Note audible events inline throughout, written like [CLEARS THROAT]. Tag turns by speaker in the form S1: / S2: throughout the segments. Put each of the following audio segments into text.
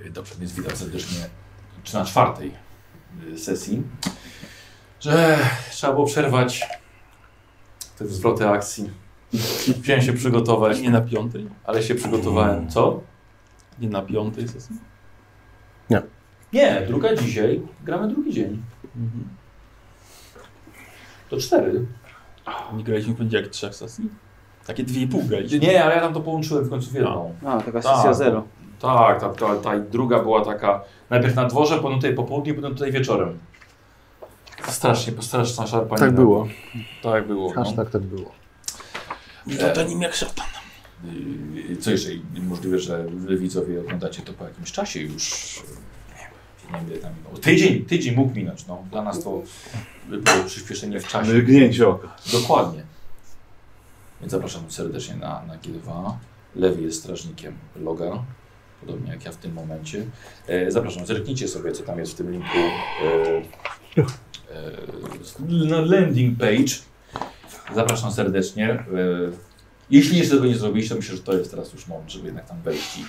S1: Y, Dobrze, więc witam serdecznie czy na czwartej y, sesji, że trzeba było przerwać te zwroty akcji. Chciałem się przygotować, nie na piątej, ale się przygotowałem. Co? Nie na piątej sesji?
S2: Nie.
S1: Nie, druga dzisiaj. Gramy drugi dzień.
S2: Mhm.
S1: To cztery.
S3: Nie graliśmy w poniedziałek trzech sesji? Takie dwie i pół graliśmy.
S1: Nie, ale ja tam to połączyłem w końcu w jedną.
S4: A, No, taka
S1: Tak.
S4: sesja zero.
S1: Tak, ta, ta, ta druga była taka. Najpierw na dworze, potem tutaj po południu, potem tutaj wieczorem. Strasznie, straszna szarpanina.
S2: Tak było.
S1: Tak było.
S2: Aż
S1: No.
S2: tak tak było.
S1: E,
S3: to nim jak szatan.
S1: y, Co jeszcze? I Możliwe, że wy widzowie oglądacie to po jakimś czasie już. Nie wiem, ile tam minęło. Tydzień, tydzień mógł minąć. No. Dla nas to było przyspieszenie w
S2: No
S1: czasie.
S5: Mrygnięcie oka.
S1: Dokładnie. Więc zapraszam serdecznie na, na G2. Lewy jest strażnikiem loga, podobnie jak ja w tym momencie. E, zapraszam, zerknijcie sobie, co tam jest w tym linku. E, e, na landing page. Zapraszam serdecznie. E, jeśli jeszcze tego nie zrobiliście, to myślę, że to jest teraz już moment, żeby jednak tam wejść i,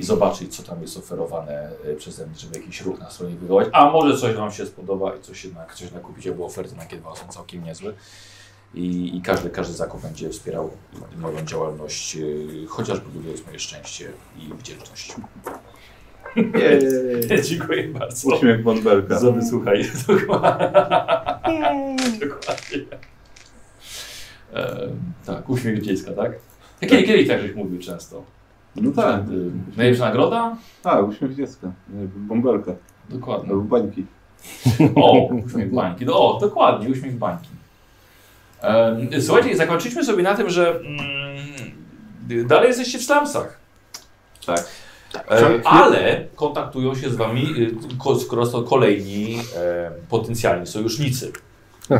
S1: i zobaczyć, co tam jest oferowane e, przeze mnie, żeby jakiś ruch na stronie wywołać. A może coś Wam się spodoba i coś jednak coś nakupicie, bo oferty na G2 są całkiem niezłe i, i każdy, każdy zakup będzie wspierał moją działalność, yy, chociażby budując moje szczęście i wdzięczność. [LAUGHS] Dziękuję bardzo.
S5: Uśmiech Bąbelka.
S1: Za wysłuchaj. [LAUGHS] Dokładnie. Dokładnie. Em, tak, uśmiech dziecka, tak? Kiedy, tak. kiedy tak żeś mówił często?
S5: No tak,
S1: Yy, najlepsza nagroda?
S5: tak, uśmiech dziecka. Bąbelka.
S1: Dokładnie.
S5: Albo bańki.
S1: O, uśmiech bańki. No, o, dokładnie, uśmiech bańki. Em, Słuchajcie, zakończyliśmy sobie na tym, że mm, dalej jesteście w slamsach.
S5: Tak.
S1: E, ale kontaktują się z wami y, ko- skoro są kolejni e, potencjalni sojusznicy.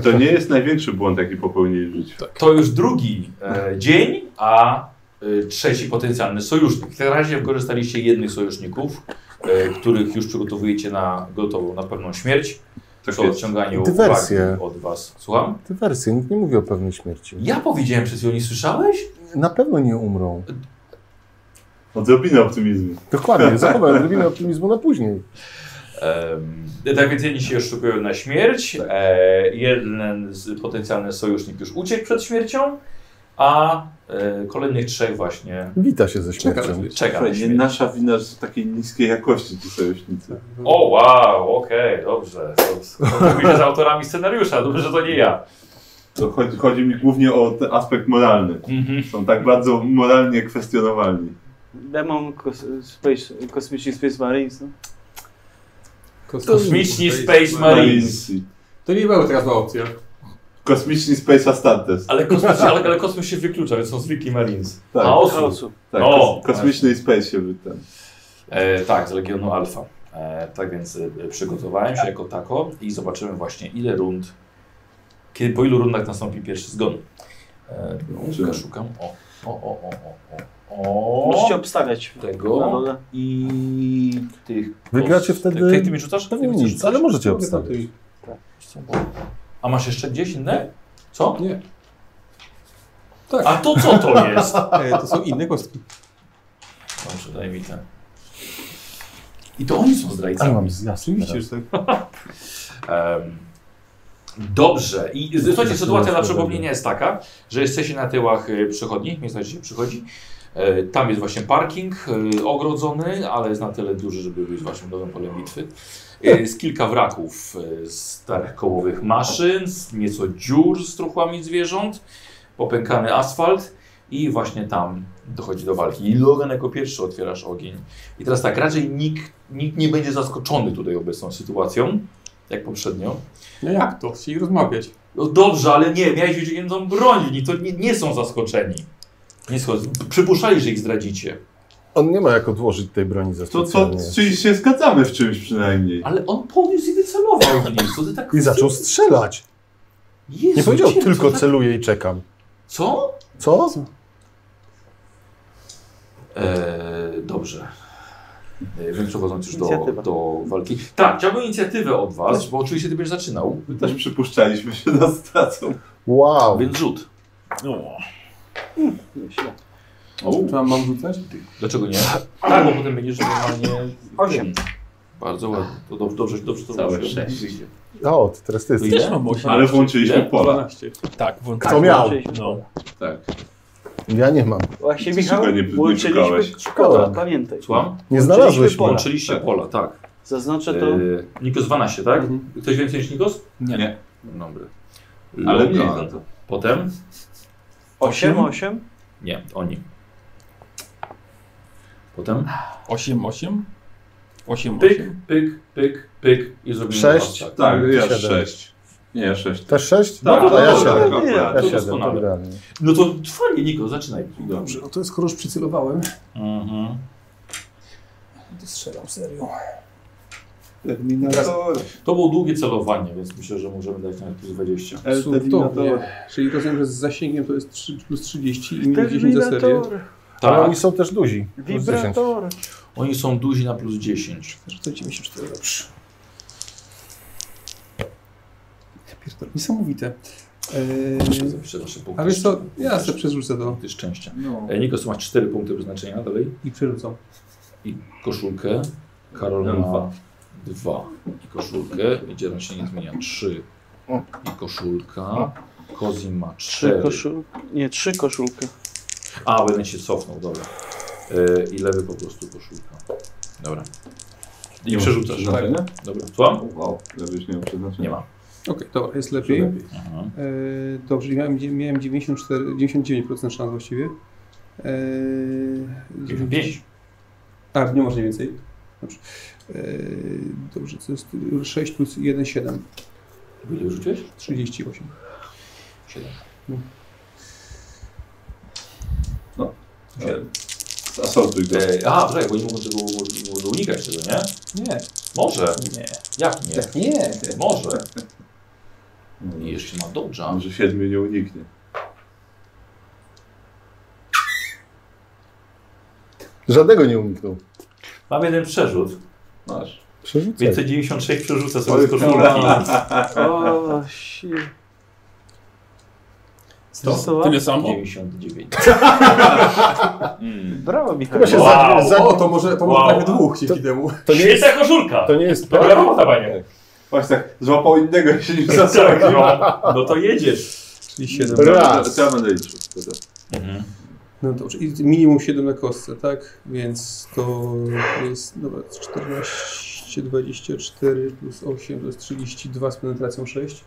S5: To nie jest największy błąd, jaki popełnili w życiu.
S6: Tak.
S1: To już drugi
S5: Tak.
S1: e, dzień, a y, trzeci potencjalny sojusznik. W tym razie wykorzystaliście jednych sojuszników, e, których już przygotowujecie na gotową, na pewną śmierć.
S5: Tak
S1: Po
S5: jest.
S1: odciąganiu
S2: Dywersje.
S1: uwagi od was. Słucham?
S2: Dywersje, nikt nie mówi o pewnej śmierci.
S1: Ja powiedziałem przez chwilę, nie słyszałeś?
S2: Na pewno nie umrą.
S5: Odrobinę optymizmu.
S2: [LAUGHS] Dokładnie, zachowałem odrobinę optymizmu na później.
S1: Em, tak więc jedni się już szykują na śmierć, e, jeden z, potencjalny sojusznik już uciekł przed śmiercią, a e, kolejnych trzech właśnie
S2: Wita się ze
S1: czeka,
S2: śmiercią.
S1: czeka na
S5: Słuchaj, nie
S1: śmierć.
S5: nasza wina, że są takiej niskiej jakości ci sojusznicy.
S1: O wow, okej, dobrze. Mówimy z autorami scenariusza, dobrze, że to nie ja.
S5: To chodzi, chodzi mi głównie o ten aspekt moralny.
S1: Mhm.
S5: Są tak bardzo moralnie kwestionowalni.
S4: Demon kos space, kosmiczni Space Marines. No.
S1: Kosmiczni Space Marines.
S5: Marines.
S6: To nie była taka zła opcja.
S5: Kosmiczni Space Astartes.
S1: Ale kosmos, ale, ale kosmos się wyklucza, więc są zwykli Marines.
S5: Tak.
S1: Chaosu.
S4: Chaosu.
S5: Tak,
S1: No.
S5: kos kosmiczny Space się by ten.
S1: E, tak, z Legionu Alfa. E, tak więc e, przygotowałem się jako tako i zobaczymy właśnie ile rund, kiedy, po ilu rundach nastąpi pierwszy zgon. E, szukam, szukam. O, o, o, o, o, o,
S4: Możecie
S1: o.
S4: obstawiać. Na
S1: Tego
S4: dole.
S1: i tych.
S2: Wygracie wtedy-
S1: Ty, ty, ty mi rzucasz? Ty
S2: Pewnie
S1: mi coś
S2: nic,
S1: rzucasz?
S2: ale możecie
S6: Mogę tam
S2: obstawić.
S6: tu iść.
S1: Co było? A masz jeszcze gdzieś inne? Co? Tak.
S6: Nie.
S1: A to co to jest?
S6: [LAUGHS] E, to są inne kostki.
S1: Dobrze, daj mi ten. I to oni są
S2: Ale
S1: zdrajcami.
S2: mam zjazd.
S6: Oczywiście, że tak.
S1: Em, dobrze. I z- słuchajcie,
S2: Jest
S1: sytuacja na
S2: dobrze.
S1: przypomnienie jest taka, że jesteście na tyłach y, przychodni, miejsca, gdzie się przychodzi. E, Tam jest właśnie parking y, ogrodzony, ale jest na tyle duży, żeby być waszym nowym polem bitwy. E, Jest kilka wraków e, starych kołowych maszyn, z nieco dziur z truchłami zwierząt, popękany asfalt i właśnie tam dochodzi do walki. I Logan jako pierwszy otwierasz ogień. I teraz tak, raczej nikt, nikt nie będzie zaskoczony tutaj obecną sytuacją, jak poprzednio.
S6: No jak to? Chcieli rozmawiać.
S1: No dobrze, ale nie, miałeś już jedną broń, i to nie, nie są zaskoczeni. Nie są, przypuszczali, że ich zdradzicie.
S2: On nie ma jak odłożyć tej broni ze
S5: To, to,
S2: specjalnie.
S5: czyli się zgadzamy w czymś przynajmniej.
S1: Ale on podniósł i wycelował w nim, co ty tak...
S2: I zaczął strzelać.
S1: Jezu,
S2: Nie powiedział
S1: cię, co
S2: tylko
S1: tak-
S2: celuję i czekam.
S1: Co?
S2: Co?
S1: Eee, dobrze. Eee, Więc przechodząc już do,
S4: Inicjatywa.
S1: do walki. Tak, chciałbym inicjatywę od was, bo oczywiście ty będziesz zaczynał,
S5: My też przypuszczaliśmy się nad stracą.
S2: Wow.
S3: No.
S1: więc rzut.
S4: Nie, źle.
S5: O,
S6: Czy mam, mam rzucać?
S1: Dlaczego nie? Tak, bo potem będziesz normalnie...
S7: Osiem.
S1: Bardzo ładnie. To dobrze, dobrze, dobrze to
S7: Całe
S1: włączyłem.
S7: sześć.
S1: Wyjdzie.
S2: O, to teraz ty
S1: To
S2: jesteś.
S1: ile?
S3: Też mam 8.
S5: ale włączyliśmy pola.
S6: 12.
S3: Tak, włączyłem.
S2: Kto miał?
S3: No.
S5: Tak.
S2: Ja nie mam.
S4: Właśnie
S5: Ty
S4: Michał,
S5: czego nie- nie
S4: włączyliśmy
S5: szukałeś?
S4: kola,
S2: Szukałem.
S4: pamiętaj.
S1: Słucham?
S2: Nie znalazłeś
S4: pola.
S2: mnie.
S1: Włączyliście
S5: Tak.
S1: pola, tak.
S4: Zaznaczę to.
S1: Yy, Nikos 12, tak?
S6: Mhm.
S1: Ktoś więcej niż Nikos? No,
S3: Nie.
S5: Nie.
S1: Dobra.
S5: Ale mniej
S1: Logan.
S5: za to.
S1: Potem?
S4: 8, 8?
S1: Nie, oni. Potem?
S3: 8, 8? 8,
S1: Pyk,
S3: 8.
S1: pyk, pyk, pyk i zrobimy
S2: Sześć.
S1: was,
S5: Tak, ja
S2: Siedem.
S5: 6. Nie, 6.
S2: Też sześć? No
S5: Tak,
S2: to ja
S5: tak,
S2: siedem.
S5: tak,
S4: Nie,
S2: Ja
S1: to
S2: siedem, to
S1: doskonale.
S2: idealnie.
S1: No to fajnie, Niko, zaczynaj.
S5: Dobrze.
S6: no to skoro już przycelowałem,
S1: Mhm.
S6: to strzelam serio.
S5: Terminator.
S1: To było długie celowanie, więc myślę, że możemy dać nawet plus 20.
S6: Cudownie. no Czyli rozumiem, że z zasięgiem to jest 3 plus 30 i minus 10 za serię.
S4: Terminator,
S2: Ale
S1: Tak,
S2: oni są też duzi. Plus dziesięć.
S4: wibrator.
S1: oni są duzi na plus 10.
S6: Rzucajcie mi się 4 dobrze. Ja pierdolę, Niesamowite.
S1: Muszę
S6: Eee,
S1: zapisać wasze punkty.
S6: a wiesz co, ja
S1: szczęścia.
S6: sobie przerzucę to
S1: Punkty szczęścia.
S4: No.
S1: E, Nikos, masz 4 punkty przeznaczenia dalej.
S6: i przerzucam.
S1: I koszulkę. Karol
S5: Ja
S1: ma
S5: dwa.
S1: 2. I koszulkę. I dzieran się nie zmienia. 3. I koszulka. Kozim ma
S4: 3
S1: 3.
S4: koszulki. Nie, 3 koszulki.
S1: A, jeden się cofnął, dobra. E, I lewy po prostu koszulka. Dobra. I przerzucasz. tak?
S5: Przeznaczenie?
S1: Dobra. Słucham?
S5: Wow, żebyś nie miał przeznaczenia.
S1: Nie ma.
S6: Okej, dobra, jest lepiej.
S5: Lepiej.
S1: Aha.
S6: Eee, dobrze, miałem, dzie- miałem 94, 99% szans właściwie. E, Eee,
S1: 5.
S6: A, Tak, nie może więcej. Dobrze. Eee, dobrze, to jest 6 plus 1, 7.
S1: Ile rzuciłeś?
S6: 38.
S1: 7.
S5: Z asortu i go.
S1: E, aha, czekaj, bo nie mogą tego u- u- unikać tego, nie?
S6: Nie,
S1: Może.
S6: nie.
S1: Jak nie?
S6: Nie.
S1: Może. I jeszcze ma dodża.
S5: Może siedmiu nie uniknie.
S2: Żadnego nie uniknął.
S1: Mam jeden przerzut.
S5: Masz.
S2: Przerzucaj.
S1: Więcej 96 przerzucę sobie z
S5: Oj,
S1: koszulki.
S4: O, si.
S3: To tyle samo?
S1: 99.
S5: Mm.
S4: Brawo, Michał.
S2: Chyba się
S1: Wow.
S2: za, za,
S6: O, to może, to może
S1: Wow.
S2: tak-
S6: prawie dwóch dzięki temu.
S2: to, nie jest,
S1: Świetna koszulka!
S2: to nie jest
S1: Dobra
S2: prawda.
S1: robota, panie.
S5: Właśnie tak, złapał innego i się nim
S1: Tak,
S5: zasadził.
S1: no, no to jedziesz.
S6: Czyli 7.
S2: Raz.
S5: To ja będę liczył.
S6: No dobrze, i minimum 7 na kostce, tak? Więc to jest, dobra, to jest 14, 24 plus 8 to jest 32 z penetracją 6.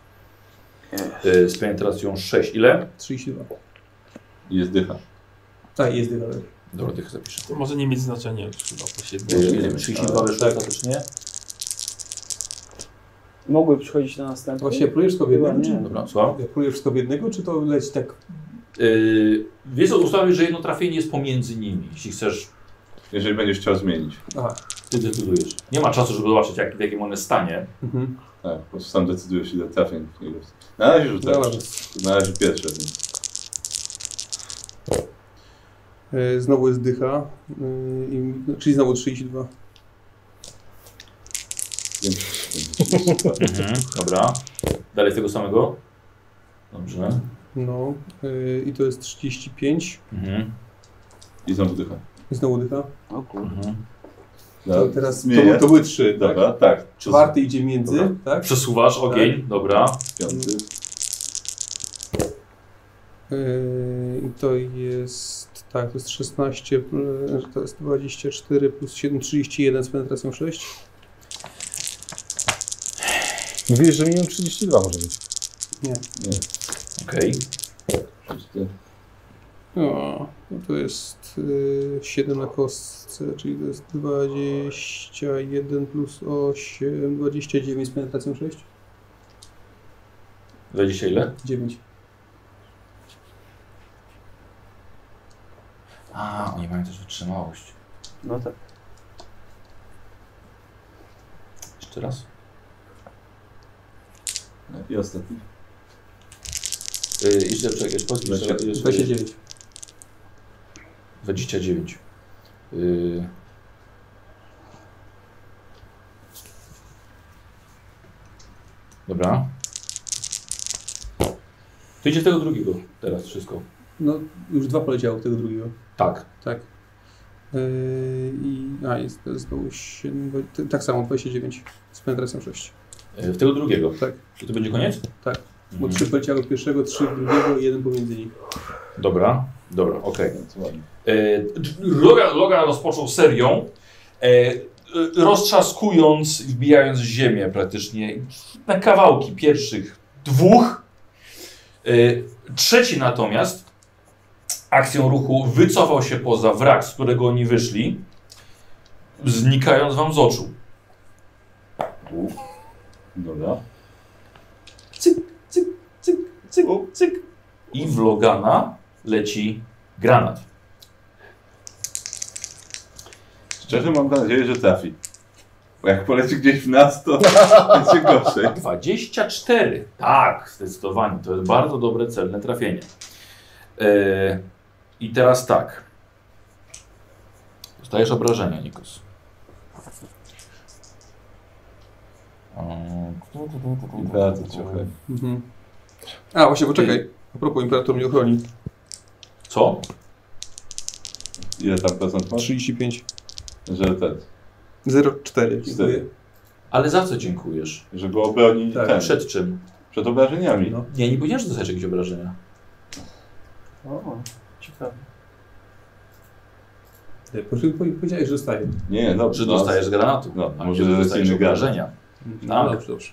S1: Y, Z penetracją 6. Ile?
S6: 32.
S5: Nie zdycha.
S6: Tak, jest dalej.
S1: Dobra, tych zapiszę.
S3: To może nie mieć znaczenia już chyba po 7.
S1: Y, 32 wyszło
S6: Tak.
S1: ostatecznie.
S4: Mogły przychodzić na następny.
S6: Właśnie plujesz wszystko w jednego, czy...
S1: Dobra, słucham.
S6: Plujesz wszystko w jednego, czy to leci tak
S1: Yy, wiesz, ustawić, że jedno trafienie jest pomiędzy nimi. Jeśli chcesz,
S5: Jeżeli będziesz chciał zmienić.
S6: Aha.
S1: ty decydujesz. Nie ma czasu, żeby zobaczyć, jak, w jakim on jest stanie.
S6: Mhm.
S5: Tak, po prostu sam decydujesz ile trafień w niego. Na razie rzucę.
S6: Dobra.
S5: Na razie pierwsze. więc
S6: E, Znowu jest dycha. E, i, czyli znowu 32.
S5: większe.
S1: Mhm. Dobra. Dalej z tego samego? Dobrze.
S6: No. E, I to jest 35.
S1: Mhm.
S5: I znowu dycha.
S6: I znowu dycha.
S4: O kurde.
S1: Mhm.
S6: To
S5: Dobra.
S6: teraz to,
S5: Zmienię.
S6: były- to były 3, tak?
S5: No. Dobra, tak.
S6: Czwarty idzie między,
S1: Dobra.
S6: tak?
S1: Przesuwasz ogień, dobra.
S5: Piąty.
S6: E, I to jest. Tak, to jest 16, e, to jest 24 plus 7, 31 z penetracją 6.
S2: Mówiłeś, że minimum 32 może być.
S1: Okej.
S5: Szósty.
S6: No, no to jest y, 7 na kostce, czyli to jest 21 plus 8, 29 z penetracją 6?
S1: 20 ile?
S6: 9.
S1: A, oni mają też wytrzymałość.
S4: No tak.
S1: Jeszcze raz.
S5: no I ostatni.
S1: Yy, jeszcze, czekaj, jeszcze, raz, jeszcze, raz, jeszcze, raz.
S6: 29.
S1: 29. Yy. Dobra. To idzie w tego drugiego teraz wszystko.
S6: No, już dwa poleciały tego drugiego.
S1: Tak.
S6: Tak. Yy, I. A, jest to jest znowu 7. dwa- t- Tak samo, 29. Z penetracją 6.
S1: Y, W tego drugiego.
S6: Tak.
S1: Czy to będzie koniec?
S6: Tak. Bo
S1: Mhm.
S6: trzy poleciały pierwszego, trzy drugiego i jeden pomiędzy nimi.
S1: Dobra, dobra, okej.
S5: Co ładnie.
S1: E, Logan, Logan rozpoczął serią, e, e, roztrzaskując i wbijając w ziemię praktycznie na kawałki pierwszych dwóch. E, Trzeci natomiast akcją ruchu wycofał się poza wrak, z którego oni wyszli, znikając wam z oczu.
S5: Dobra.
S1: Cyk, cyk. I w Logana leci granat.
S5: Szczerze mam nadzieję, że trafi. Bo jak poleci gdzieś w nas, to [LAUGHS] będzie gorzej.
S1: 24. Tak, zdecydowanie. To jest bardzo dobre, celne trafienie. E, I teraz tak. Dostajesz obrażenia, Nikos.
S5: Bardzo trochę.
S6: Mhm. A, właśnie, poczekaj. A propos, Imperator mnie ochroni.
S1: Co?
S5: Ile tam procent masz?
S6: 35.
S5: Że ten,
S6: 0,4. Dziękuję.
S5: Cztery.
S1: Ale za co dziękujesz?
S5: że go obroni
S6: Tak,
S5: ten, przed...
S1: Przed czym?
S5: obrażeniami.
S6: No.
S1: Nie, nie powiedziałem, że dostajesz jakieś obrażenia.
S4: O, ciekawe.
S6: Nie, e, po prostu Powiedziałeś, że zostaje.
S5: Nie, dobrze.
S1: Że
S5: no,
S1: dostajesz z granatu.
S5: No,
S1: a
S5: może
S1: nie, że
S5: jest
S1: dostajesz
S5: inny granat.
S1: obrażenia.
S6: No, dobrze, dobrze.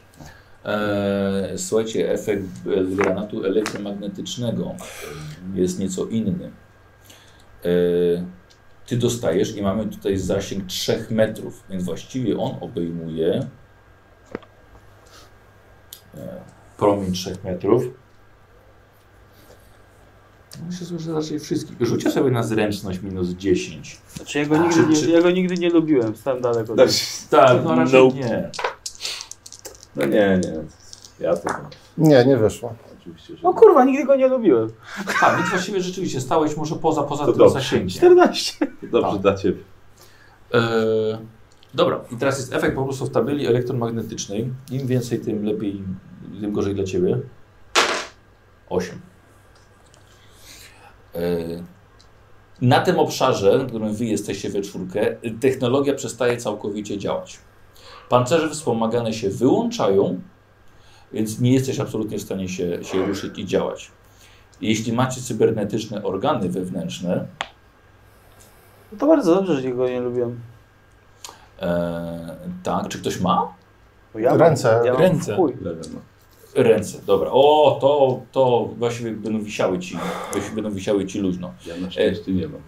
S1: Eee, słuchajcie, efekt e, granatu elektromagnetycznego jest nieco inny. Eee, ty dostajesz i mamy tutaj zasięg 3 metrów, więc właściwie on obejmuje e, promień 3 metrów. Myślę, sobie, że No, raczej wszystkich. Rzućcie sobie na zręczność minus 10.
S4: Znaczy ja go nigdy nie, ja go nigdy nie lubiłem, stałem daleko.
S5: No,
S4: od niego.
S1: Tak, no raczej
S5: Nope.
S1: nie.
S5: no nie, nie. Ja to
S2: Nie, nie weszło.
S5: oczywiście, że
S4: O No kurwa, nigdy go nie lubiłem.
S1: Tak, więc właściwie rzeczywiście stałeś może poza, poza
S5: To
S1: tym
S5: dobrze.
S1: zasięgiem.
S4: 14.
S5: dobrze dla ciebie.
S1: Eee, dobra, i teraz jest efekt po prostu w tabeli elektromagnetycznej. Im więcej, tym lepiej, tym gorzej dla Ciebie. 8. E, na tym obszarze, w którym Wy jesteście we czwórkę, technologia przestaje całkowicie działać. Pancerze wspomagane się wyłączają, więc nie jesteś absolutnie w stanie się, się ruszyć i działać. Jeśli macie cybernetyczne organy wewnętrzne,
S4: No to bardzo dobrze, że go nie lubiłem.
S1: eee, tak, czy ktoś ma?
S4: Bo ja mam-
S2: Ręce,
S4: ja mam
S3: ręce.
S4: Chuj.
S5: Lewe, no.
S1: Ręce, dobra. O, to, to właściwie będą wisiały ci, właściwie będą wisiały ci luźno.
S5: Ja na szczęście nie mam.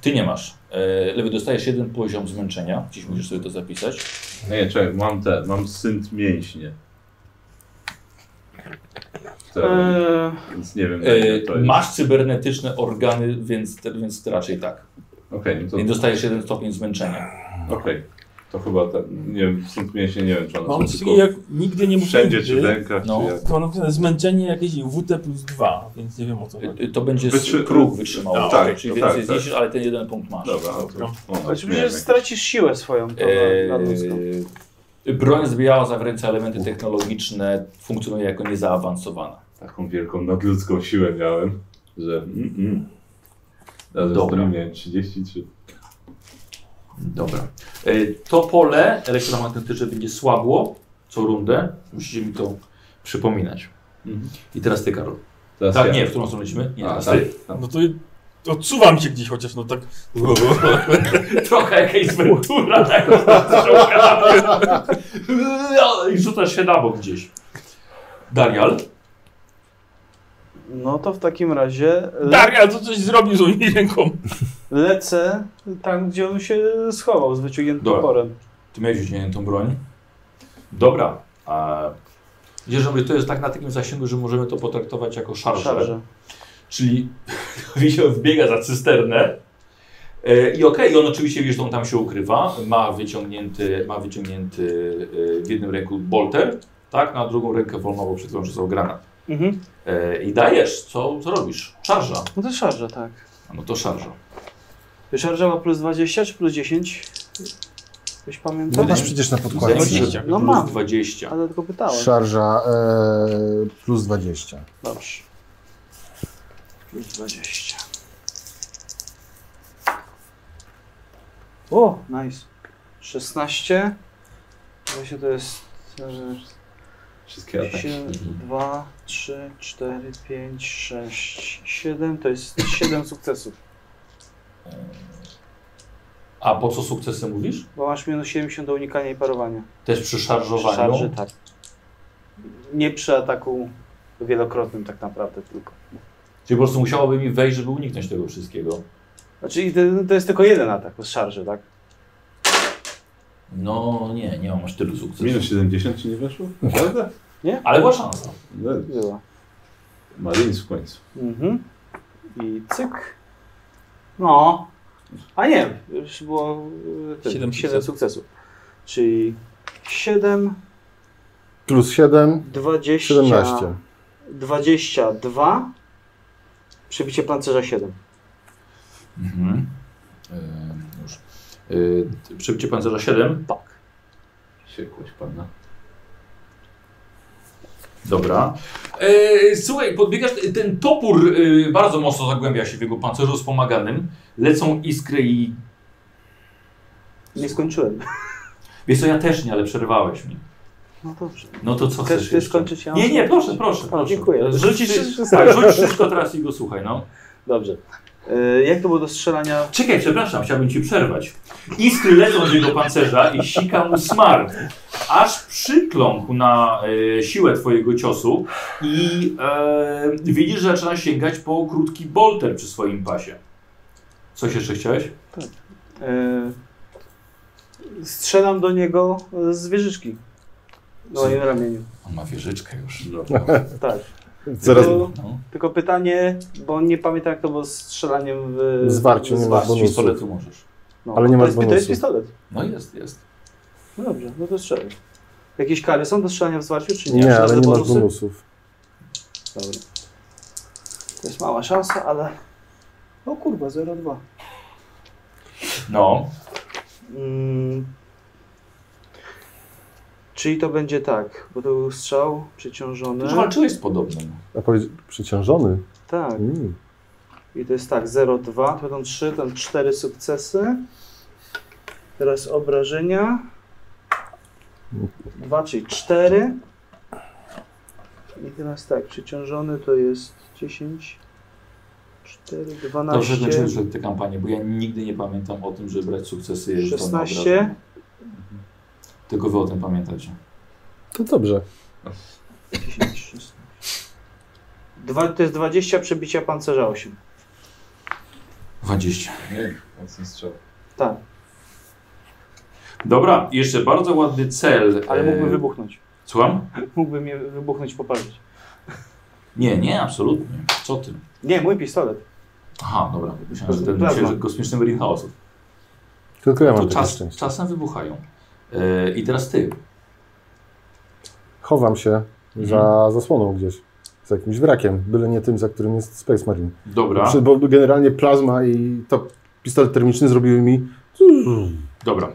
S1: Ty nie masz. E, lewy dostajesz jeden poziom zmęczenia. Dziś musisz sobie to zapisać.
S5: No Nie, czekaj, mam te, mam synt mięśnie. To,
S4: Eee,
S5: Więc nie wiem, jak Tak, to
S1: E,
S5: jest.
S1: masz cybernetyczne organy, więc, więc raczej tak.
S5: Okej, no to,
S1: Więc dostajesz jeden stopień zmęczenia.
S5: okej. to chyba ten, nie wiem, synt mięśnie, nie wiem, czy one
S3: Mam
S5: są
S3: czyli
S5: tylko
S3: jak nigdy nie mówię
S5: wszędzie, czy w
S3: nigdy,
S5: rękach,
S1: No.
S5: czy jak.
S3: to mam napisane zmęczenie jakieś WT plus 2, więc nie wiem o co
S1: E,
S3: chodzi.
S1: e, to będzie
S5: Wytrzy-
S1: Wytrzy... kruk wytrzymało.
S5: Tak,
S1: Okej, czyli
S5: to
S1: więcej
S5: tak, tak.
S1: zniesiesz, ale ten jeden punkt masz.
S5: Dobra, no to, o,
S4: Oczywiście, że stracisz siłę swoją to
S1: Eee.
S4: na, na ludzką.
S1: E, broń zbijała zawręca elementy technologiczne, funkcjonuje jako niezaawansowana.
S5: Taką wielką nadludzką siłę miałem, że mm, mm. Razem z
S1: Dobra.
S5: tym miałem 33.
S1: Dobra. E, To pole elektromagnetyczne będzie słabło co rundę. Musicie mi to przypominać.
S5: Mhm.
S1: I teraz ty, Karol.
S5: Teraz
S1: Tak,
S5: ja.
S1: nie, w którą stronę lecimy? Nie,
S5: A,
S1: teraz
S5: tak,
S1: ty.
S5: tak.
S3: No to odsuwam się gdzieś chociaż, no
S6: [LAUGHS]
S3: tak.
S1: [LAUGHS] Trochę jakaś tak zwentura [LAUGHS] tego strzałka. [LAUGHS] I rzucasz się na bok gdzieś. Darial?
S4: No to w takim razie le
S1: Tak.
S3: Daria, to coś zrobił z moimi ręką.
S4: lecę tam, gdzie on się schował z wyciągniętym
S1: Dobra.
S4: toporem.
S1: Ty miałeś wyciągniętą broń. Dobra. A... Widzisz, że mówię, to jest tak na takim zasięgu, że możemy to potraktować jako szarżę.
S4: Szarże.
S1: Czyli [LAUGHS] Wisio wbiega za cysternę. E, I okej, on oczywiście wiesz, on tam się ukrywa. Ma wyciągnięty, ma wyciągnięty e, w jednym ręku bolter, tak? Na drugą rękę wolnową, przed którą rzucał granat.
S4: Mhm.
S1: E, I dajesz, co, co robisz? Szarża.
S4: No to szarże, tak.
S1: A No to szarża.
S4: Szarża ma plus 20 czy plus 10? Ktoś
S2: No
S4: pamięta?
S2: masz przecież na podkładzie.
S1: Zajmij się.
S3: 20.
S4: No
S1: Plus
S4: mam,
S1: 20.
S4: ale tylko pytałem.
S2: Szarża e, plus 20.
S4: Dobrze. Plus 20. O, nice. 16. Właśnie to jest... e,
S5: Wszystkie ataki.
S4: 2, 3, 4, 5, 6, 7. To jest 7 sukcesów.
S1: A po co sukcesy mówisz?
S4: Bo masz minus 70 do unikania i parowania.
S1: Też przy szarżowaniu.
S4: Szarży, tak. Nie przy ataku wielokrotnym tak naprawdę tylko. tak.
S1: Czyli po prostu musiałoby mi wejść, żeby uniknąć tego wszystkiego.
S4: Znaczy i to, to jest tylko jeden atak z szarży, tak?
S1: No nie, nie mam aż tylu sukcesów.
S5: Minus 70 ci nie weszło? Prawda?
S1: Ale była szansa.
S5: No,
S4: Była.
S5: Marines w końcu.
S4: Mhm. I cyk. No. A nie, już było
S3: Siedem
S4: 7, 7 sukcesów. Czyli 7,
S2: Plus 7,
S4: 20,
S2: 17.
S4: 22, przebicie pancerza 7.
S1: Mhm. Yy, już. Yy, przebicie pancerza 7.
S4: Tak.
S5: Siekłość pana.
S1: Dobra. E, słuchaj, podbiegasz, ten topór e, bardzo mocno zagłębia się w jego pancerzu wspomaganym. Lecą iskry i...
S4: Nie skończyłem.
S1: Wiesz co, ja też nie, ale przerwałeś mi.
S4: No dobrze.
S1: No to co
S4: Chcesz
S1: chcesz
S4: ty
S1: jeszcze?
S4: skończyć? Ja mam
S1: Nie, nie,
S4: skończyć.
S1: proszę, proszę.
S4: O,
S1: proszę.
S4: dziękuję.
S1: Rzuć,
S4: Rzucisz
S1: rzuć,
S4: wszystko.
S1: tak, rzuć wszystko teraz i go słuchaj, no.
S4: Dobrze. E, jak to było do strzelania?
S1: Czekaj, przepraszam, chciałbym ci przerwać. Iskry lecą z jego pancerza i sika mu smar. Aż przykląkł na e, siłę twojego ciosu i e, widzisz, że zaczyna sięgać po krótki bolter przy swoim pasie. Coś jeszcze chciałeś?
S4: E, strzelam do niego z wieżyczki. No, Na moim ramieniu.
S1: On ma wieżyczkę już.
S4: Tak.
S2: Zaraz
S4: Tylko,
S1: No.
S4: tylko pytanie, bo on nie pamiętam jak to było z strzelaniem w...
S2: Zwarciu, nie ma
S1: Z
S2: bonusów.
S1: pistoletu możesz.
S4: No,
S2: Ale nie
S4: to
S2: ma
S4: jest, To jest
S2: bonusu.
S4: pistolet.
S1: No jest, jest.
S4: No dobrze, no to strzelaj. Jakieś kary są do strzelania w zwarciu, czy nie?
S2: Nie,
S4: Czy
S2: ale
S4: to
S2: nie masz
S4: bonusy?
S2: bonusów.
S4: Dobra. To jest mała szansa, ale... O kurwa, 0,2.
S1: No,
S4: Mm. Czyli to będzie tak, bo to był strzał przeciążony.
S1: już walczyłeś z podobnym.
S2: A powiedz, przyciążony?
S4: Tak.
S2: Mm.
S4: I to jest tak, 0,2, to będą 3, to będą 4 sukcesy. Teraz obrażenia. 2, czyli 4. I teraz tak, przeciążony to jest 10, 4,
S1: Dobrze,
S4: 12,
S1: znaczy, że te kampanie, bo ja nigdy nie pamiętam o tym, żeby brać sukcesy. rzucone od razu. Mhm.
S4: 16.
S1: Tylko wy o tym pamiętacie.
S2: To dobrze.
S1: No
S4: 10, 16. Dwa, to jest 20 przebicia pancerza 8.
S1: 20.
S5: Nie, mocny strzał.
S4: Tak,
S1: Dobra, jeszcze bardzo ładny cel.
S4: ale mógłby
S1: e,
S4: wybuchnąć.
S1: Słucham?
S4: Mógłby mnie wybuchnąć, poparzyć.
S1: Nie, nie, absolutnie. Co ty?
S4: Nie, mój pistolet.
S1: Aha, dobra. Myślałem, że ten
S4: Plazma.
S1: myślałem, że kosmiczny Marine Chaosu.
S2: Tylko ja
S1: To
S2: mam takie
S1: czas,
S2: szczęście.
S1: czasem wybuchają. E, I teraz ty.
S2: Chowam się
S1: Mhm.
S2: za zasłoną gdzieś. Za jakimś wrakiem, byle nie tym, za którym jest Space Marine.
S1: Dobra,
S2: Przy- Bo generalnie plazma i to pistolet termiczny zrobiły mi...
S1: Mm. dobra.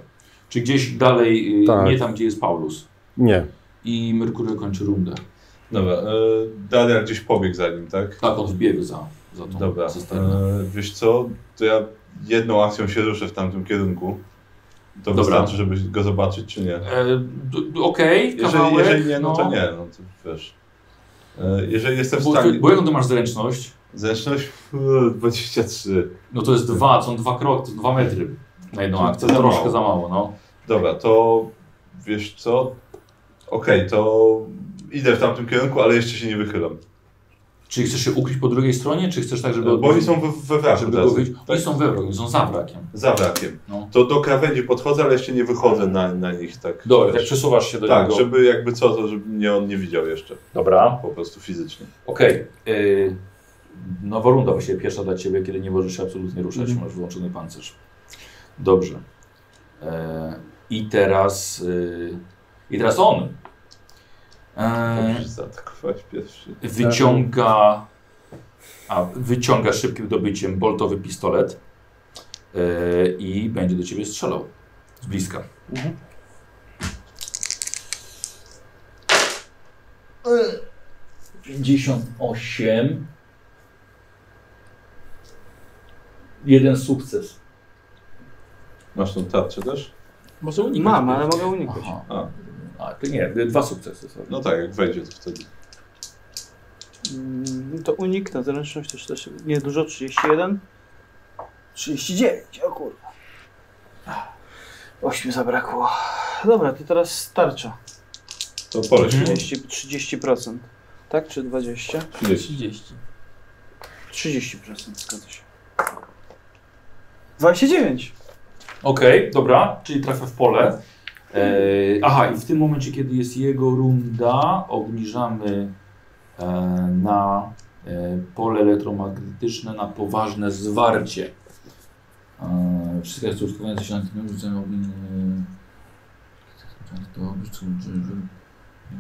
S1: Czy gdzieś dalej, y,
S2: Tak.
S1: nie tam, gdzie jest Paulus.
S2: Nie.
S1: I Merkury kończy rundę.
S5: Dobra, e, Daniel gdzieś pobiegł za nim, tak?
S1: Tak, on wbiegł za, za tą
S5: Dobra,
S1: cysternę.
S5: e, wiesz co, to ja jedną akcją się ruszę w tamtym kierunku. To
S1: Dobra.
S5: wystarczy, żeby go zobaczyć, czy nie?
S1: E, d- d- Okej,
S5: Jeżeli,
S1: kawałek.
S5: jeżeli nie, no to nie, no to wiesz. E, Jeżeli jestem w
S1: Bo,
S5: stanie...
S1: bo jaką to masz zręczność?
S5: Zręczność e, 23.
S1: No to jest dwa, są dwa kroki, dwa metry na jedną
S5: To-
S1: akcję.
S5: to za
S1: Troszkę
S5: mało.
S1: za mało, no.
S5: Dobra, to wiesz co? Okej, to idę w tamtym kierunku, ale jeszcze się nie wychylam.
S1: Czyli chcesz się ukryć po drugiej stronie, czy chcesz tak, żeby...
S5: No, Bo oni są we, we wraku
S1: żeby go
S5: teraz.
S1: wyjść.
S5: Tak?
S1: Oni są we wrogu, są za wrakiem.
S5: Za wrakiem.
S1: No.
S5: To do krawędzi podchodzę, ale jeszcze nie wychodzę na, na nich tak.
S1: Dobra, jak
S5: wiesz.
S1: przesuwasz się do
S5: Tak,
S1: niego.
S5: żeby jakby co, to żeby mnie on nie widział jeszcze.
S1: Dobra.
S5: Po prostu fizycznie.
S1: Okej. Yy, nowa runda właściwie pierwsza dla Ciebie, kiedy nie możesz się absolutnie ruszać,
S3: Mhm.
S1: masz wyłączony pancerz. Dobrze. E, I teraz... y, I teraz on. E,
S5: Musisz zaatakować pierwszy.
S1: wyciąga... A, wyciąga szybkim dobyciem boltowy pistolet e, i będzie do Ciebie strzelał. Z bliska. Mhm. 58.
S7: jeden sukces.
S5: Masz tą tarczę też?
S1: Może uniknąć.
S4: Mam, ale mogę uniknąć.
S1: Aha.
S5: A,
S1: A, ty nie, dwa sukcesy są.
S5: no tak, jak wejdzie to wtedy.
S4: Mm, To uniknę, zręczność też, też nie dużo, 31. 39, o kurwa. 8 zabrakło. Dobra, to teraz starcza.
S5: To poleć mhm.
S4: 30, 30%. Tak, czy 20?
S3: 30.
S4: 30%, zgadza się. 29.
S1: Okej, dobra, czyli trafia w pole. E, aha, i w tym momencie, kiedy jest jego runda, obniżamy e, na e, pole elektromagnetyczne na poważne zwarcie. E, wszystkie jest użytkowujące się na tym rzucają. Tak,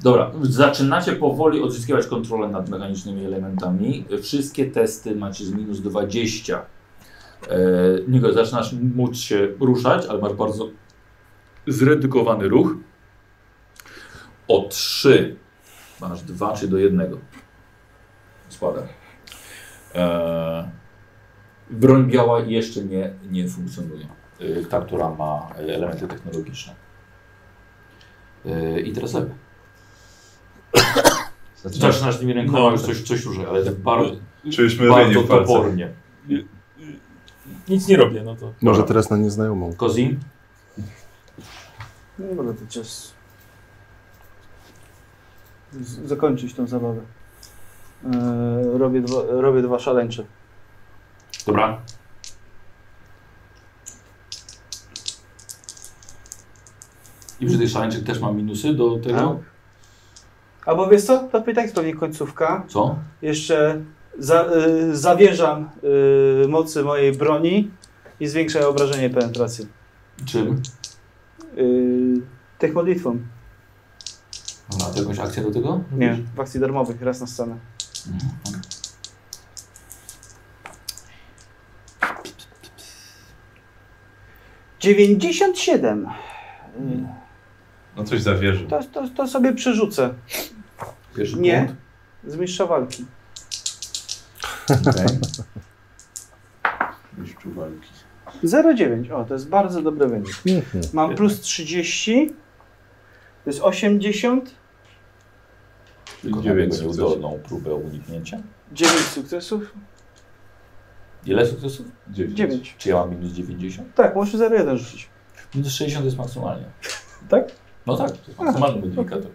S1: Dobra, zaczynacie powoli odzyskiwać kontrolę nad mechanicznymi elementami. Wszystkie testy macie z minus 20. E, Niko, zaczynasz móc się ruszać, ale masz bardzo zredukowany ruch. O 3. Masz 2 czy do 1. Spada. E, broń biała jeszcze nie, nie funkcjonuje. E, ta, która ma elementy technologiczne. E, I teraz lepiej. Zaczynasz nimi rękoma,
S3: No,
S1: już
S3: tak.
S1: coś, coś użyj, ale tak bardzo,
S5: Czujesz mrowienie
S1: bardzo
S5: w palcach.
S1: topornie.
S3: Nic nie robię, no to.
S2: Może teraz na nieznajomą.
S1: Kozin?
S4: Nie mogę to czas. z- Zakończyć tą zabawę. Eee, robię, dwa, robię dwa szaleńcze.
S1: Dobra. I przy tych szaleńczych też mam minusy do tego.
S4: Tak. Albo wiesz co? To i tak jest pewnie końcówka.
S1: Co?
S4: Jeszcze za, y, zawierzam y, mocy mojej broni i zwiększam obrażenie penetracji.
S1: Czym?
S4: Y, tych modlitwą.
S1: Dobra, to jakąś akcję do tego?
S4: Nie, w akcji darmowych, raz na scenę.
S1: Mhm.
S4: Dziewięćdziesiąt siedem.
S5: No coś zawierzył.
S4: To, to, to sobie przerzucę.
S1: Pierwszy
S4: Nie. Z mistrza walki.
S1: punkt. [LAUGHS] Okej.
S5: Mistrzu walki.
S4: 0,9. O, to jest bardzo dobry wynik.
S2: Mhm.
S4: Mam plus 30. To jest 80.
S5: Czyli
S1: Dziewięć
S5: 9
S1: nieudolną próbę uniknięcia.
S4: 9 sukcesów.
S1: Ile sukcesów?
S5: 9.
S4: 9.
S1: Czy ja mam minus 90?
S4: Tak, muszę 0,1 rzucić.
S1: Minus 60 jest maksymalnie.
S4: Tak?
S1: No tak, to jest maksymalny modyfikator.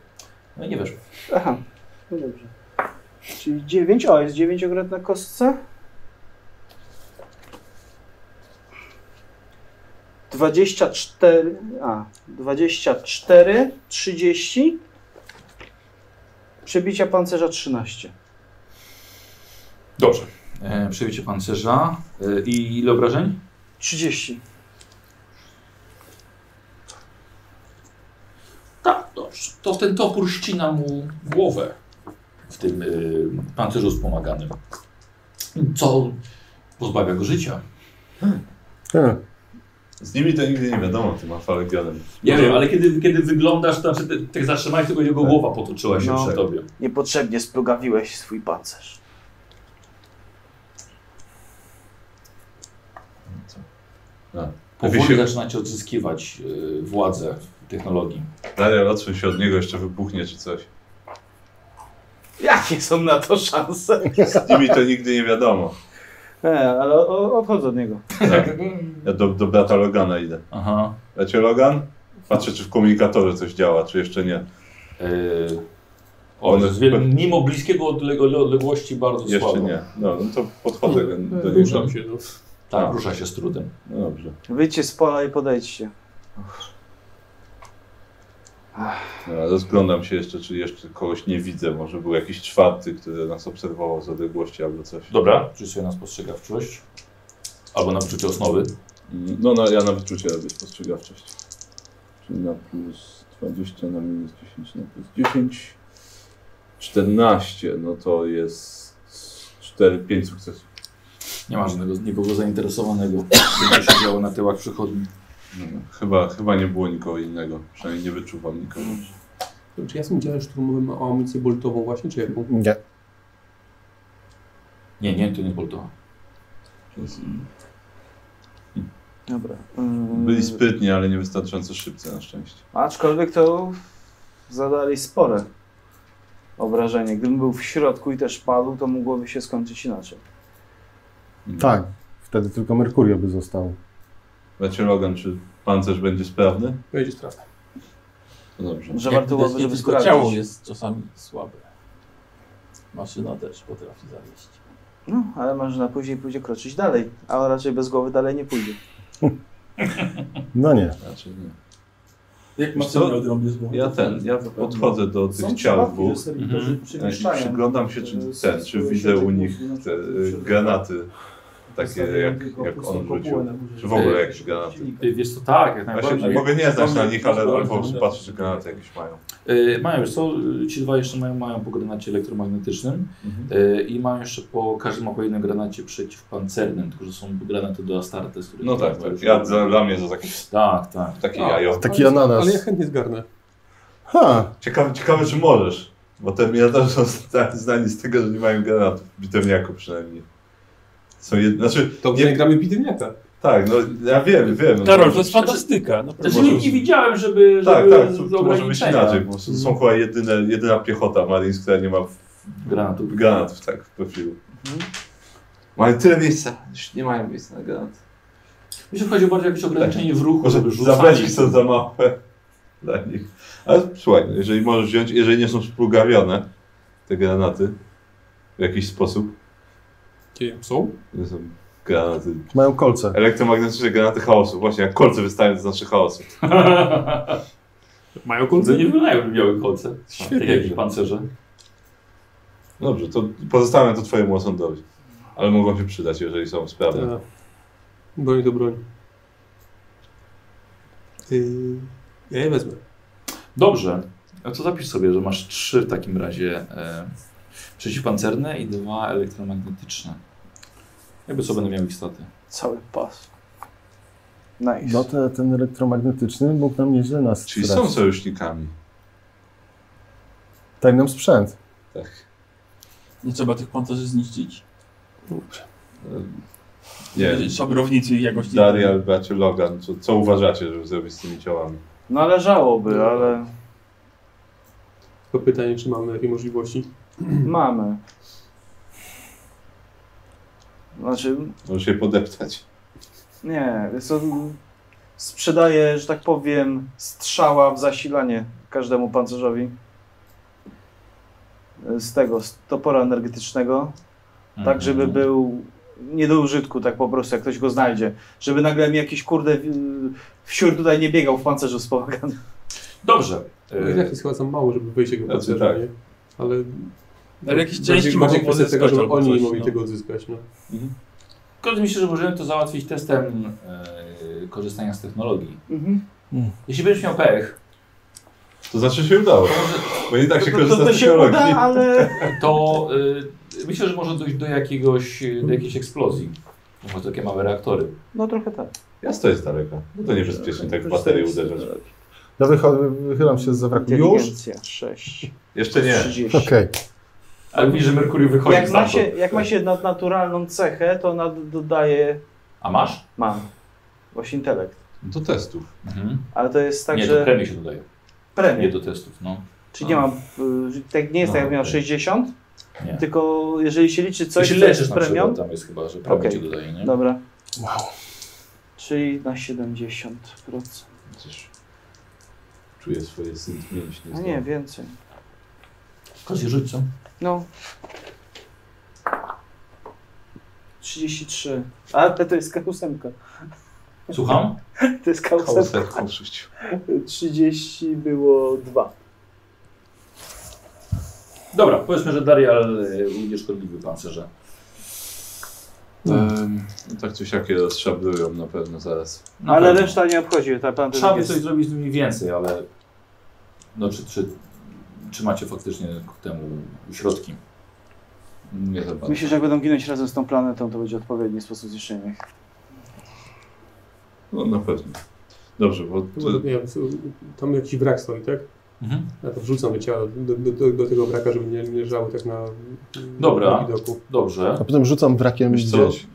S1: No i nie weszło.
S4: Aha, no dobrze. Czyli 9. O, jest 9 ograt na kostce. 24. A, 24, 30. Przebicia pancerza 13.
S1: Dobrze. E, Przebicie pancerza. E, I ile obrażeń?
S4: 30.
S1: Tak, dobrze. To ten topór ścina mu głowę w tym y, pancerzu wspomaganym. Co pozbawia go życia.
S2: E,
S5: Z nimi to nigdy nie wiadomo, tym afalegianem.
S1: Nie wiem, ale kiedy, kiedy wyglądasz, to znaczy, tak zatrzymałeś, tylko jego głowa potoczyła się
S4: No.
S1: przy tobie.
S4: Niepotrzebnie splugawiłeś swój pancerz.
S1: Powoli
S5: Wy się-
S1: zaczynacie odzyskiwać y, władzę technologii.
S5: Daniel, odsuń się od niego, jeszcze wybuchnie czy coś.
S4: Jakie są na to szanse?
S5: Z nimi to nigdy nie wiadomo.
S4: E, ale o- o- odchodzę od niego.
S5: Tak. Ja do, do brata Logana idę.
S1: Aha.
S5: Lecie Logan? Patrzę, czy w komunikatorze coś działa, czy jeszcze nie.
S1: Y, o,
S5: One-
S1: z wie- mimo bliskiego odlego- odległości bardzo słabo. Mhm.
S5: Jeszcze nie. No, no to podchodzę do- do niego.
S3: Ruszam się. No.
S1: Tak, rusza się z trudem.
S5: No dobrze.
S4: Wyjdźcie z pola i podejdźcie.
S5: No, rozglądam się jeszcze, czy jeszcze kogoś nie widzę. Może był jakiś czwarty, który nas obserwował z odległości albo coś.
S1: Dobra, rzuć sobie na spostrzegawczość. Albo na wyczucie osnowy.
S5: Mm, No, no ja na wyczucie robię spostrzegawczość. Czyli na plus 20, na minus 10, na plus 10. 14, no to jest 4, 5 sukcesów.
S1: Nie ma żadnego nikogo zainteresowanego, co się działo na tyłach przychodni.
S5: No, Chyba, chyba nie było nikogo innego. Przynajmniej nie wyczuwam nikogo.
S6: To Czy ja z tym działem szturmowym o amunicję boltową właśnie, czy jaką?
S2: Nie.
S1: Nie, nie, to nie Boltowa.
S5: Więc
S4: Dobra. mm, ym,
S5: Byli sprytni, ale niewystarczająco szybcy na szczęście.
S4: Aczkolwiek to zadali spore obrażenie. Gdybym był w środku i też padł, to mogłoby się skończyć inaczej.
S2: Tak. Wtedy tylko Merkurio by został.
S5: Macie Logan, czy pancerz będzie sprawny?
S6: Będzie straszne.
S5: To dobrze.
S4: Że warto byłoby, żeby
S3: tylko ciało
S4: sprawdzić.
S3: jest czasami słabe. Maszyna też potrafi zawieść.
S4: No, ale maszyna później pójdzie kroczyć dalej, a raczej bez głowy dalej nie pójdzie.
S2: No nie.
S5: Raczej nie.
S7: Jak
S5: Wiesz
S7: masz
S5: co?
S7: odrobię z głowy?
S5: Ja ten, ja podchodzę do tych ciał dwóch. Ja Przyglądam się, czy
S4: E,
S5: ten, czy widzę u nich te y, granaty takie, jak, jak on rzucił. Czy w ogóle jakieś granaty.
S1: Y, Wiesz co, tak, jak
S5: Właśnie,
S1: najbardziej. Tak,
S5: mogę nie znać na nich, ale ale po prostu patrzę, czy granaty jakieś mają.
S1: Y, Mają, wiesz co, y, ci dwa jeszcze mają, mają po granacie elektromagnetycznym
S5: Mhm.
S1: y, i mają jeszcze po, każdy ma po jednym granacie przeciwpancernym, tylko że są granaty do Astartes. które-
S5: No tak, tak. Ja, za- dla mnie to takie,
S1: Tak, tak.
S5: takie jajo.
S2: Taki ananas.
S6: Ale ja chętnie zgarnę.
S2: Ha!
S5: Ciekawe, ciekawe, czy możesz. Bo te miliarderzy są zna- znani z tego, że nie mają granatów. W Bitewniaku przynajmniej. Są jed... Znaczy,
S6: To
S5: Nie-
S6: nie gramy bitewniaka.
S5: tak, no ja wiem, wiem.
S7: Karol,
S5: No,
S7: to jest fantastyka. No,
S1: Znaczy
S5: Może-
S1: nie, nie widziałem, żeby, żeby
S5: Tak, tak,
S1: z-
S5: to,
S1: z
S5: to może być
S1: ograniczenia
S5: inaczej. Bo są
S7: Mhm.
S5: są chyba jedyne, jedyna piechota Marines, która nie ma w-
S1: Granatów.
S5: granatów tak, w profilu. Mają tyle miejsca, już nie mają miejsca na granaty.
S1: Mi się chodzi bardziej o jakieś ograniczenie w ruchu,
S5: Może
S1: żeby
S5: zabrać
S1: rzucali.
S5: są za małe [LAUGHS] dla nich. Ale słuchaj, no, jeżeli możesz wziąć, jeżeli nie są splugawione te granaty w jakiś sposób,
S6: Dzieje.
S1: Są?
S5: nie są granaty
S2: Mają kolce.
S5: Elektromagnetyczne granaty chaosu. Właśnie, jak kolce wystają, to znaczy chaosu.
S1: Mają kolce? Nie wymają białych kolce.
S5: Świetnie.
S1: Tak jak w pancerze.
S5: Dobrze, to pozostawiam to twojemu osądowi. Ale mogą się przydać, jeżeli są sprawne.
S6: Tak. Broń do broń. Yy, ja je wezmę.
S1: Dobrze. No to zapisz sobie, że masz trzy w takim razie e, przeciwpancerne i dwa elektromagnetyczne. Jakby co będą miały ich staty.
S4: Cały pas. Nice.
S2: No te, ten elektromagnetyczny mógł nam nieźle nas
S5: Czyli
S2: strać.
S5: są sojusznikami.
S2: Daj nam sprzęt.
S5: Tak.
S3: Nie trzeba tych pancerzy zniszczyć.
S5: Ym, Nie wiem.
S3: Szabrownicy ich jakoś nie-
S5: Darial, bracie Logan, co, co uważacie, żeby zrobić z tymi ciałami?
S4: Należałoby, ale
S6: To pytanie, czy mamy takie możliwości.
S4: mamy. Znaczy,
S5: Możesz je podeptać.
S4: nie, jest to sprzedaje, że tak powiem, strzała w zasilanie każdemu pancerzowi. Z tego, z topora energetycznego.
S1: Mhm.
S4: Tak, żeby był nie do użytku, tak po prostu, jak ktoś go znajdzie. Żeby nagle mi jakiś kurde w- wsiór tutaj nie biegał w pancerzu spomaganym.
S1: Dobrze. E,
S6: No i tak jest chyba za mało, żeby wyjść jego
S5: Znaczy,
S6: pancerza,
S5: tak.
S6: nie? Ale...
S3: Ale jakieś
S6: bardziej-
S3: części
S6: bardziej
S3: mogą
S6: kwestia tego,
S3: odzyskać
S6: żeby
S3: albo
S6: oni
S3: coś,
S6: mogli
S3: no.
S6: tego odzyskać, no.
S1: Zgodnie mi się, że możemy to załatwić testem e, korzystania z technologii. Jeśli będziesz miał pech,
S5: To znaczy się udało. Bo nie tak się
S4: To, to,
S5: korzysta
S4: to
S5: z
S4: się uda,
S5: technologii.
S4: ale
S1: to e, myślę, że może dojść do, jakiegoś, e, do jakiejś eksplozji. Bo Może takie małe reaktory.
S4: no trochę tak.
S5: Jasno jest daleka. No to niebezpiecznie tak w baterię uderzać.
S2: Ja wycho- wychylam się z zawraku. Już?
S4: Tak, Inteligencja 6,
S5: Jeszcze nie.
S4: 30.
S2: Okej.
S1: Ale widzisz, że Merkury wychodzi
S4: Jak ma, się,
S1: stamtąd.
S4: jak ma się nadnaturalną cechę, to nad, dodaje
S1: A masz?
S4: mam. Właśnie intelekt.
S5: No to testów.
S1: Mhm.
S4: Ale to jest tak,
S1: nie, do
S4: że
S1: premii się dodaje. Nie
S4: premię.
S1: do testów, no.
S4: Czyli nie mam, y, tak nie jest tak,
S1: A,
S4: jak miał
S1: okej.
S4: 60,
S1: Nie.
S4: tylko jeżeli się liczy coś,
S1: Jeśli
S4: co
S1: leczysz
S4: jest
S1: na
S4: premią,
S1: przykład, tam jest chyba, że premię
S4: Okej. No.
S1: ci dodaje, nie?
S4: Dobra. Wow. Czyli na 70%.
S5: Przecież czuję swoje synt mięśnie.
S4: A No nie, więcej.
S1: Kozie rzuć, co?
S4: No. 33. A to to jest K8.
S1: Słucham?
S4: To jest K8.
S5: Kałserką rzucił.
S4: 30 było 2.
S1: Dobra, powiedzmy, że Darial y, ujdzie szkodliwy pancerze.
S5: No tak czy siakie rozszablują na pewno zaraz.
S1: Na
S4: ale
S1: pewno.
S4: reszta nie obchodzi. Ta pan
S1: Trzeba by
S4: jest...
S1: coś zrobić z nimi więcej, ale... No czy, czy, czy macie faktycznie ku temu środki?
S5: Nie za bardzo.
S4: Myślę, że jak będą ginąć razem z tą planetą, to będzie odpowiedni sposób zniszczenia ich.
S5: No na pewno. Dobrze, bo
S6: To, nie wiem, co- tam jakiś wrak stoi, tak?
S1: Mhm.
S6: Ja to wrzucam do ciała, do, do, do, do tego wraka, żeby nie, nie leżały tak na,
S1: Dobra.
S6: na widoku.
S1: Dobrze.
S2: A potem rzucam wrakiem
S5: wiesz co?
S2: gdzieś.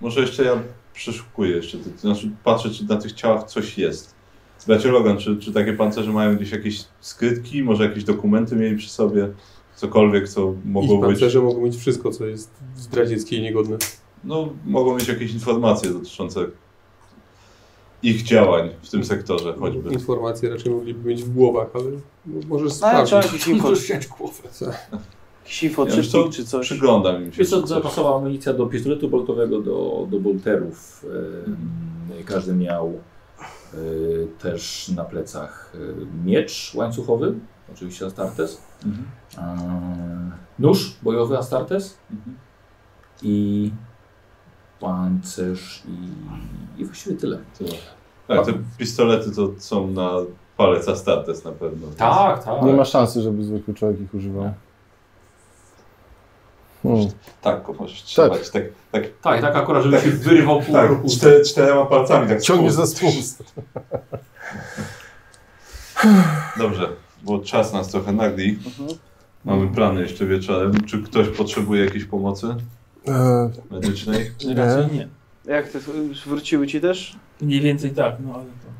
S5: Może jeszcze ja przeszukuję jeszcze, te, znaczy patrzę, czy na tych ciałach coś jest. Znaczy Logan, czy, czy takie pancerze mają gdzieś jakieś skrytki, może jakieś dokumenty mieli przy sobie, cokolwiek, co
S6: Ich
S5: mogło być...
S6: pancerze mogą mieć wszystko, co jest zdradzieckie i niegodne.
S5: No, mogą mieć jakieś informacje dotyczące ich działań w tym sektorze choćby.
S6: Informacje raczej mogliby mieć w głowach, ale no, możesz
S4: No, trzeba
S6: sprawdzić.
S4: jakiś
S1: [LAUGHS]
S4: info,
S7: Możesz wziąć głowę.
S4: jakiś info,
S5: Ja, wiesz co?
S4: czy, czy coś.
S5: Przyglądam im się.
S1: Jest to
S5: coś.
S1: zapasowa amunicja do pistoletu boltowego, do, do bolterów. Em, Każdy miał y, też na plecach y, miecz łańcuchowy, oczywiście Astartes,
S5: Mhm.
S1: em, nóż bojowy Astartes
S5: Mhm.
S1: i pancerz i, i właściwie tyle.
S5: Tyle. Tak, te pistolety to są na palec Astartes na pewno.
S1: Tak, tak.
S2: Nie ma szansy, żeby zwykły człowiek ich używał. Hmm.
S5: Tak, go możesz trzymać. Tak, tak,
S1: Tak, tak akurat, żeby się wyrywał pół
S5: [LAUGHS] tak,
S1: roku.
S5: cztery, czterema palcami. Tak,
S2: Ciągniesz za spust.
S5: Dobrze, bo czas nas trochę nagli.
S4: Mhm.
S5: Mamy plany jeszcze wieczorem. Czy ktoś potrzebuje jakiejś pomocy
S2: E,
S5: medycznej?
S7: Raczej nie.
S4: Jak ty, wróciły ci też?
S7: Mniej więcej tak, no ale to...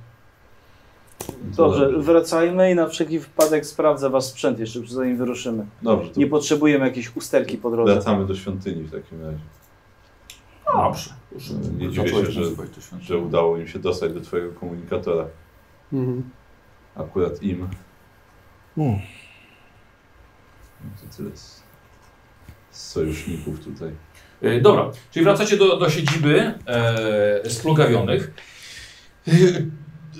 S4: Dobrze, wracajmy i na wszelki wypadek sprawdzę wasz sprzęt jeszcze, zanim wyruszymy.
S5: Dobrze,
S4: Nie
S5: to
S4: potrzebujemy jakiejś usterki po drodze.
S5: wracamy do świątyni w takim razie.
S1: Dobrze.
S5: Nie dziwię się, że- Że udało im się dostać do twojego komunikatora.
S6: Mhm.
S5: Akurat im.
S2: Hmm.
S5: To tyle z, z sojuszników tutaj.
S1: E, Dobra, czyli wracacie do, do siedziby e, splugawionych. E,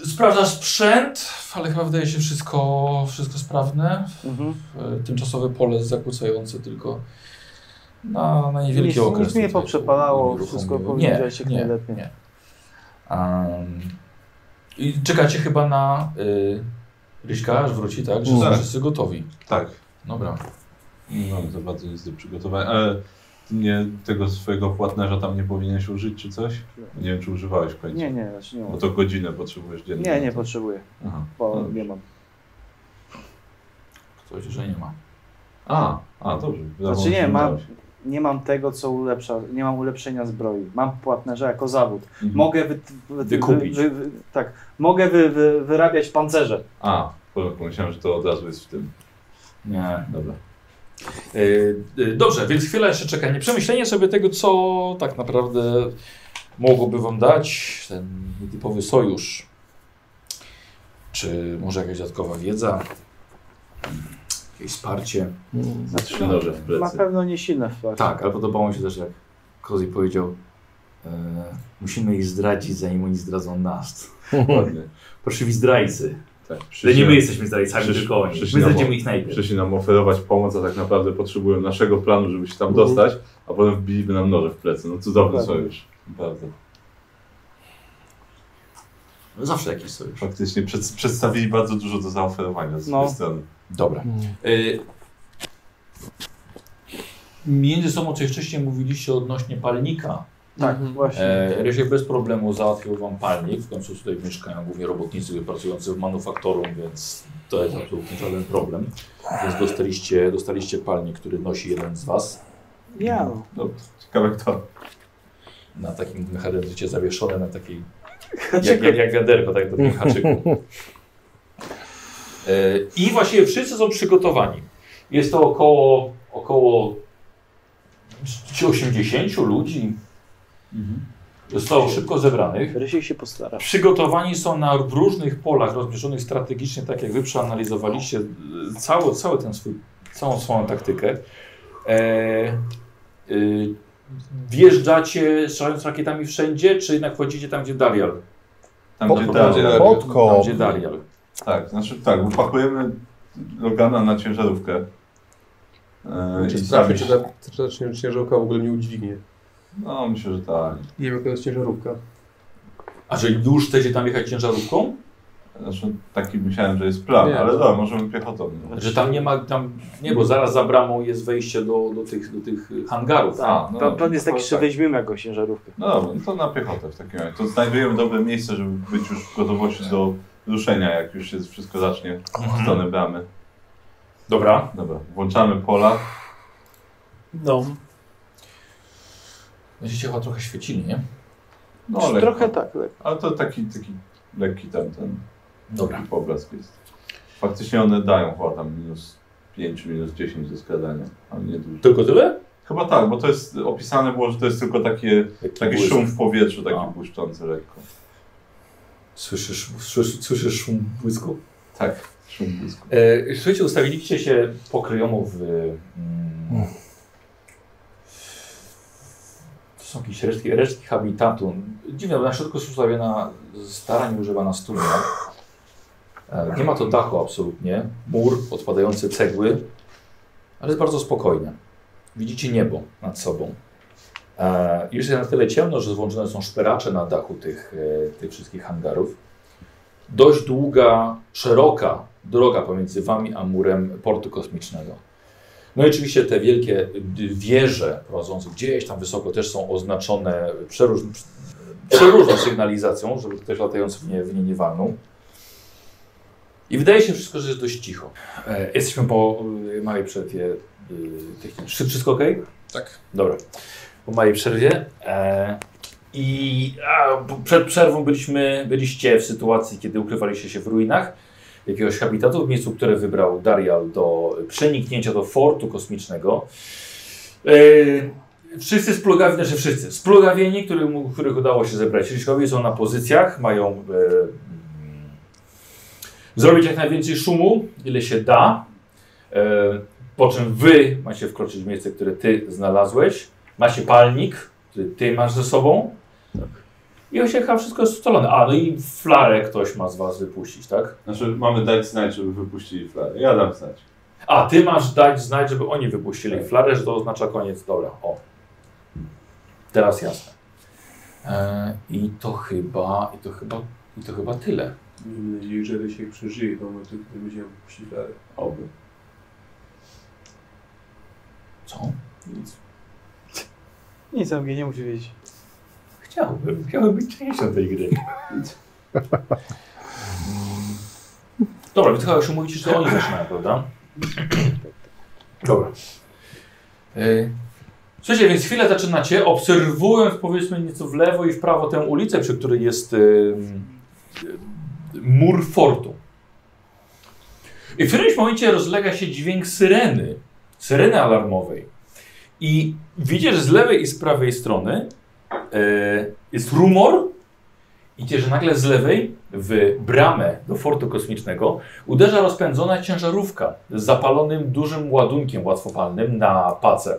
S1: Sprawdzasz sprzęt, ale chyba wydaje się wszystko, wszystko sprawne.
S4: Mhm.
S1: E, Tymczasowe pole zakłócające tylko na, na niewielki
S4: Nic-
S1: okres.
S4: nic mnie
S1: tutaj to
S4: poprzepalało,
S1: uruchomiło.
S4: wszystko
S1: Nie,
S4: powiedziałeś jak
S1: nie,
S4: najlepiej.
S1: Nie. Em, I czekacie chyba na y, Ryśka, aż wróci, tak? Że
S2: Mm.
S1: są
S5: Tak.
S1: wszyscy gotowi.
S5: Tak,
S1: Dobra.
S5: nie mamy za bardzo nic do przygotowania. Ale ty nie, tego swojego płatnerza tam nie powinieneś użyć czy coś? Nie wiem, czy używałeś w końcu.
S4: Nie, nie, znaczy nie
S5: Bo
S4: mam.
S5: to godzinę potrzebujesz dziennie.
S4: Nie, nie potrzebuję,
S5: Aha.
S4: bo
S5: Dobrze.
S4: nie mam.
S1: Ktoś, że nie ma.
S5: A, a, dobrze.
S4: Znaczy nie, mam,
S5: Zapomniałem.
S4: nie mam tego, co ulepsza, nie mam ulepszenia zbroi. Mam płatnerza jako zawód.
S5: Mhm.
S4: Mogę wy, wy,
S1: Wykupić.
S4: Wy, wy, tak, mogę wy, wy, wyrabiać pancerze.
S5: A, po- pomyślałem, że to od razu jest w tym.
S1: Nie,
S5: Dobra.
S1: Yy, yy, Dobrze, więc chwila jeszcze czekania. Przemyślenie sobie tego, co tak naprawdę mogłoby Wam dać ten typowy sojusz. Czy może jakaś dodatkowa wiedza, jakieś wsparcie.
S5: Na
S4: Znaczy,
S5: trzy noże w
S4: Na
S5: plecy.
S4: pewno nie silne w tak.
S1: Tak, ale podobało mi się też, jak Kozi powiedział, e, musimy ich zdradzić, zanim oni zdradzą nas.
S5: Ładnie.
S1: Proszywi zdrajcy.
S5: Tak,
S1: Ale nie my
S5: przyszli,
S1: jesteśmy zdrajcami,
S5: Przysz-
S1: tylko oni.
S5: przyszli
S1: My
S5: na
S1: zdradzimy
S5: mo-
S1: ich najpierw.
S5: przyszli nam oferować pomoc, a tak naprawdę potrzebują naszego planu, żeby się tam
S6: Mhm.
S5: dostać, a potem wbiliby nam noże w plecy. No cudowny
S4: Dokładnie.
S5: sojusz. Naprawdę.
S1: No, Zawsze jakiś sojusz.
S5: Faktycznie przed, przedstawili bardzo dużo do zaoferowania z
S4: No.
S5: swojej strony.
S1: Dobra. Y, Między sobą coś wcześniej mówiliście odnośnie palnika.
S4: Tak,
S6: Mhm.
S4: właśnie.
S1: E, Rysiek bez problemu załatwił wam palnik. W końcu tutaj mieszkają głównie robotnicy pracujący w manufaktorum, więc to jest absolutnie żaden problem. Więc dostaliście, dostaliście palnik, który nosi jeden z was
S4: Ja,
S5: No, ciekawe kto.
S1: na takim mechanizmie zawieszony, na takiej jak,
S4: Haczyku.
S1: jak, jak wiaderko, tak do takim haczyku. E, I właściwie wszyscy są przygotowani. Jest to około, około czy 80 ludzi. Zostało szybko zebranych.
S4: Rysiek się postara.
S1: Przygotowani są na w różnych polach rozmieszczonych strategicznie, tak jak wy przeanalizowaliście e, cały, cały ten swój, całą swoją taktykę. E, e, wjeżdżacie strzelając rakietami wszędzie, czy jednak wchodzicie tam, gdzie Darial?
S5: Tam
S2: Po-
S5: gdzie
S2: po-
S5: dalej.
S1: Tam,
S2: Podkop.
S1: gdzie Darial.
S5: Tak, znaczy tak, upakujemy Logana na ciężarówkę. Yy,
S6: Czy
S5: i
S6: sprawdzi,
S5: sami-
S6: czy ta, czy ta cię- ciężarówka w ogóle mnie udźwignie.
S5: No myślę, że tak.
S6: Nie wiem, jaka to jest ciężarówka.
S1: A że już chcecie tam jechać ciężarówką?
S5: Znaczy taki myślałem, że jest plan,
S6: Nie,
S5: ale
S6: to-
S5: dobra, możemy piechotą. no.
S1: Że tam nie ma, tam, nie, bo zaraz za bramą jest wejście do, do, tych, do tych hangarów.
S5: A, no,
S4: Plan, plan jest taki,
S5: tak.
S4: że weźmiemy jakąś ciężarówkę.
S5: No dobra, no to na piechotę w takim razie. To znajdujemy dobre miejsce, żeby być już w gotowości do ruszenia, jak już się wszystko zacznie w
S1: Mhm.
S5: stronę bramy.
S1: Dobra.
S5: Dobra, włączamy pola.
S7: Dom.
S1: Będziecie chyba trochę świecili, nie?
S5: No,
S4: Czy
S5: lekko.
S4: Trochę tak, lekko.
S5: Ale to taki, taki lekki ten, ten
S1: Dobra.
S5: poblask jest. Faktycznie one dają chyba tam minus 5, minus 10 ze skradania, ale nie dużo.
S1: Tylko tyle?
S5: Chyba tak, bo to jest opisane było, że to jest tylko takie, taki No.
S1: błysk.
S5: szum w powietrzu, taki
S1: A.
S5: błyszczący lekko.
S1: Słyszysz, słyszysz, słyszysz szum błysku?
S5: Tak, szum błysku.
S1: E, słuchajcie, ustawiliście się pokryjomu w... Mm, to są jakieś resztki, resztki habitatu. Dziwne, bo na środku jest ustawiona starań używana studnia. E, nie ma to dachu absolutnie. Mur, odpadające cegły. Ale jest bardzo spokojne. Widzicie niebo nad sobą. E, już jest na tyle ciemno, że włączone są szperacze na dachu tych, e, tych wszystkich hangarów. Dość długa, szeroka droga pomiędzy wami a murem portu kosmicznego. No i oczywiście te wielkie y, wieże prowadzące gdzieś tam wysoko też są oznaczone przeróż, przeróżną sygnalizacją, żeby ktoś latający w nie, w nie nie walnął. I wydaje się wszystko, że jest dość cicho. E, jesteśmy po y, małej przerwie y, technicznej. Wszy- Wszystko ok?
S6: Tak.
S1: Dobra. Po mojej przerwie. E, I a, b- przed przerwą byliśmy, byliście w sytuacji, kiedy ukrywaliście się w ruinach jakiegoś habitatu, w miejscu, które wybrał Darial do przeniknięcia do fortu kosmicznego. E, wszyscy splugawieni, znaczy wszyscy, splugawieni, którym, których udało się zebrać Ryśkowie są na pozycjach, mają e, mm, zrobić jak najwięcej szumu, ile się da. E, po czym wy macie wkroczyć w miejsce, które ty znalazłeś. Macie palnik, który ty masz ze sobą. I on się chyba wszystko jest ustalone. A, no i flarę ktoś ma z was wypuścić, tak?
S5: Znaczy mamy dać znać, żeby wypuścili flarę. Ja dam znać.
S1: A, ty masz dać znać, żeby oni wypuścili flarę, że to oznacza koniec. Dobra, o. Teraz jasne. E, I to chyba, i to chyba, i to chyba tyle.
S6: Miejmy nadzieję, że Rysiek przeżyje moment, kiedy będziemy puścić dalej.
S5: Oby.
S1: Co?
S4: Nic tam nie musi wiedzieć.
S1: Chciałbym, chciałbym być częścią tej gry. Dobra, wy chyba już mówicie, że to oni zaczynają, prawda? Dobra. Y, Słuchajcie, więc chwilę zaczynacie, obserwując powiedzmy nieco w lewo i w prawo tę ulicę, przy której jest y, y, mur fortu. I w którymś momencie rozlega się dźwięk syreny, syreny alarmowej. I widzisz z lewej i z prawej strony e, jest rumor. Idzie, że nagle z lewej w bramę do fortu kosmicznego uderza rozpędzona ciężarówka z zapalonym dużym ładunkiem łatwopalnym na pace.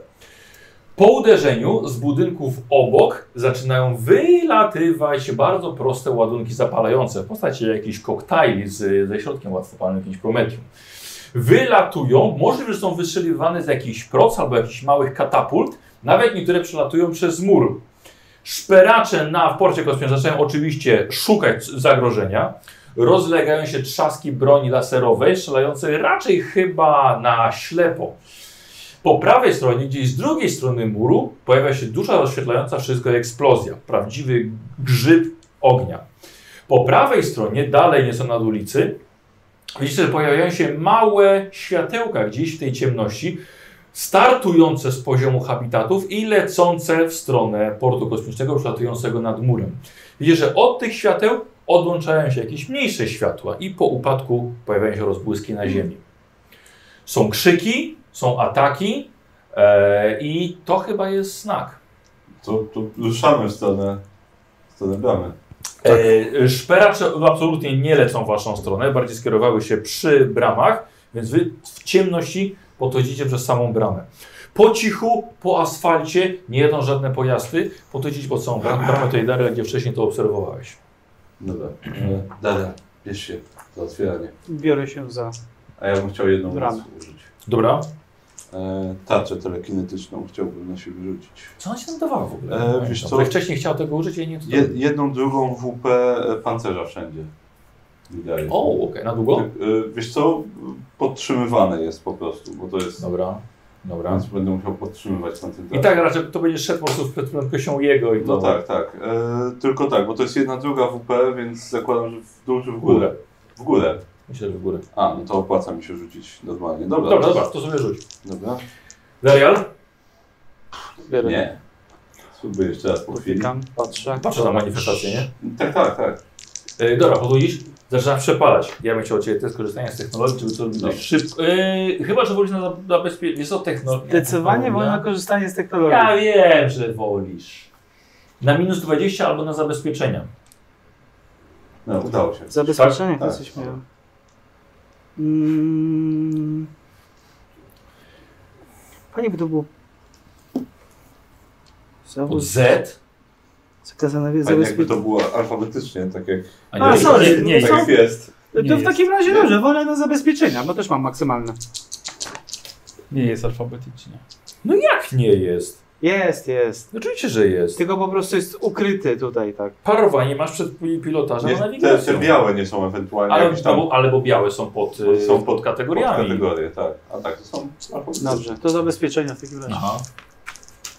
S1: Po uderzeniu z budynków obok zaczynają wylatywać bardzo proste ładunki zapalające w postaci jakichś koktajli z, ze środkiem łatwopalnym 5 prometrium. Wylatują, możliwe, że są wystrzeliwane z jakichś proc albo jakichś małych katapult, nawet niektóre przelatują przez mur. Szperacze na w porcie kosmicznym zaczynają oczywiście szukać zagrożenia. Rozlegają się trzaski broni laserowej, strzelającej raczej chyba na ślepo. Po prawej stronie, gdzieś z drugiej strony muru, pojawia się duża rozświetlająca wszystko eksplozja. Prawdziwy grzyb ognia. Po prawej stronie, dalej nieco nad ulicy, widzicie, że pojawiają się małe światełka gdzieś w tej ciemności, startujące z poziomu habitatów i lecące w stronę portu kosmicznego przelatującego nad murem. Widzisz, że od tych świateł odłączają się jakieś mniejsze światła i po upadku pojawiają się rozbłyski na Ziemi. Są krzyki, są ataki e, i to chyba jest znak.
S5: To, to ruszamy w stronę, w stronę bramy. Tak.
S1: E, szperacze absolutnie nie lecą w waszą stronę, bardziej skierowały się przy bramach, więc wy w ciemności podchodzicie przez samą bramę. Po cichu, po asfalcie, nie jedą żadne pojazdy, podchodzicie pod samą bramę, bramę tej dary, gdzie wcześniej to obserwowałeś.
S5: Dobra. E, Dada, bierz się za otwieranie.
S4: Biorę się za.
S5: A ja bym chciał jedną
S4: Bramy.
S5: moc użyć.
S1: Dobra.
S5: E, tarczę telekinetyczną chciałbym na siebie rzucić.
S1: Co ona się nadawała w ogóle?
S5: E,
S1: Nie
S5: wiesz
S1: wiem,
S5: co?
S1: bo ja Wcześniej chciał tego użyć, ja nie
S5: Je,
S1: tutaj.
S5: jedną, drugą WP pancerza wszędzie. Wydaje.
S1: O, okej, na długo?
S5: Tak, e, Wiesz co? Podtrzymywane jest po prostu, bo to jest...
S1: Dobra, dobra.
S5: Więc będę musiał podtrzymywać tamten
S1: I tak raczej to będzie szedł po prostu przed prędkością jego i to...
S5: No tak, tak. E, tylko tak, bo to jest jedna druga WP, więc zakładam, że w dół czy w
S1: W
S5: górę.
S1: górę.
S5: W górę.
S1: Myślę, że w górę.
S5: A, no to opłaca mi się rzucić normalnie. Dobra.
S1: Dobra, dobra, to sobie rzuć.
S5: Dobra.
S1: Darial?
S4: Biorę.
S5: Nie. Spróbuję jeszcze raz po chwili.
S4: Tam patrzę.
S1: Patrzę na manifestację, nie?
S5: Tak, tak, tak.
S1: E, dobra, podchodzisz, zaczynasz przepalać. Ja bym chciał od Ciebie test korzystania z technologii, żeby to
S5: No.
S1: no. szybko. E, chyba, że wolisz na zabezpieczenie. Jest to technologia.
S4: Zdecydowanie wolno korzystanie z technologii.
S1: Ja wiem, że wolisz. Na minus 20 albo na zabezpieczenia.
S5: No, udało się.
S4: Zabezpieczenie
S5: Tak,
S4: to
S5: tak.
S4: coś miałem. Mm. Fajnie by to było.
S1: Od
S4: Zawóz
S1: Z.
S4: zakazana wiedza
S5: Fajnie jakby
S4: zabezpieczenia.
S5: to było alfabetycznie, tak jak,
S1: A nie,
S4: sorry,
S1: nie, nie,
S5: tak
S4: są-
S5: jak jest.
S7: nie
S4: No To w
S7: jest.
S4: takim razie dobrze, wolę na zabezpieczenia, bo też mam maksymalne.
S7: Nie jest alfabetycznie.
S1: No jak nie jest?
S4: Jest, jest.
S1: Oczywiście, że jest.
S4: Tylko po prostu jest ukryty tutaj, tak.
S1: Parowanie masz przed pi- pilotażem na
S5: Nie, te, te
S1: nawigacją.
S5: białe nie są ewentualnie
S1: Ale,
S5: jakieś tam
S1: albo, albo białe są pod, e,
S5: Są pod-
S1: pod kategoriami.
S5: kategorie, tak. A tak, to są alfabetyczne.
S4: Dobrze, to zabezpieczenia w takim razie.
S1: Aha.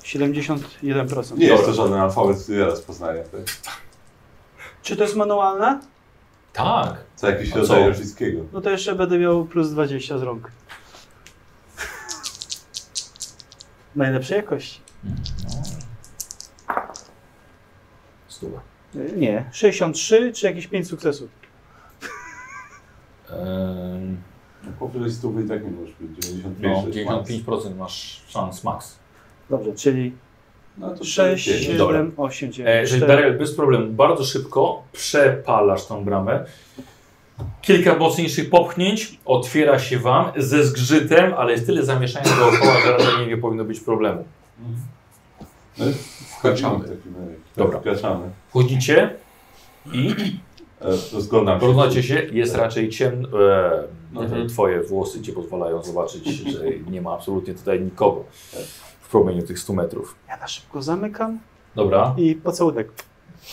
S4: 71%.
S5: Nie jest to żaden alfabet, który ja tak. rozpoznaję. To jest-
S4: Czy to jest manualne?
S1: Tak.
S5: To jakiś
S1: A
S5: rodzaj
S1: co?
S5: rosyjskiego.
S4: No to jeszcze będę miał plus 20 z rąk. Najlepszej jakości.
S1: Stuwa.
S4: Nie, 63 czy jakieś 5 sukcesów.
S1: Ehm,
S5: Powyżej 100 i tak nie możesz być. 95
S1: no,
S5: to jest
S1: 95% masz szans max.
S4: Dobrze, czyli
S5: max. No to
S4: 6, 7,
S5: pięć.
S1: Dobra.
S4: 8, 9.
S1: E, że Dariel bez problemu bardzo szybko przepalasz tą bramę. Kilka mocniejszych popchnięć, otwiera się wam ze zgrzytem, ale jest tyle zamieszania dookoła, że raczej nie powinno być problemu.
S5: No i Wkraczamy w takim razie.
S1: Dobra.
S5: Wkraczamy.
S1: Wchodzicie i
S5: E, Rozglądam się.
S1: porównacie się, jest raczej ciemno. E,
S5: No
S1: nie,
S5: tak.
S1: Twoje włosy ci pozwalają zobaczyć, że nie ma absolutnie tutaj nikogo w promieniu tych 100 metrów.
S4: Ja na szybko zamykam
S1: Dobra,
S4: i pocałunek.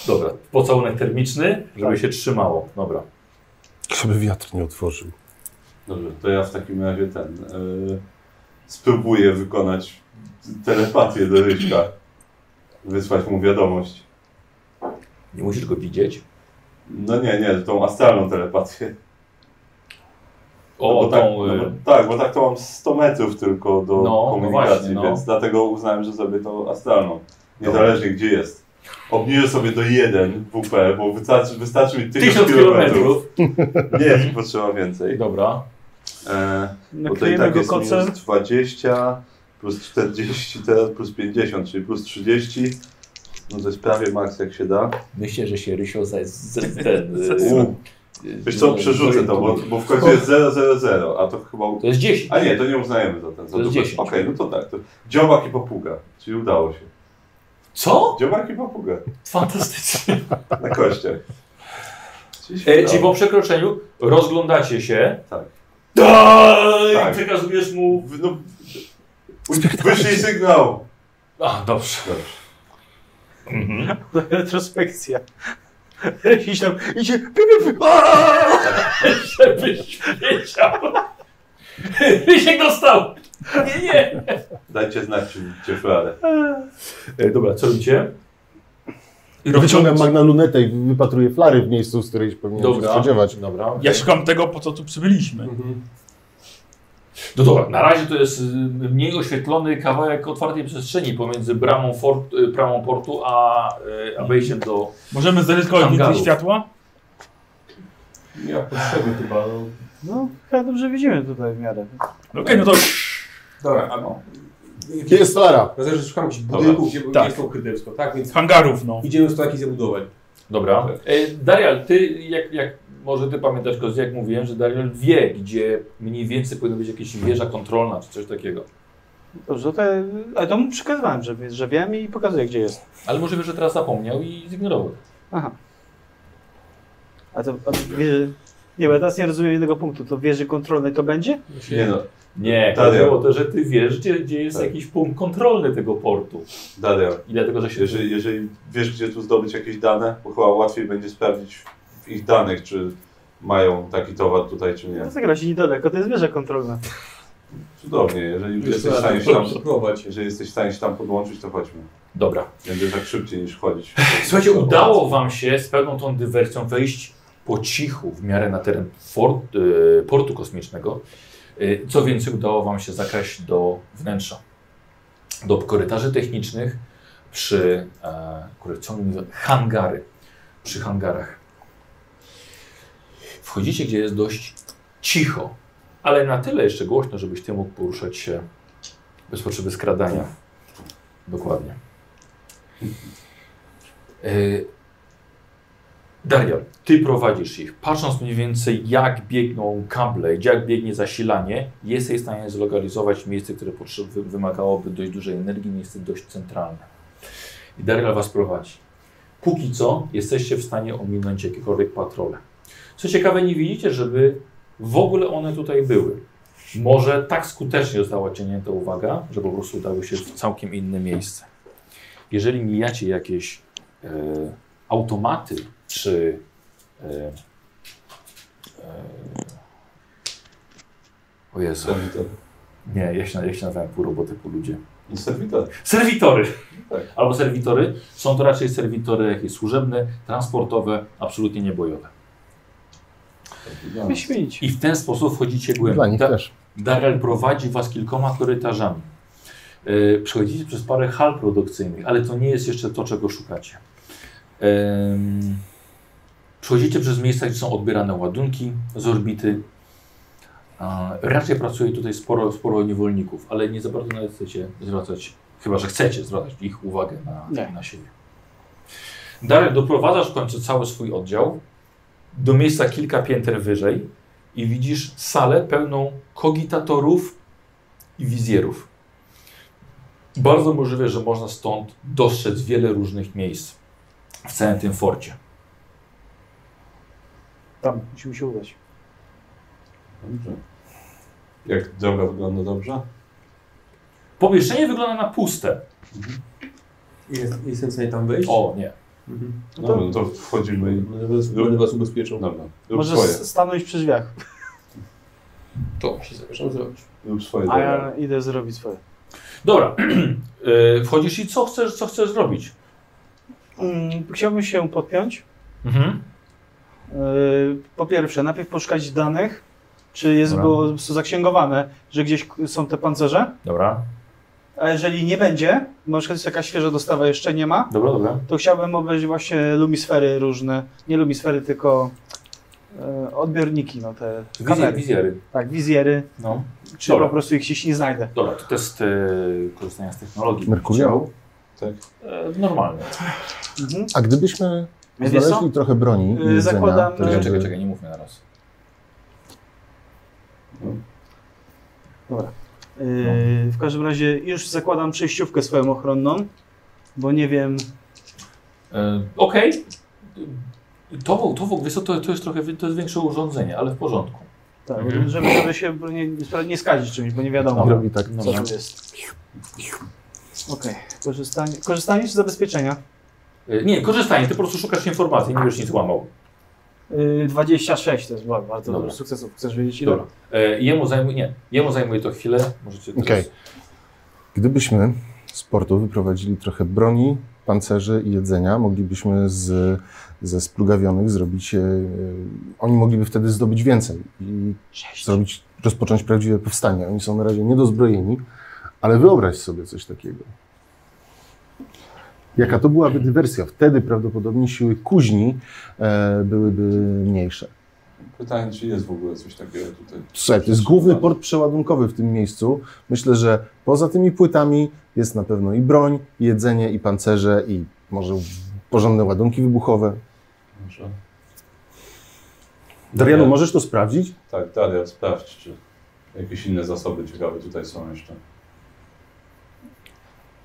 S1: dobra. Pocałunek termiczny, żeby się trzymało. Dobra.
S2: Żeby wiatr nie otworzył.
S5: Dobrze, to ja w takim razie ten... E, spróbuję wykonać telepatię do Ryśka. Wysłać mu wiadomość.
S1: Nie musisz go widzieć.
S5: No nie, nie, tą astralną telepatię.
S1: O,
S5: bo tak,
S1: tą.
S5: no
S1: e,
S5: bo, tak, bo tak to mam 100 metrów tylko do
S1: No, no
S5: komunikacji,
S1: właśnie, no.
S5: więc dlatego uznałem, że zrobię tą astralną. Niezależnie gdzie jest. Obniżę sobie do 1 WP, bo wystarczy, wystarczy mi 1000
S1: 1000
S5: kilometrów.
S1: kilometrów. Mhm.
S5: Nie, nie potrzeba więcej.
S1: Dobra.
S5: E, bo to i
S4: Nakryjemy
S5: tak
S4: go
S5: jest
S4: kocem.
S5: minus 20, plus 40, teraz plus 50, czyli plus 30. No to jest prawie maks jak się da.
S1: Myślę, że się Rysio za, za,
S5: [LAUGHS]
S1: ten. y,
S5: U, wiesz co,
S1: no,
S5: przerzucę to, bo, bo w końcu jest 000, a to chyba
S1: To jest 10.
S5: A nie, to nie uznajemy za ten. Za
S1: To jest
S5: dupę.
S1: 10.
S5: Okej, no to tak. To dziobak i papuga. Czyli udało się.
S1: Co?
S5: Dziobak i papuga. [LAUGHS]
S1: Fantastycznie.
S5: Na kościach. Czyli, się
S1: E, czyli po
S5: udało.
S1: przekroczeniu rozglądacie się.
S5: Tak.
S1: Daj!
S5: Tak.
S1: Przekazujesz mu.
S5: W- No, wyszli sygnał.
S1: A, dobrze. [LAUGHS]
S5: Dobrze.
S1: Mhm.
S4: [LAUGHS] Retrospekcja. Jakiś tam [LAUGHS] idzie, pip, pip, pip.
S1: Żebyś wiedział. [LAUGHS] Rysiek dostał. Nie, nie.
S5: Dajcie znać, czy widzicie flarę.
S1: E, dobra, co robicie?
S3: Y,
S2: Wyciągam magna lunetę i wypatruję flary w miejscu, z której powinienem się
S1: Dobra.
S2: spodziewać.
S1: Dobra.
S7: Ja szukam tego, po co tu przybyliśmy.
S6: Mhm.
S1: No dobra, na razie to jest y, mniej oświetlony kawałek otwartej przestrzeni pomiędzy bramą, fort, y, bramą portu a, y, a wejściem do.
S7: Możemy zaryzykować więcej
S1: Hangarów.
S7: światła?
S5: Ja potrzebuję chyba.
S4: No, chyba dobrze widzimy tutaj w miarę.
S7: Okej, no to
S6: Dobra, a...
S2: Jest flara!
S6: Rozumiem, że szukamy jakichś budynków, gdzie
S7: Tak.
S6: tak. jest to krytewsko, tak? Więc
S7: hangarów, no.
S6: idziemy w stronę jakichś zabudowań.
S1: Dobra. E, Darial, ty jak, jak może ty pamiętasz, Kozy, jak mówiłem, że Darial wie, gdzie mniej więcej powinna być jakaś wieża kontrolna czy coś takiego.
S4: Dobrze, to, ale to mu przekazywałem, że, że wiem i pokazuję, gdzie jest.
S1: Ale możliwe, że teraz zapomniał i zignorował.
S4: Aha. A to a wieży... Nie, bo ja teraz nie rozumiem jednego punktu. To wieży kontrolnej to będzie?
S5: Nie no,
S1: Nie,
S5: Darial.
S1: chodziło o to, że ty wiesz, gdzie, gdzie jest
S5: Tak.
S1: jakiś punkt kontrolny tego portu.
S5: Dario.
S1: I dlatego, że się.
S5: Jeżeli, jeżeli wiesz, gdzie tu zdobyć jakieś dane, bo chyba łatwiej będzie sprawdzić w ich danych, czy mają taki towar tutaj, czy
S4: No
S5: nie.
S4: w takim razie niedaleko, to jest wieża kontrolna.
S5: Cudownie, jeżeli jesteś
S6: tak.
S5: w stanie się tam, jeżeli jesteś w stanie się tam podłączyć, to chodźmy.
S1: Dobra.
S5: Będzie tak szybciej niż chodzić.
S1: Słuchajcie, udało wam się z pełną tą dywersją wejść po cichu w miarę na teren fort, e, portu kosmicznego. E, co więcej, udało wam się zakraść do wnętrza, do korytarzy technicznych, przy, e, które co oni mówią, hangary, przy hangarach. Wchodzicie, gdzie jest dość cicho, ale na tyle jeszcze głośno, żebyś ty mógł poruszać się bez potrzeby skradania. Dokładnie. E, Daria, ty prowadzisz ich. Patrząc mniej więcej, jak biegną kable, jak biegnie zasilanie, jesteś w stanie zlokalizować miejsce, które potrze- wy- wymagałoby dość dużej energii, miejsce dość centralne. I Daria was prowadzi. Póki co jesteście w stanie ominąć jakiekolwiek patrole. Co ciekawe, nie widzicie, żeby w ogóle one tutaj były. Może tak skutecznie została ciągnięta uwaga, że po prostu udały się w całkiem inne miejsce. Jeżeli mijacie jakieś e, automaty czy e, e, o Jezu,
S5: Serwitor.
S1: nie, jak się, jak się nazywają pół roboty, pół ludzie.
S5: Serwitor.
S1: Serwitory.
S5: Tak.
S1: Albo serwitory. Są to raczej serwitory jakieś służebne, transportowe, absolutnie niebojowe. I w ten sposób wchodzicie
S2: Dla
S1: głębiej.
S4: Tak.
S2: nich
S1: Da-
S2: też.
S1: Darrell prowadzi was kilkoma korytarzami. Yy, przechodzicie przez parę hal produkcyjnych, ale to nie jest jeszcze to, czego szukacie. Yy, przechodzicie przez miejsca, gdzie są odbierane ładunki z orbity. A, raczej pracuje tutaj sporo, sporo niewolników, ale nie za bardzo nawet chcecie zwracać, chyba że chcecie zwracać ich uwagę na,
S4: Nie.
S1: na siebie. Darek, doprowadzasz w końcu cały swój oddział do miejsca kilka pięter wyżej i widzisz salę pełną kogitatorów i wizjerów. Bardzo możliwe, że można stąd dostrzec wiele różnych miejsc w całym tym forcie.
S4: Tam, musimy się udać.
S5: Dobrze. Jak droga wygląda dobrze?
S1: Pomieszczenie wygląda na puste.
S6: Jest, jestem w stanie tam wejść?
S1: O, nie.
S6: Mhm.
S5: No, to, no to wchodzimy. i-
S6: Będę was ubezpieczał.
S5: Dobra. Rób
S4: Możesz
S5: swoje.
S4: stanąć przy drzwiach,
S6: To się zamierzam zrobić.
S5: Rób swoje.
S4: a
S5: dobra.
S4: ja idę zrobić swoje.
S1: Dobra. [CLEARS THROAT] Y, Wchodzisz i co chcesz, co chcesz zrobić?
S4: Mm, Chciałbym się podpiąć.
S1: Mhm.
S4: Yy, Po pierwsze, najpierw poszukać danych, czy jest
S1: Dobra.
S4: było są zaksięgowane, że gdzieś k- są te pancerze.
S1: Dobra.
S4: A jeżeli nie będzie, bo na przykład jest jakaś świeża dostawa, jeszcze nie ma,
S1: Dobra, dobra.
S4: to chciałbym obejrzeć właśnie lumisfery różne. Nie lumisfery, tylko e, odbiorniki, no te
S1: Wizjery.
S4: kamery.
S1: wizjery.
S4: Tak, wizjery,
S1: No.
S4: czy
S1: Dobra.
S4: po prostu ich gdzieś nie znajdę.
S1: Dobra, to test y, korzystania z technologii.
S2: Merkuria?
S1: Y, normalny.
S4: Mhm.
S2: A gdybyśmy
S4: Wiesz
S2: znaleźli trochę broni i
S4: Yy,
S2: jedzenia,
S4: zakładam,
S2: to
S4: że-
S1: Czekaj,
S2: żeby-
S1: czekaj, czekaj, nie mówmy na raz.
S4: Yy, w każdym razie już zakładam przejściówkę swoją ochronną, bo nie wiem,
S1: E, Okej. To, w- to, w- wiesz co, to, to jest trochę wi- to jest większe urządzenie, ale w porządku.
S4: tak,
S1: Mhm.
S4: żeby, żeby się nie, nie skazić czymś, bo nie wiadomo.
S2: Robi tak.
S4: Co tu jest? Okej, korzystanie, korzystanie z zabezpieczenia.
S2: no.
S1: E, Nie, korzystanie, ty po prostu szukasz informacji, nie wiesz nic łamał.
S4: Yy, 26 to jest bardzo, bardzo
S1: Dobra.
S4: dobry sukces. Chcesz wiedzieć ile?
S1: Dobra. E, Jemu zajmuje, nie, jemu zajmuje to chwilę, możecie teraz...
S2: Okej. Gdybyśmy z portu wyprowadzili trochę broni, pancerzy i jedzenia, moglibyśmy z, ze splugawionych zrobić. e, e, oni mogliby wtedy zdobyć więcej i zrobić, rozpocząć prawdziwe powstanie. Oni są na razie niedozbrojeni, ale wyobraź sobie coś takiego. Jaka to byłaby dywersja? Wtedy prawdopodobnie siły kuźni e, byłyby mniejsze.
S5: Pytanie, czy jest w ogóle coś takiego tutaj.
S2: Słuchaj, to jest główny port przeładunkowy w tym miejscu. Myślę, że poza tymi płytami jest na pewno i broń, i jedzenie, i pancerze, i może porządne ładunki wybuchowe.
S5: Może.
S2: Darianu, możesz to sprawdzić?
S5: Tak, Daria, sprawdź, czy jakieś inne zasoby ciekawe tutaj są jeszcze.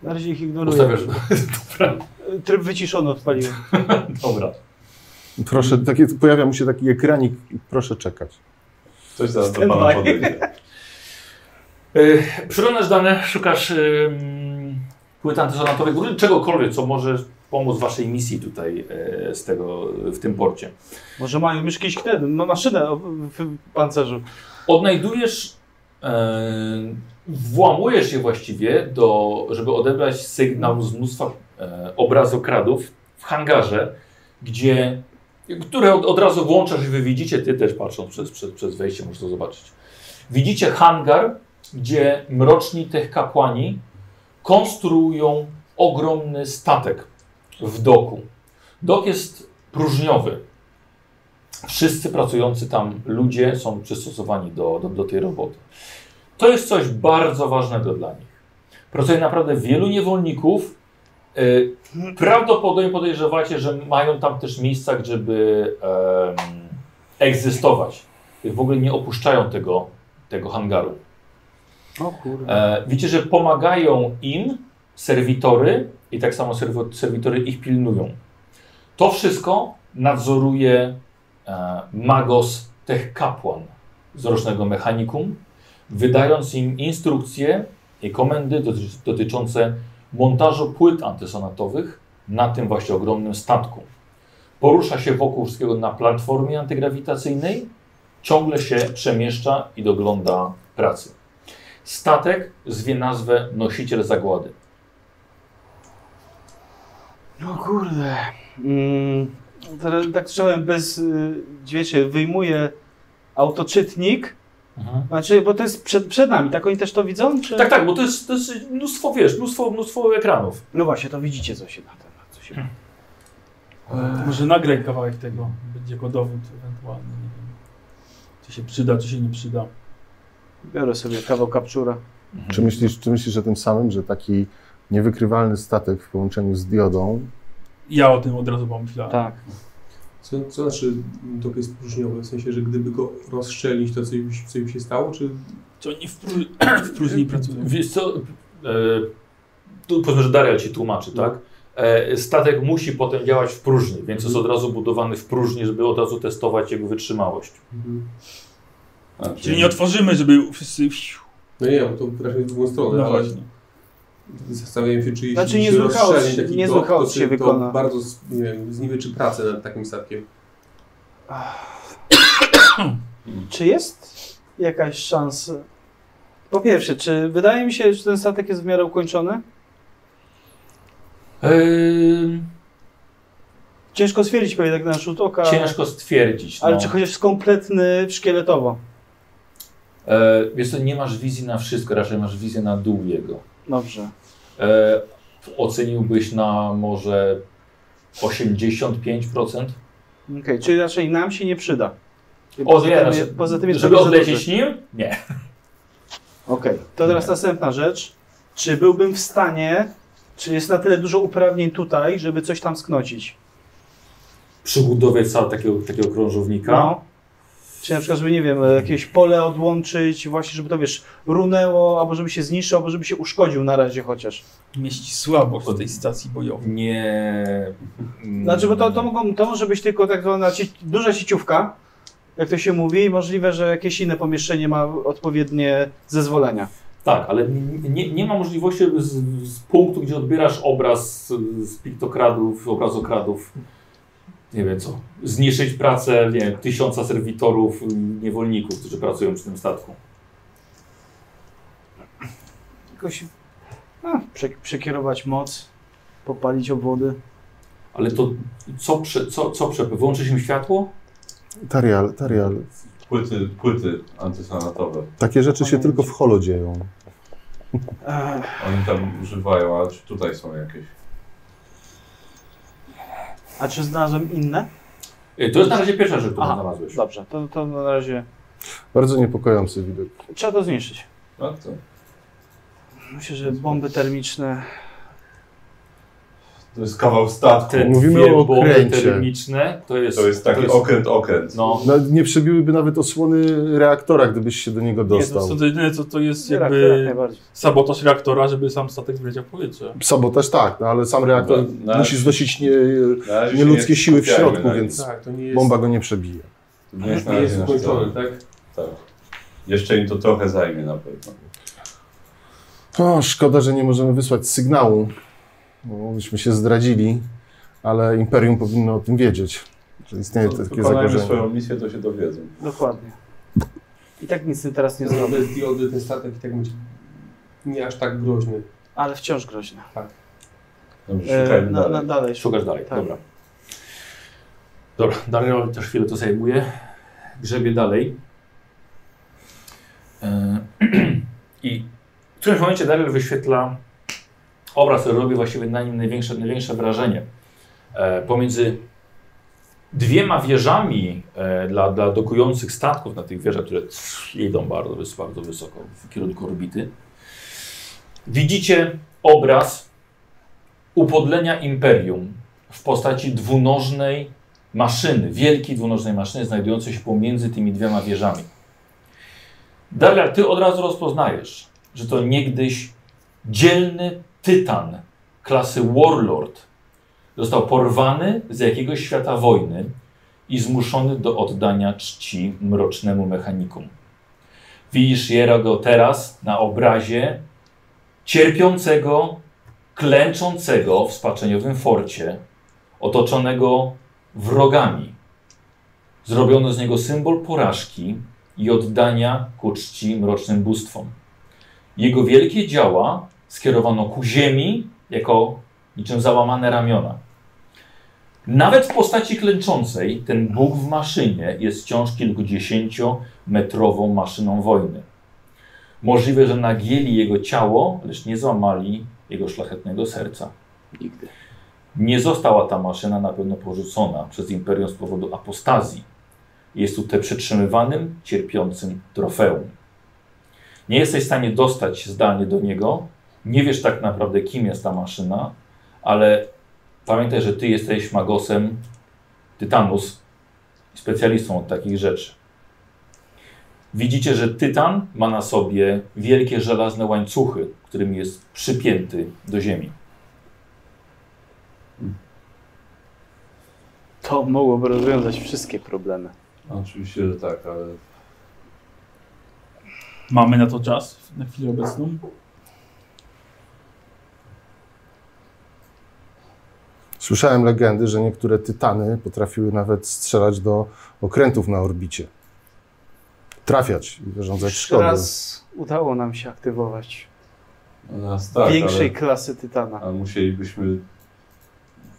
S4: Na razie ich ignoruję.
S1: Ustawiasz, [LAUGHS] dobra,
S4: Yy, Tryb wyciszony odpaliłem.
S1: dobra.
S2: Proszę, takie, pojawia mu się taki ekranik, proszę czekać.
S5: Ktoś zaraz do
S4: Stand
S5: pana
S4: by.
S5: podejdzie.
S1: E, Przyglądasz dane, szukasz ym, płyt antyzonatowych, w ogóle czegokolwiek, co może pomóc waszej misji tutaj e, z tego, w tym porcie.
S4: Może mają już jakiś ten, ma- maszynę o- w w pancerzu.
S1: Odnajdujesz, e, włamujesz się właściwie, do, żeby odebrać sygnał z mnóstwa e, obrazokradów w hangarze, gdzie, które od, od razu włączasz i wy widzicie, ty też patrząc przez, przez, przez wejście, możesz to zobaczyć. Widzicie hangar, gdzie mroczni tych kapłani konstruują ogromny statek w doku. Dok jest próżniowy. Wszyscy pracujący tam ludzie są przystosowani do, do, do tej roboty. To jest coś bardzo ważnego dla nich. Pracuje naprawdę wielu niewolników. Y, Prawdopodobnie podejrzewacie, że mają tam też miejsca, gdzie by em, egzystować. W ogóle nie opuszczają tego, tego hangaru.
S8: O kurde.
S1: E, widzicie, że pomagają im serwitory i tak samo serwo- serwitory ich pilnują. To wszystko nadzoruje e, Magos Tech Kapłan z rocznego mechanikum, wydając im instrukcje i komendy doty- dotyczące montażu płyt antysonatowych na tym właśnie ogromnym statku. Porusza się wokół wszystkiego na platformie antygrawitacyjnej, ciągle się przemieszcza i dogląda pracy. Statek zwie nazwę Nosiciel Zagłady.
S4: No kurde. Mm, teraz tak słyszałem bez y, dźwięczy. Wyjmuję autoczytnik. Znaczy, bo to jest przed, przed nami, tak oni też to widzą? Czy...
S1: Tak, tak, bo to jest, to jest mnóstwo, wiesz, mnóstwo, mnóstwo ekranów.
S4: No właśnie, to widzicie co się na temat. Co się...
S7: Może nagraj kawałek tego, będzie jako dowód ewentualny, nie wiem. Czy się przyda, czy się nie przyda.
S4: Biorę sobie kawał kapczura.
S7: Mhm.
S2: Czy myślisz, czy myślisz o tym samym, że taki niewykrywalny statek w połączeniu z diodą
S7: Ja o tym od razu pomyślałem.
S4: Tak.
S6: Co, co znaczy dok jest próżniowy? W sensie, że gdyby go rozstrzelić, to coś, by- coś by się stało? Czy
S7: To oni w, pró [CLEARS THROAT] w próżni pracują.
S1: Wiesz co, e, tu powiedzmy, że Dariel ci tłumaczy, tak? E, statek musi potem działać w próżni, więc
S4: Mhm.
S1: jest od razu budowany w próżni, żeby od razu testować jego wytrzymałość.
S5: A,
S7: Czyli nie otworzymy, żeby wszyscy...
S6: No nie, bo to raczej w drugą stronę,
S7: No
S6: ale
S7: właśnie.
S6: zastanawiam się, czy jeśli
S4: Znaczy,
S6: się
S4: niezły
S6: rozstrzeli
S4: chaos-
S6: taki
S4: niezły
S6: dok, to
S4: chaos
S6: czy
S4: się
S6: to
S4: wykona.
S6: bardzo, nie wiem, zniweczy pracę nad takim statkiem.
S4: Czy jest jakaś szansa? Po pierwsze, czy wydaje mi się, że ten statek jest w miarę ukończony?
S1: Ehm,
S4: Ciężko stwierdzić pewnie tak na rzut oka,
S1: ciężko stwierdzić.
S4: ale
S1: no.
S4: czy chociaż jest kompletny szkieletowo?
S1: E, wiesz co, nie masz wizji na wszystko, raczej masz wizję na dół jego.
S4: Dobrze.
S1: E, oceniłbyś na może 85%?
S4: Okej, czyli raczej nam się nie przyda. I
S1: O, nie,
S4: tym,
S1: raczej-
S4: je- poza tym jest
S1: żeby
S4: to bardzo
S1: odlecieć
S4: duży.
S1: nim? Nie.
S4: Okej, to teraz następna rzecz. Czy byłbym w stanie, czy jest na tyle dużo uprawnień tutaj, żeby coś tam sknocić?
S1: przy budowie całego takiego, takiego krążownika.
S4: No. Czy na przykład, żeby, nie wiem, jakieś pole odłączyć, właśnie, żeby to, wiesz, runęło, albo żeby się zniszczył, albo żeby się uszkodził na razie chociaż.
S7: Mieści słabość tej stacji
S1: No.
S7: bojowej.
S1: Nie.
S4: Znaczy, bo to, to, mogą, to może być tylko tak zwana sieć, duża sieciówka, jak to się mówi, i możliwe, że jakieś inne pomieszczenie ma odpowiednie zezwolenia.
S1: Tak, ale nie, nie ma możliwości żeby z, z punktu, gdzie odbierasz obraz z piktokradów, obrazokradów, nie wiem co, zniszczyć pracę nie, wiem, tysiąca serwitorów, niewolników, którzy pracują przy tym statku.
S4: Jakoś a, prze, przekierować moc, popalić obwody.
S1: Ale to co, prze, co, co prze, wyłączyć im światło?
S2: Tarial, tarial.
S5: Płyty, płyty antysanatowe.
S2: Takie rzeczy się tylko w holo dzieją.
S4: Ech,
S5: Oni tam używają, ale czy tutaj są jakieś?
S4: A czy znalazłem inne?
S1: Y, To jest na razie pierwsza rzecz, którą
S4: Aha,
S1: znalazłeś.
S4: Dobrze, to, to na razie
S2: Bardzo niepokojący widok.
S4: trzeba to zniszczyć.
S5: A co?
S4: Myślę, że bomby termiczne.
S5: To jest kawał statku.
S1: Te
S2: Mówimy
S1: dwie
S2: o
S1: bomby
S2: okręcie.
S1: termiczne, to jest...
S5: To jest taki okręt, okręt.
S1: No,
S2: No, nie przebiłyby nawet osłony reaktora, gdybyś się do niego
S7: Nie, to,
S2: dostał.
S7: to jedyne co to jest
S4: Jak, jak
S7: jakby
S4: najbardziej.
S7: sabotaż reaktora, żeby sam statek wyleciał w powietrze.
S2: Sabotaż tak, no, ale sam reaktor
S5: No,
S2: musi znosić nie,
S5: Na razie się
S2: nieludzkie
S5: nie
S2: siły w
S5: skupiajmy no
S2: środku,
S5: na nim.
S2: więc
S6: Tak, to nie jest...
S2: bomba go nie przebije.
S5: To nie jest, na
S6: nie
S5: razie
S6: jest
S5: nasz
S6: ukończony,
S5: cel.
S6: tak?
S5: Tak. Jeszcze im to trochę zajmie na pewno.
S2: O, szkoda, że nie możemy wysłać sygnału, bo byśmy się zdradzili, ale Imperium powinno o tym wiedzieć, że istnieje takie
S5: Wykonajmy swoją
S2: zagrożenie.
S5: misję, to się dowiedzą.
S4: Dokładnie. I tak nic teraz nie
S6: Nie zrobię
S4: zrobię,
S6: bez diody ten statek i tak będzie nie aż tak groźny.
S4: ale wciąż groźne.
S5: Dobrze, No,
S4: E,
S5: szukajmy
S4: na, na,
S5: dalej.
S4: dalej.
S1: Szukasz dalej,
S4: Tak.
S1: dobra. Dobra, Dario też chwilę to zajmuje. Grzebie dalej. [CLEARS THROAT] E, I w którymś momencie Dario wyświetla obraz, który robi właściwie na nim największe, największe wrażenie. E, pomiędzy dwiema wieżami e, dla, dla dokujących statków na tych wieżach, które idą bardzo, wys- bardzo wysoko w kierunku orbity, widzicie obraz upodlenia imperium w postaci dwunożnej maszyny, wielkiej dwunożnej maszyny znajdującej się pomiędzy tymi dwiema wieżami. Daria, ty od razu rozpoznajesz, że to niegdyś dzielny tytan klasy Warlord został porwany z jakiegoś świata wojny i zmuszony do oddania czci mrocznemu mechanikum. Widzisz jego teraz na obrazie cierpiącego, klęczącego w spaczeniowym forcie, otoczonego wrogami. Zrobiono z niego symbol porażki i oddania ku czci mrocznym bóstwom. Jego wielkie działa skierowano ku ziemi jako niczym załamane ramiona. Nawet w postaci klęczącej ten Bóg w maszynie jest wciąż kilkudziesięciometrową maszyną wojny. Możliwe, że nagięli jego ciało, lecz nie złamali jego szlachetnego serca.
S4: Nigdy.
S1: Nie została ta maszyna na pewno porzucona przez imperium z powodu apostazji. Jest tu te przetrzymywanym, cierpiącym trofeum. Nie jesteś w stanie dostać się zdalnie do niego. Nie wiesz tak naprawdę, kim jest ta maszyna, ale pamiętaj, że ty jesteś magosem Tytanus, specjalistą od takich rzeczy. Widzicie, że Tytan ma na sobie wielkie żelazne łańcuchy, którymi jest przypięty do ziemi.
S4: To mogłoby rozwiązać wszystkie problemy.
S5: Oczywiście, że tak, ale
S7: Mamy na to czas, na chwilę obecną.
S2: Słyszałem legendy, że niektóre tytany potrafiły nawet strzelać do okrętów na orbicie. Trafiać i wyrządzać
S4: Już
S2: szkodę.
S4: raz udało nam się aktywować
S5: nas tak,
S4: większej
S5: ale,
S4: klasy Tytana.
S5: ale musielibyśmy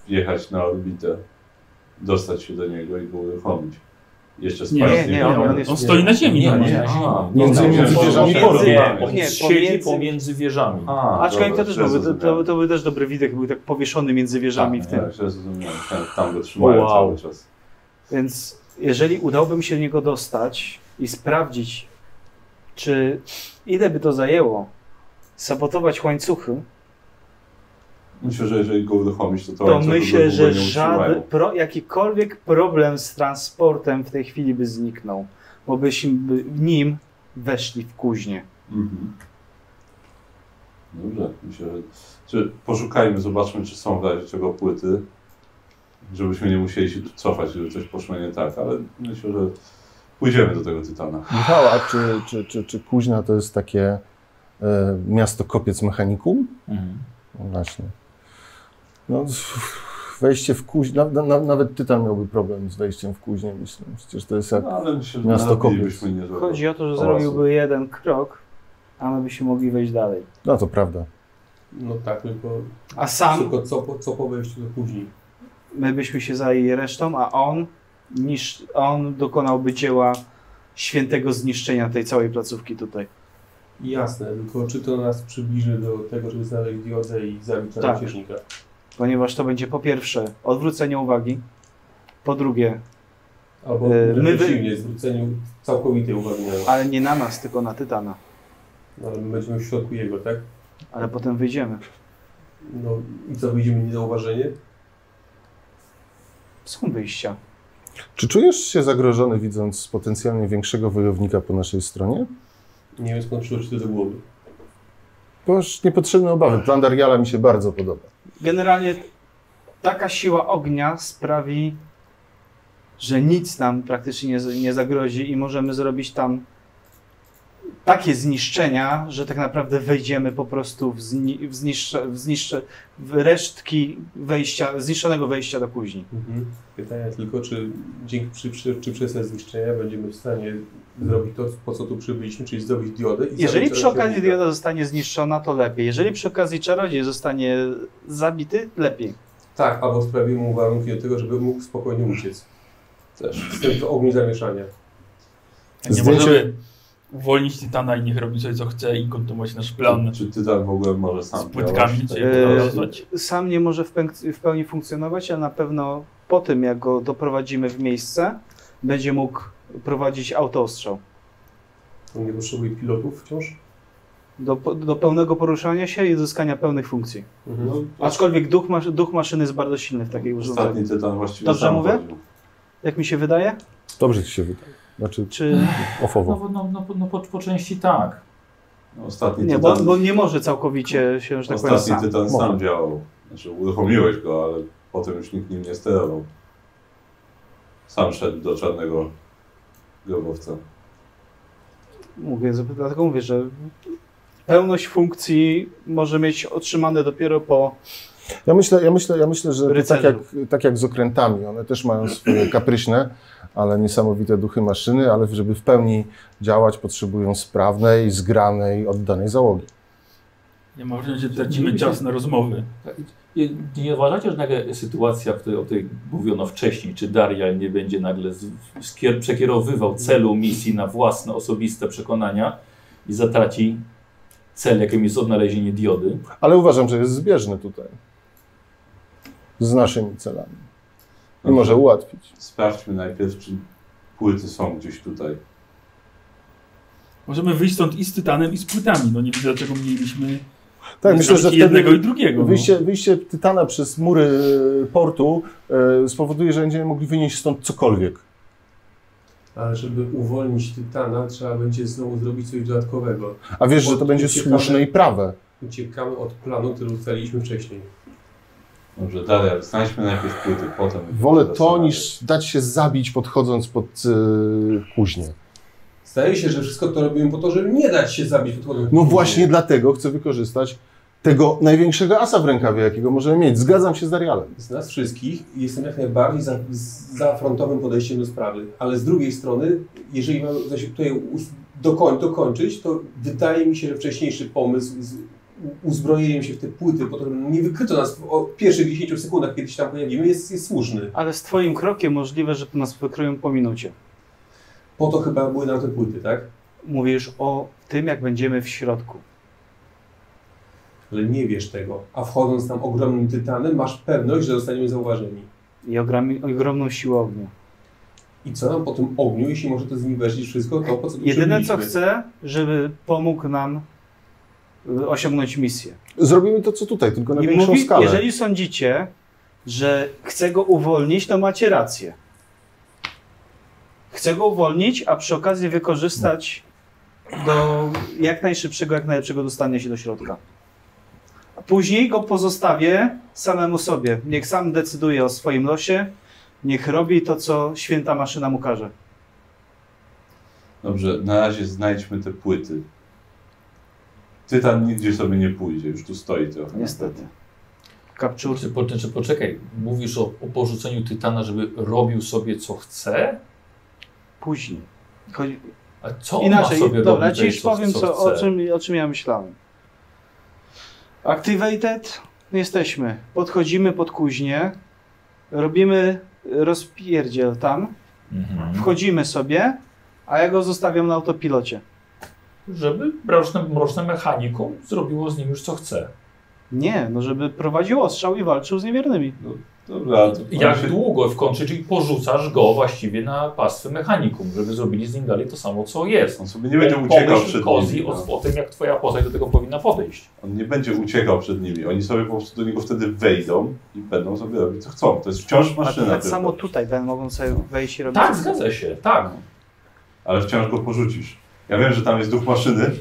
S5: wjechać na orbitę, dostać się do niego i go uruchomić. Jeszcze z
S7: Nie,
S5: parą
S4: nie,
S5: dni
S4: nie, on-
S5: temu.
S4: on jest-
S7: On stoi na ziemi.
S1: Nie,
S7: normalnie.
S1: nie, a,
S2: Między-
S1: dobra,
S2: między
S1: bo-
S2: wieżami
S1: bo-
S2: portu.
S1: Nie, on
S4: Nie,
S1: siedzi
S4: pomiędzy-
S1: pomiędzy wieżami.
S5: A,
S4: Aczkolwiek to
S5: dobra,
S4: też
S5: źle
S4: byłby, to,
S5: zrozumiałem.
S4: to był też dobry widok, był tak powieszony między wieżami w tym.
S5: Tak, źle zrozumiałem. Tam- Tam go trzymają
S4: Wow.
S5: cały czas.
S4: Więc jeżeli udałoby mi się do niego dostać i sprawdzić, czy ile by to zajęło sabotować łańcuchy,
S5: Myślę, że jeżeli go uruchomić, to to
S4: to
S5: łańcuchy go
S4: myślę, że
S5: długo nie
S4: żaden,
S5: utrzymają.
S4: pro, jakikolwiek problem z transportem w tej chwili by zniknął, bo byśmy by nim weszli w kuźnię.
S5: Mhm. Dobrze, myślę, że... Czy poszukajmy, zobaczmy, czy są w razie czego płyty, żebyśmy nie musieli się cofać, żeby coś poszło nie tak, ale myślę, że pójdziemy do tego Tytana.
S2: Michał, a czy, czy, czy, czy Kuźna to jest takie e, miasto kopiec mechanikum?
S1: Mhm.
S2: No Właśnie. No, w- wejście w Kuźnię, na, na, nawet Tytan miałby problem z wejściem w Kuźnię, myślę. Przecież to jest jak...
S5: No, ale myślę, że
S2: Miasto
S5: nabilibyśmy nie
S4: Chodzi o to, że
S5: Hałasu.
S4: zrobiłby jeden krok, a my byśmy mogli wejść dalej.
S2: No to prawda.
S6: No tak, tylko,
S4: A sam
S6: tylko co, po, co po wejściu do później.
S4: my byśmy się zajęli resztą, a on, niż, on dokonałby dzieła świętego zniszczenia tej całej placówki tutaj.
S6: Jasne, tylko czy to nas przybliży do tego, żeby znaleźć diodę i zabić
S4: Tak.
S6: czarnoksiężnika?
S4: Ponieważ to będzie po pierwsze odwrócenie uwagi, po drugie,
S6: Albo
S4: E, my wy-
S6: przeciwnie, zwróceniu całkowitej uwagi na nas.
S4: ale nie na nas, tylko na Tytana,
S6: No, ale my będziemy w środku jego, tak?
S4: ale potem wyjdziemy.
S6: No i co, wyjdziemy niezauważenie?
S4: Są wyjścia.
S2: Czy czujesz się zagrożony widząc potencjalnie większego wojownika po naszej stronie?
S6: Nie wiem skąd przyszło ci to do głowy.
S2: Ponieważ niepotrzebne obawy. Plan Dariala mi się bardzo podoba.
S4: Generalnie taka siła ognia sprawi, że nic nam praktycznie nie, z- nie zagrozi i możemy zrobić tam takie zniszczenia, że tak naprawdę wejdziemy po prostu w, zni w, zniszcze, w, zniszcze, w resztki wejścia, zniszczonego wejścia do kuźni.
S6: Mhm. Pytanie tylko, czy, dzięki, przy, przy, czy przez te zniszczenia będziemy w stanie zrobić to, po co tu przybyliśmy, czyli zrobić diodę i
S4: Jeżeli
S6: zabić
S4: przy okazji
S6: czarnoksiężnika?
S4: dioda zostanie zniszczona, to lepiej. Jeżeli przy okazji czarodziej zostanie zabity, lepiej.
S6: Tak, albo sprawimy mu warunki do tego, żeby mógł spokojnie uciec. Też. Z tym to ogniu zamieszania.
S7: Nie
S2: Zdjęcie-
S7: możemy uwolnić Tytana i niech robi sobie co chce i kontynuować nasz plan
S5: Czy ty tam w ogóle może
S7: z
S5: sam
S7: płytkami,
S5: działasz?
S7: czy
S5: Tak,
S7: jak to
S4: Eee,
S7: nazwać.
S4: Sam nie może w, pęk- w pełni funkcjonować, ale na pewno po tym, jak go doprowadzimy w miejsce, będzie mógł prowadzić autoostrzał.
S6: On nie potrzebuje pilotów wciąż?
S4: Do, po- do pełnego poruszania się i uzyskania pełnych funkcji.
S6: Mhm.
S4: Aczkolwiek duch, masz- duch maszyny jest bardzo silny w takiej urządzeniu.
S5: Tak. Ostatni tytan właściwie
S4: Dobrze
S5: sam
S4: mówię?
S5: chodził.
S4: Jak mi się wydaje?
S2: Dobrze ci się wydaje. Znaczy,
S4: Czy
S2: ofowo.
S1: No, no, no, no po, po części tak.
S5: No, Ostatni
S4: nie, bo,
S5: tytan,
S4: bo nie może całkowicie się, że tak powiem,
S5: ostatni
S4: sam.
S5: tytan sam
S2: Może.
S5: działał. Znaczy uruchomiłeś go, ale potem już nikt nim nie sterował. Sam szedł do czarnego grobowca.
S4: Mówię, że- dlatego mówię, że pełność funkcji może mieć otrzymane dopiero po
S2: Ja myślę, ja myślę, ja myślę że to tak
S4: Rycerzu.
S2: jak, tak jak z okrętami, one też mają swoje kapryśne, ale niesamowite duchy maszyny, ale żeby w pełni działać, potrzebują sprawnej, zgranej, oddanej załogi.
S7: Nie ma wrażenia, że tracimy czas na rozmowy.
S1: Nie, nie uważacie, że nagle sytuacja, w której o tej mówiono wcześniej, czy Daria nie będzie nagle z, skier, przekierowywał celu misji na własne osobiste przekonania i zatraci cel, jakim jest odnalezienie diody?
S2: Ale uważam, że jest zbieżny tutaj z naszymi celami i
S5: Dobrze.
S2: może ułatwić.
S5: Sprawdźmy najpierw, czy płyty są gdzieś tutaj.
S7: Możemy wyjść stąd i z Tytanem, i z płytami. No nie widzę, dlaczego mielibyśmy
S2: Tak, myślę, że
S7: jednego i
S2: wtedy
S7: drugiego. no.
S2: wyjście, wyjście Tytana przez mury e, portu e, spowoduje, że będziemy mogli wynieść stąd cokolwiek.
S6: Ale żeby uwolnić Tytana, trzeba będzie znowu zrobić coś dodatkowego.
S2: A wiesz, że to
S6: Bo
S2: będzie
S6: ciekawe-
S2: słuszne i prawe.
S6: Uciekamy od planu, który ustaliliśmy wcześniej.
S5: Dobrze, Daria, znajdźmy najpierw płyty, potem...
S2: Wolę to,
S5: zastanawiamy.
S2: niż dać się zabić podchodząc pod y, kuźnię.
S6: Zdaje się, że wszystko to robimy po to, żeby nie dać się zabić podchodem.
S2: No właśnie dlatego chcę wykorzystać tego największego asa w rękawie, jakiego możemy mieć. Zgadzam się z Darialem.
S6: Z nas wszystkich jestem jak najbardziej za, z- za frontowym podejściem do sprawy, ale z drugiej strony, jeżeli mam coś tutaj us- dokoń, dokończyć, to wydaje mi się, że wcześniejszy pomysł z u- uzbrojeniem się w te płyty, po to, żeby nie wykryto nas w o pierwszych 10 sekundach, kiedy się tam pojawimy, jest, jest słuszny.
S4: Ale z twoim krokiem możliwe, że nas wykryją po minucie.
S6: Po to chyba były nam te płyty, tak?
S4: Mówisz o tym, jak będziemy w środku.
S6: Ale nie wiesz tego, a wchodząc tam ogromnym tytanem, masz pewność, że zostaniemy zauważeni.
S4: I ogromni- ogromną siłą ognia.
S6: I co nam po tym ogniu, jeśli może to zniweczyć wszystko, to po co tu
S4: Jedyne co
S6: przybyliśmy?
S4: chcę, żeby pomógł nam y, osiągnąć misję.
S2: Zrobimy to, co tutaj, tylko na
S4: I
S2: większą
S4: mówi,
S2: skalę.
S4: jeżeli sądzicie, że chcę go uwolnić, to macie rację. Chcę go uwolnić, a przy okazji wykorzystać do jak najszybszego, jak najlepszego dostania się do środka. A Później go pozostawię samemu sobie. Niech sam decyduje o swoim losie. Niech robi to, co święta maszyna mu każe.
S5: Dobrze, na razie znajdźmy te płyty. Tytan nigdzie sobie nie pójdzie, już tu stoi trochę.
S4: Niestety. Kapczur.
S1: Czy, po, czy poczekaj, mówisz o, o porzuceniu Tytana, żeby robił sobie co chce?
S4: Później. Chodzi-
S1: A co on
S4: Inaczej,
S1: ma sobie
S4: dobra,
S1: robić?
S4: ci już
S1: co-
S4: powiem, co,
S1: chce?
S4: o, czym, o czym ja myślałem. Activated jesteśmy. Podchodzimy pod kuźnię, robimy rozpierdziel tam,
S1: Mhm.
S4: wchodzimy sobie, a ja go zostawiam na autopilocie.
S1: Żeby mroczne, mroczne mechanikum zrobiło z nim już co chce.
S4: Nie, no żeby prowadził ostrzał i walczył z niewiernymi.
S5: Dobra, ale to
S1: Jak
S5: się-
S1: długo w końcu, czyli porzucasz go właściwie na pastwę mechanikum, żeby zrobili z nim dalej to samo, co jest.
S5: On sobie nie będzie uciekał przed
S1: Kozi
S5: nimi.
S1: o,
S5: no.
S1: o tym, jak twoja postać do tego powinna podejść.
S5: On nie będzie uciekał przed nimi. Oni sobie po prostu do niego wtedy wejdą i będą sobie robić co chcą. To jest wciąż
S4: A
S5: maszyna.
S4: nawet
S5: tylko.
S4: tak samo tutaj ben, mogą sobie wejść i robić.
S1: Tak,
S4: co-
S1: zgadza się, tak.
S5: Ale wciąż go porzucisz. Ja wiem, że tam jest duch maszyny,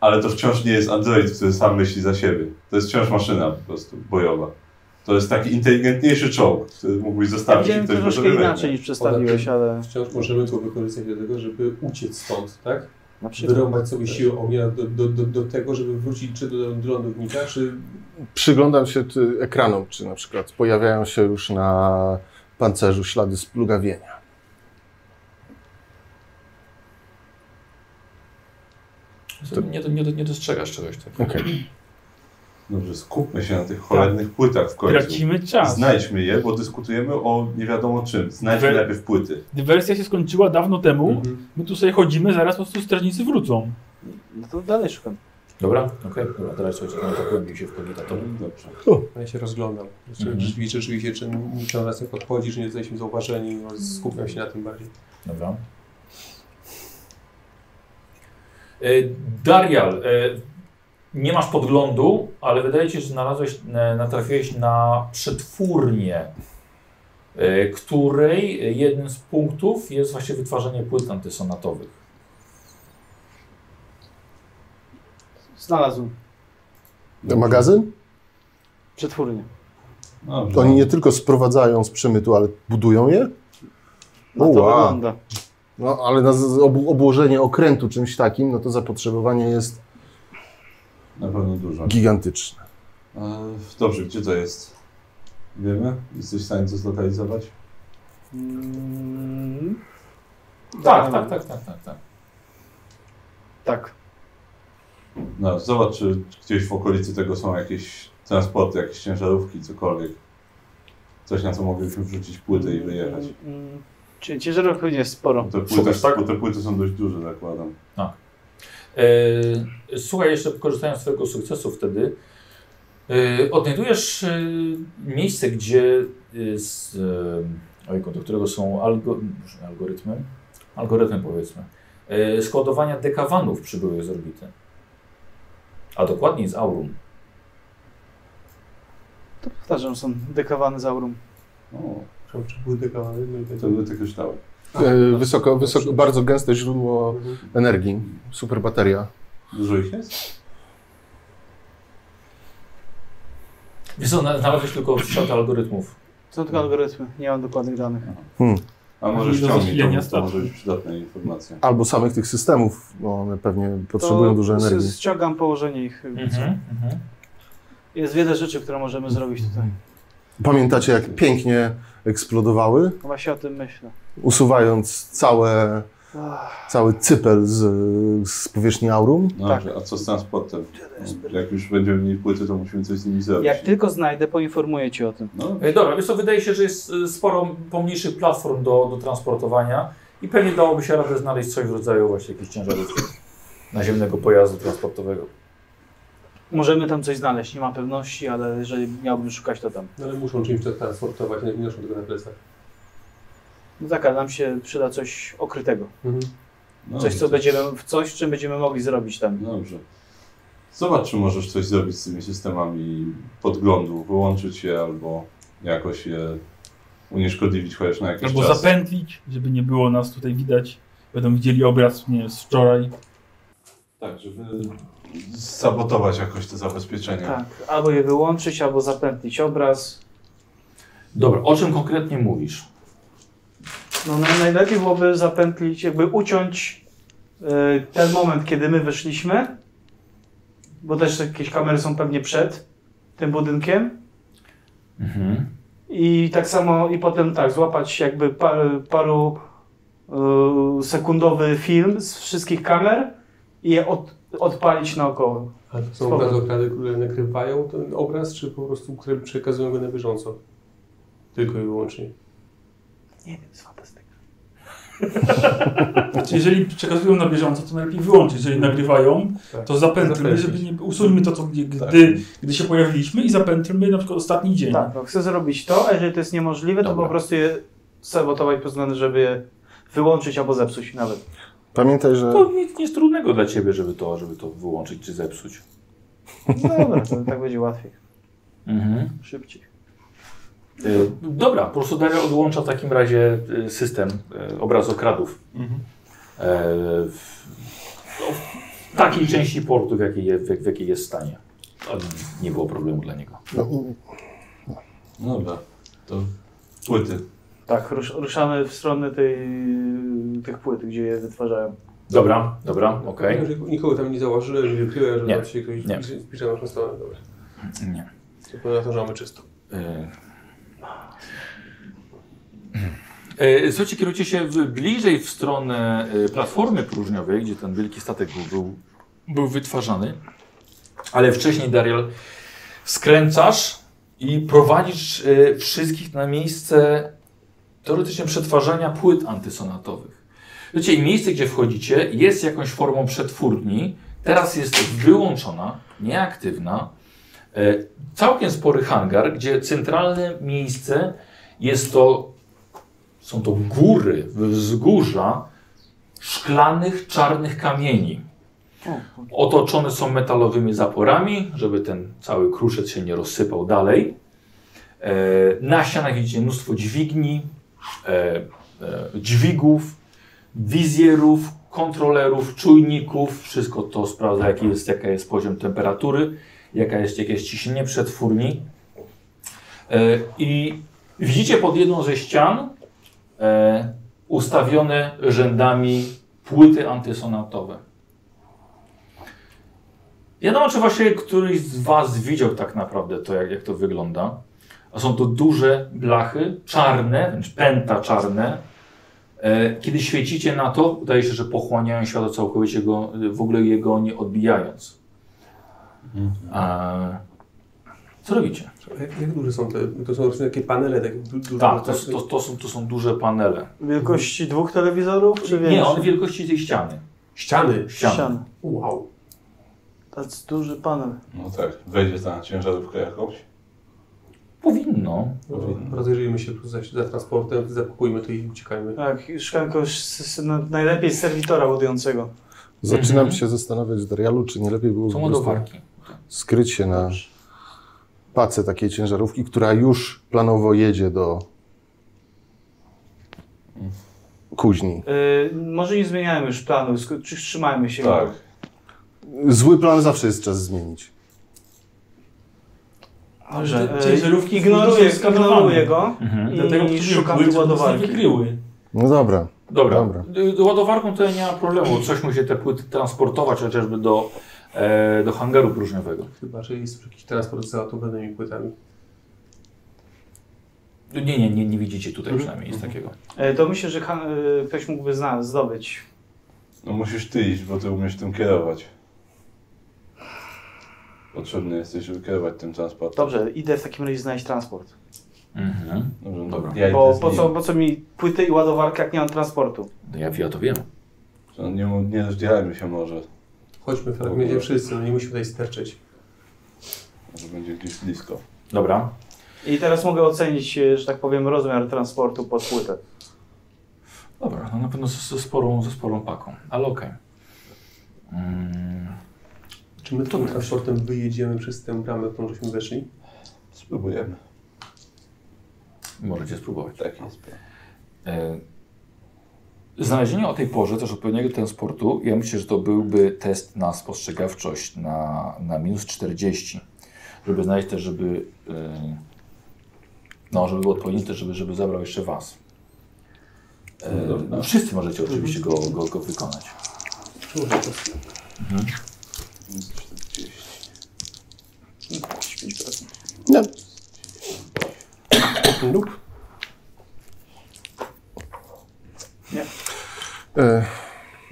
S5: ale to wciąż nie jest android, który sam myśli za siebie. To jest wciąż maszyna po prostu bojowa. To jest taki inteligentniejszy czołg, który mógłbyś
S4: Ja
S5: zostawić i
S4: widziałem to
S5: ktoś go
S4: troszkę
S5: sobie
S4: inaczej
S5: weźmie.
S4: niż przedstawiłeś, ale
S6: Wciąż możemy go wykorzystać do tego, żeby uciec stąd, tak?
S4: na przykład.
S6: Wyrąbać sobie siłę ognia do, do, do, do tego, żeby wrócić czy do, do lądownika, czy
S2: Przyglądam się czy, ekranom, czy na przykład pojawiają się już na pancerzu ślady splugawienia.
S1: Nie, nie, nie dostrzegasz czegoś takiego.
S2: Okej.
S5: Dobrze, skupmy się na tych cholernych płytach w końcu.
S7: Tracimy czas.
S5: Znajdźmy je, bo dyskutujemy o nie wiadomo czym. Znajdźmy
S7: Wy-
S5: najpierw płyty.
S7: Dywersja się skończyła dawno temu.
S6: Mhm.
S7: My tu sobie chodzimy, zaraz po prostu strażnicy wrócą.
S4: No to dalej szukam.
S1: Dobra, okej. Dobra, teraz słuchajcie, no to głębiej się w kognitator.
S5: Dobrze.
S6: Ja się rozglądam. Rzeczy-
S1: Mhm.
S6: Rzeczywiście, rzeczywiście, czy nikt na nas nie podchodzi, że nie jesteśmy zauważeni, no, skupiam się na tym bardziej.
S1: Dobra. Y, Darial, y, nie masz podglądu, ale wydaje ci się, że znalazłeś, e, natrafiłeś na przetwórnię, y, której jednym z punktów jest właśnie wytwarzanie płyt antysonatowych.
S4: Znalazł
S2: Magazyn?
S4: przetwórnię.
S5: Dobrze.
S2: To oni nie tylko sprowadzają z przemytu, ale budują je?
S4: No to
S2: Ua.
S4: wygląda.
S2: No, ale na z- obu- obłożenie okrętu czymś takim, no to zapotrzebowanie jest
S5: Na pewno dużo.
S2: gigantyczne.
S5: E, Dobrze, gdzie to jest? Wiemy? Jesteś w stanie to zlokalizować?
S4: Mm,
S1: Tak, tak, tak, tak, tak. tak.
S4: tak.
S5: No, zobacz, czy gdzieś w okolicy tego są jakieś transporty, jakieś ciężarówki, cokolwiek. Coś, na co moglibyśmy wrzucić płytę i wyjechać.
S4: Mm, mm, Czyli ciężarówek pewnie jest
S7: No.
S4: sporo.
S5: Bo Te płyty,
S1: Szukasz, tak?
S5: bo te płyty są dość duże, zakładam.
S1: E, Słuchaj, jeszcze korzystając z Twojego sukcesu wtedy, e, odnajdujesz e, miejsce, gdzie e, z, e, ojku, do którego są algo, może algorytmy, algorytmy powiedzmy, e, składowania dekawanów przybyłych z orbity. A dokładniej z Aurum.
S4: To powtarzam, są dekawany z aurum.
S5: O,
S6: Czy- Czy były te kawałki? No i tak.
S5: to były te kryształy.
S2: E, Wysoko, wysoko, bardzo gęste źródło
S6: Mhm.
S2: energii, super bateria.
S5: Dużo ich jest?
S1: Wiesz co, na- znalazłeś tylko wśród algorytmów.
S4: Są
S5: Mhm.
S4: tylko algorytmy, nie mam dokładnych danych.
S5: A może
S7: do zasilenia
S5: ściągnij, to, to
S7: statku.
S5: może być przydatna informacja.
S2: Albo samych tych systemów, bo one pewnie potrzebują dużo
S4: s-
S2: energii.
S4: ściągam położenie ich. Jest wiele rzeczy, które możemy zrobić tutaj.
S2: Mhm. Pamiętacie, jak pięknie eksplodowały,
S4: Właśnie o tym myślę.
S2: usuwając całe,
S4: Ach,
S2: cały cypel z, z powierzchni aurum?
S5: No
S4: Tak.
S5: dobrze, a co z transportem? No, Jak już będziemy mieli płyty, to musimy coś z nimi zrobić.
S4: Jak tylko znajdę, poinformuję cię o tym.
S5: No,
S1: E, Dobra, wiesz co, wydaje się, że jest e, sporo pomniejszych platform do, do transportowania i pewnie dałoby się radę znaleźć coś w rodzaju właśnie jakichś ciężarówki naziemnego pojazdu transportowego.
S4: Możemy tam coś znaleźć, nie mam pewności, ale jeżeli miałbym szukać, to tam.
S6: No ale muszą czymś to transportować, nie noszą tego na plecach.
S4: No tak, ale nam się przyda coś okrytego.
S6: Mhm.
S5: no
S4: Coś, co
S5: dobrze.
S4: będziemy, w coś, czym będziemy mogli zrobić tam.
S5: Dobrze. Zobacz, czy możesz coś zrobić z tymi systemami podglądu, wyłączyć je albo jakoś je unieszkodliwić chociaż na jakiś
S7: Albo
S5: czas.
S7: zapętlić, żeby nie było nas tutaj widać. Będą widzieli obraz nie, wiem, z wczoraj.
S5: Tak, żeby sabotować jakoś te zabezpieczenia.
S4: Tak, albo je wyłączyć, albo zapętlić obraz.
S1: Dobra, o czym konkretnie mówisz?
S4: No naj- najlepiej byłoby zapętlić, jakby uciąć y, ten moment, kiedy my wyszliśmy, bo też jakieś kamery są pewnie przed tym budynkiem. I tak samo, i potem tak, złapać jakby par, paru y, sekundowy film z wszystkich kamer i je od, odpalić naokoło.
S6: A to są
S4: Spoko.
S6: gazokrady, które nakrywają ten obraz, czy po prostu które przekazują go na bieżąco? Tylko i wyłącznie.
S4: Nie wiem, jest fantastyka.
S7: Znaczy, jeżeli przekazują na bieżąco, to najlepiej wyłączyć. Jeżeli nagrywają,
S6: Tak.
S7: to zapętlmy,
S6: Zapętlić.
S7: żeby nie, usuńmy to, co gdy, gdy, gdy się pojawiliśmy i zapętlmy na przykład ostatni dzień.
S4: Tak, no, chcę zrobić to, a jeżeli to jest niemożliwe, to
S1: Dobra.
S4: po prostu je sabotować pod względem, żeby je wyłączyć albo zepsuć nawet.
S2: Pamiętaj, że
S1: To nic nie jest trudnego dla ciebie, żeby to, żeby to wyłączyć czy zepsuć.
S4: No dobra, to tak będzie łatwiej,
S1: Mhm.
S4: szybciej.
S1: Y, Dobra, po prostu Daria odłącza w takim razie y, system y, obrazokradów. E, w, no, w takiej części portu, w jakiej, je- w, w jakiej jest w stanie. To Nie było problemu dla niego.
S2: no,
S5: No dobra, to płyty.
S4: Tak, rusz, ruszamy w stronę tej, tych płyt, gdzie je wytwarzają.
S1: Dobra, dobra, okej.
S6: Ja, że Nikogo tam nie założyłem, nie wykryłem, że
S1: Nie.
S6: tam się ktoś
S1: Nie.
S6: pisze- pisze na naszą stronę. Dobra.
S1: Nie.
S6: To na to, że mamy czysto.
S1: E, E, Słuchajcie, kierujcie się w, bliżej w stronę e, platformy próżniowej, gdzie ten wielki statek był, był, był wytwarzany. Ale wcześniej, Dariel, Skręcasz i prowadzisz y, wszystkich na miejsce teoretycznie przetwarzania płyt antysonatowych. Wiecie, i miejsce, gdzie wchodzicie, jest jakąś formą przetwórni. Teraz jest wyłączona, nieaktywna. Y, całkiem spory hangar, gdzie centralne miejsce jest to, są to góry, wzgórza szklanych, czarnych kamieni. Otoczone są metalowymi zaporami, żeby ten cały kruszec się nie rozsypał dalej. E, na ścianach widzicie mnóstwo dźwigni, e, e, dźwigów, wizjerów, kontrolerów, czujników. Wszystko to sprawdza, jaki jest, jaka jest poziom temperatury, jaka jest, jakie jest ciśnienie przetwórni. E, I widzicie pod jedną ze ścian e, ustawione rzędami płyty antysonatowe. Nie Wiadomo, czy właśnie któryś z Was widział tak naprawdę to, jak, jak to wygląda. A są to duże blachy, czarne, wręcz pęta czarne. E, Kiedy świecicie na to, wydaje się, że pochłaniają światło całkowicie, go, w ogóle jego nie odbijając. A, co robicie?
S6: Jak, jak duże są te? To są takie panele, takie du, duże.
S1: Tak, to, to, to, są, to są duże panele.
S4: Wielkości dwóch telewizorów, czy więcej?
S1: Nie, one wielkości tej ściany.
S6: Ściany.
S1: Ściany.
S6: Wow.
S4: To jest duży panel.
S5: No tak, wejdzie ta ciężarówka jakąś.
S1: Powinno. Mhm.
S6: No, rozejrzyjmy się tu za, za transportem, zapakujmy to i uciekajmy.
S4: Tak, już szklanko s- s- no, najlepiej serwitora łodującego.
S2: Zaczynam
S1: Mhm.
S2: się zastanawiać, Darialu, czy nie lepiej było
S1: Są
S2: po prostu
S1: ładowarki.
S2: skryć się na pace takiej ciężarówki, która już planowo jedzie do kuźni.
S4: Yy, może nie zmieniajmy już planu, sk- czy- trzymajmy się.
S5: Tak.
S2: Zły plan zawsze jest czas zmienić.
S4: Dobrze,
S7: Te
S4: e,
S7: ciężarówki
S4: Ignoruję,
S7: są skazowane.
S4: ignoruję go
S1: Mhm.
S7: Dlatego
S4: i
S7: wykryły,
S4: szukam
S7: żeby
S4: tej
S7: nas nie
S4: ładowarki.
S7: wykryły.
S2: No dobra,
S1: Dobra.
S2: Dobra.
S1: Y, Ładowarką to nie ma problemu. Coś musi te płyty transportować chociażby do, e, do hangaru próżniowego.
S6: Chyba, że jest jakiś transport z załadowanymi płytami.
S1: Nie, nie, nie, nie widzicie tutaj przynajmniej nic takiego.
S4: E, to myślę, że Han- e, ktoś mógłby zna, zdobyć.
S5: No musisz ty iść, bo ty umiesz tym kierować. Potrzebny jesteś, żeby kierować tym transportem.
S4: Dobrze, idę w takim razie znaleźć transport.
S1: Mhm.
S5: Dobrze, no
S1: Dobra.
S5: Ja
S4: Bo
S5: idę z
S4: po
S5: nim.
S4: co, po co mi płyty i ładowarka, jak nie mam transportu?
S1: No ja, ja to wiem.
S5: No, nie, mu- nie rozdzielajmy się może,
S6: Chodźmy, Frank, będzie wszyscy, no nie musimy tutaj sterczeć.
S5: może będzie gdzieś blisko.
S1: Dobra.
S4: I teraz mogę ocenić, e, że tak powiem, rozmiar transportu pod płytę.
S1: Dobra, no na pewno ze, ze, sporą, ze sporą paką, ale okej. Mm,
S6: Czy
S1: No
S6: my tym transportem wyjedziemy przez tę bramę, którą żeśmy weszli?
S5: Spróbujemy.
S1: możecie spróbować.
S5: Tak jest. plan.
S1: E, Znalezienie o tej porze też odpowiedniego transportu, ja myślę, że to byłby test na spostrzegawczość na, na minus 40, żeby znaleźć też, żeby, e, no, żeby był odpowiedni też, żeby, żeby zabrał jeszcze Was. E, no, wszyscy możecie
S4: Mhm.
S1: oczywiście go, go, go wykonać.
S6: Czy może to
S5: Minus 40.
S2: e,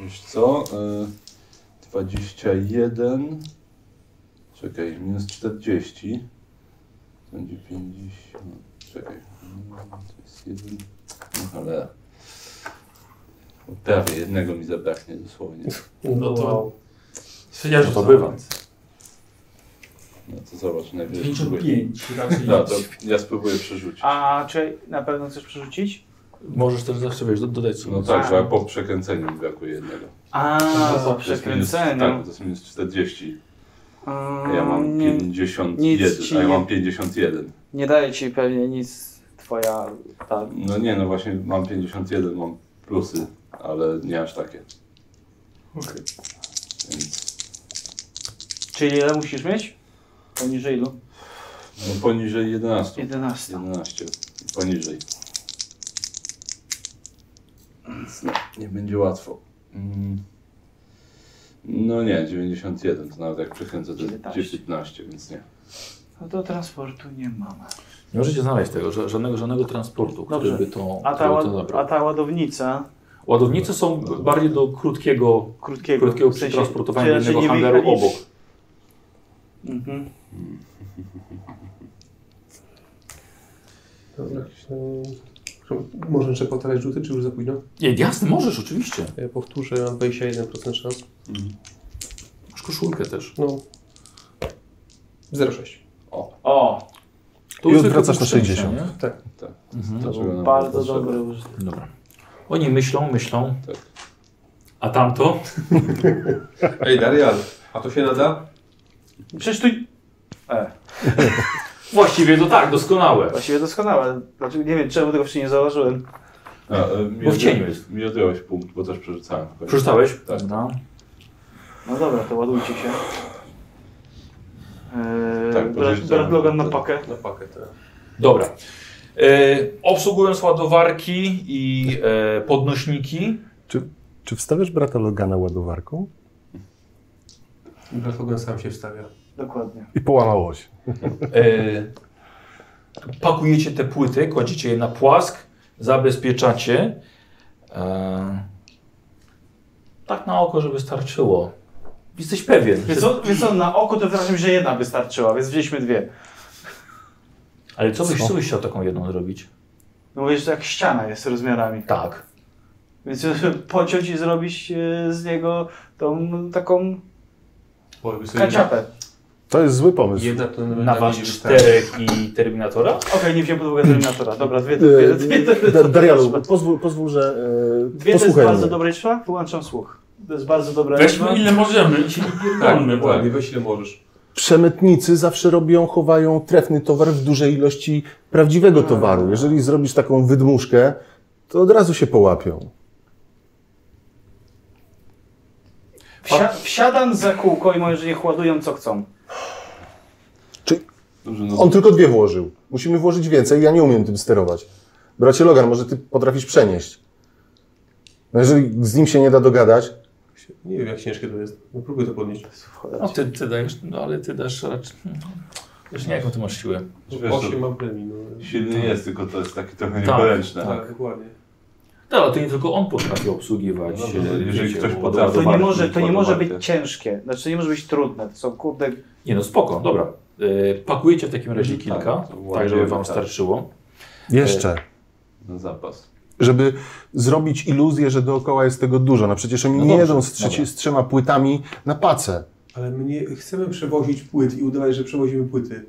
S5: Wiesz co? Y, 21. Czekaj, minus 40. Będzie 50. Czekaj. mm, To jest jeden. No ale. Prawie jednego mi zabraknie dosłownie.
S7: No to-
S6: Wow.
S7: Ja
S1: No to bywa.
S5: No to zobacz, najwyżej. spróbuję.
S7: 55 raczej.
S5: No to ja spróbuję przerzucić.
S4: A czy na pewno chcesz przerzucić?
S1: Możesz też zawsze wiesz, do- dodać sobie.
S5: No tak, że po przekręceniu mi brakuje jednego.
S4: A, po
S5: To No, jest minus- Tak,
S4: przekręceniu.
S5: to jest minus 40.
S4: A,
S5: A ja mam
S4: Mm, nie,
S5: 51.
S4: nic ci
S5: A ja
S4: nie-
S5: mam 51.
S4: nie daje ci pewnie nic twoja ta
S5: No nie, no właśnie mam 51, mam plusy, ale nie aż takie.
S7: Okej.
S5: Więc
S4: Czyli ile musisz mieć? Poniżej ilu?
S5: no poniżej 11.
S4: 11.
S5: 11. Poniżej. Więc no, nie będzie łatwo. Mm. No nie, 91, to nawet jak przekręcę to jest
S4: 19.
S5: 19, więc nie.
S4: No to transportu nie mamy.
S1: Nie możecie znaleźć tego, ża- żadnego, żadnego transportu, który
S4: Dobrze.
S1: by to,
S4: A ta,
S1: który by to
S4: ład, a
S1: zabrał.
S4: ta ładownica
S1: Ładownice są bardziej do krótkiego
S4: krótkiego,
S1: krótkiego
S4: w sensie,
S1: przetransportowania
S4: czy
S1: do
S4: raczej
S1: innego
S4: nie
S1: hangaru
S4: wyjechali-
S1: obok.
S4: Mhm.
S6: Dobra. e, Może jeszcze powtarzać rzuty, czy już za późno?
S1: Nie, jasne, możesz, oczywiście.
S6: Ja powtórzę, mam 21% szans.
S1: Masz koszulkę też.
S6: No. 0,6.
S4: O,
S1: To
S9: I
S1: już tylko
S9: odwracasz na
S1: potrzebne,
S9: 60.
S1: nie?
S6: Tak.
S1: Mhm.
S10: To
S4: to
S10: czego
S4: był
S10: nam
S4: bardzo
S10: potrzeba?
S4: dobry użytek.
S1: Dobra. Oni myślą, myślą.
S10: Tak.
S1: A tamto?
S5: Ej, Darian, a to się nada?
S4: Przecież tu
S1: Właściwie to tak, doskonałe.
S4: właściwie doskonałe. Dlaczego, nie wiem, czemu tego wcześniej nie zauważyłem.
S10: A, e, mi
S1: Bo w cieniu
S10: odjąłeś-
S1: jest.
S10: Mi odjąłeś punkt, bo też przerzucałem. w końcu.
S1: Przeczytałeś?
S10: Tak.
S1: No.
S4: No dobra, to ładujcie się. Eee,
S10: Tak,
S4: bra-
S10: podjeżdżamy.
S4: bra- Logan na pakę.
S6: Na pakę, tak.
S1: Dobra. E, obsługując ładowarki i e, podnośniki,
S2: Czy wstawiasz brata Logana ładowarką?
S6: Dlatego sam się wstawia.
S4: Dokładnie.
S2: I połamało się.
S1: e, pakujecie te płyty, kładziecie je na płask, zabezpieczacie. E, tak na oko, żeby starczyło. Jesteś pewien.
S4: Więc co, więc co, na oko to wyraźnie, że jedna wystarczyła, więc wzięliśmy dwie.
S1: Ale co byś, co byś chciał taką jedną zrobić?
S4: No mówię, że to jak ściana jest rozmiarami.
S1: Tak.
S4: Więc pociąć i zrobić e, z niego tą taką
S6: Bo jakby sobie
S4: kaciapę.
S2: To jest zły pomysł.
S6: Jedna to
S1: No Na was
S6: będzie
S1: czterech i Terminatora?
S4: Okej, nie wziąłem pod uwagę Terminatora. Dobra, dwie, dwie, dwie,
S2: E,
S4: dwie,
S2: Da-
S4: dwie, [LAUGHS]
S2: Darialu, pozwól, pozwól że e,
S4: dwie to jest
S2: posłuchaj
S4: bardzo
S2: mnie.
S4: dobra liczba. Wyłączam słuch. To jest bardzo dobra liczba.
S7: Weźmy ile możemy i się nie pierdolmy,
S10: Tak,
S7: bo
S10: tak.
S6: Ładnie, weź ile możesz.
S2: Przemytnicy zawsze robią, chowają trefny towar w dużej ilości prawdziwego towaru. Jeżeli zrobisz taką wydmuszkę, to od razu się połapią.
S4: Wsia wsiadam za kółko i moje, że niech ładują co chcą.
S10: Dobrze, no
S2: On tylko dwie włożył. Musimy włożyć więcej, ja nie umiem tym sterować. Bracie Logan, może ty potrafisz przenieść. No jeżeli z nim się nie da dogadać,
S6: Nie wiem, jak ciężkie to jest. No, próbuj to podnieść.
S1: No ty, ty dajesz, no ale ty dasz raczej... no, Wiesz, nie jaką ty masz siłę.
S5: Wiesz, to-
S6: 8 mam premii, no.
S5: Silny jest, tylko to jest takie trochę
S1: Tak,
S5: nieporęczne.
S6: Tak, dokładnie.
S1: Tak, ale to nie tylko on potrafi obsługiwać.
S5: No dobra,
S1: e,
S5: jeżeli
S1: wiecie,
S5: ktoś
S1: bo-
S5: potrafi-
S4: To nie
S5: Ładowarki,
S4: może, to nie może
S2: tak?
S5: ładowarki.
S4: być ciężkie. Znaczy to nie może być trudne. To są kurde...
S1: Nie no, spoko, dobra. E, pakujecie w takim razie
S10: Mhm, tak,
S1: kilka,
S10: to
S1: tak,
S10: ładujemy,
S1: żeby wam
S10: tak.
S1: starczyło.
S2: jeszcze,
S10: na zapas.
S2: e, żeby zrobić iluzję, że dookoła jest tego dużo. No przecież oni
S1: No
S2: nie
S1: dobrze,
S2: jedzą z, trzeci,
S1: dobra.
S2: z trzema płytami na pacę.
S6: Ale my nie chcemy przewozić płyt i udawać, że przewozimy płyty.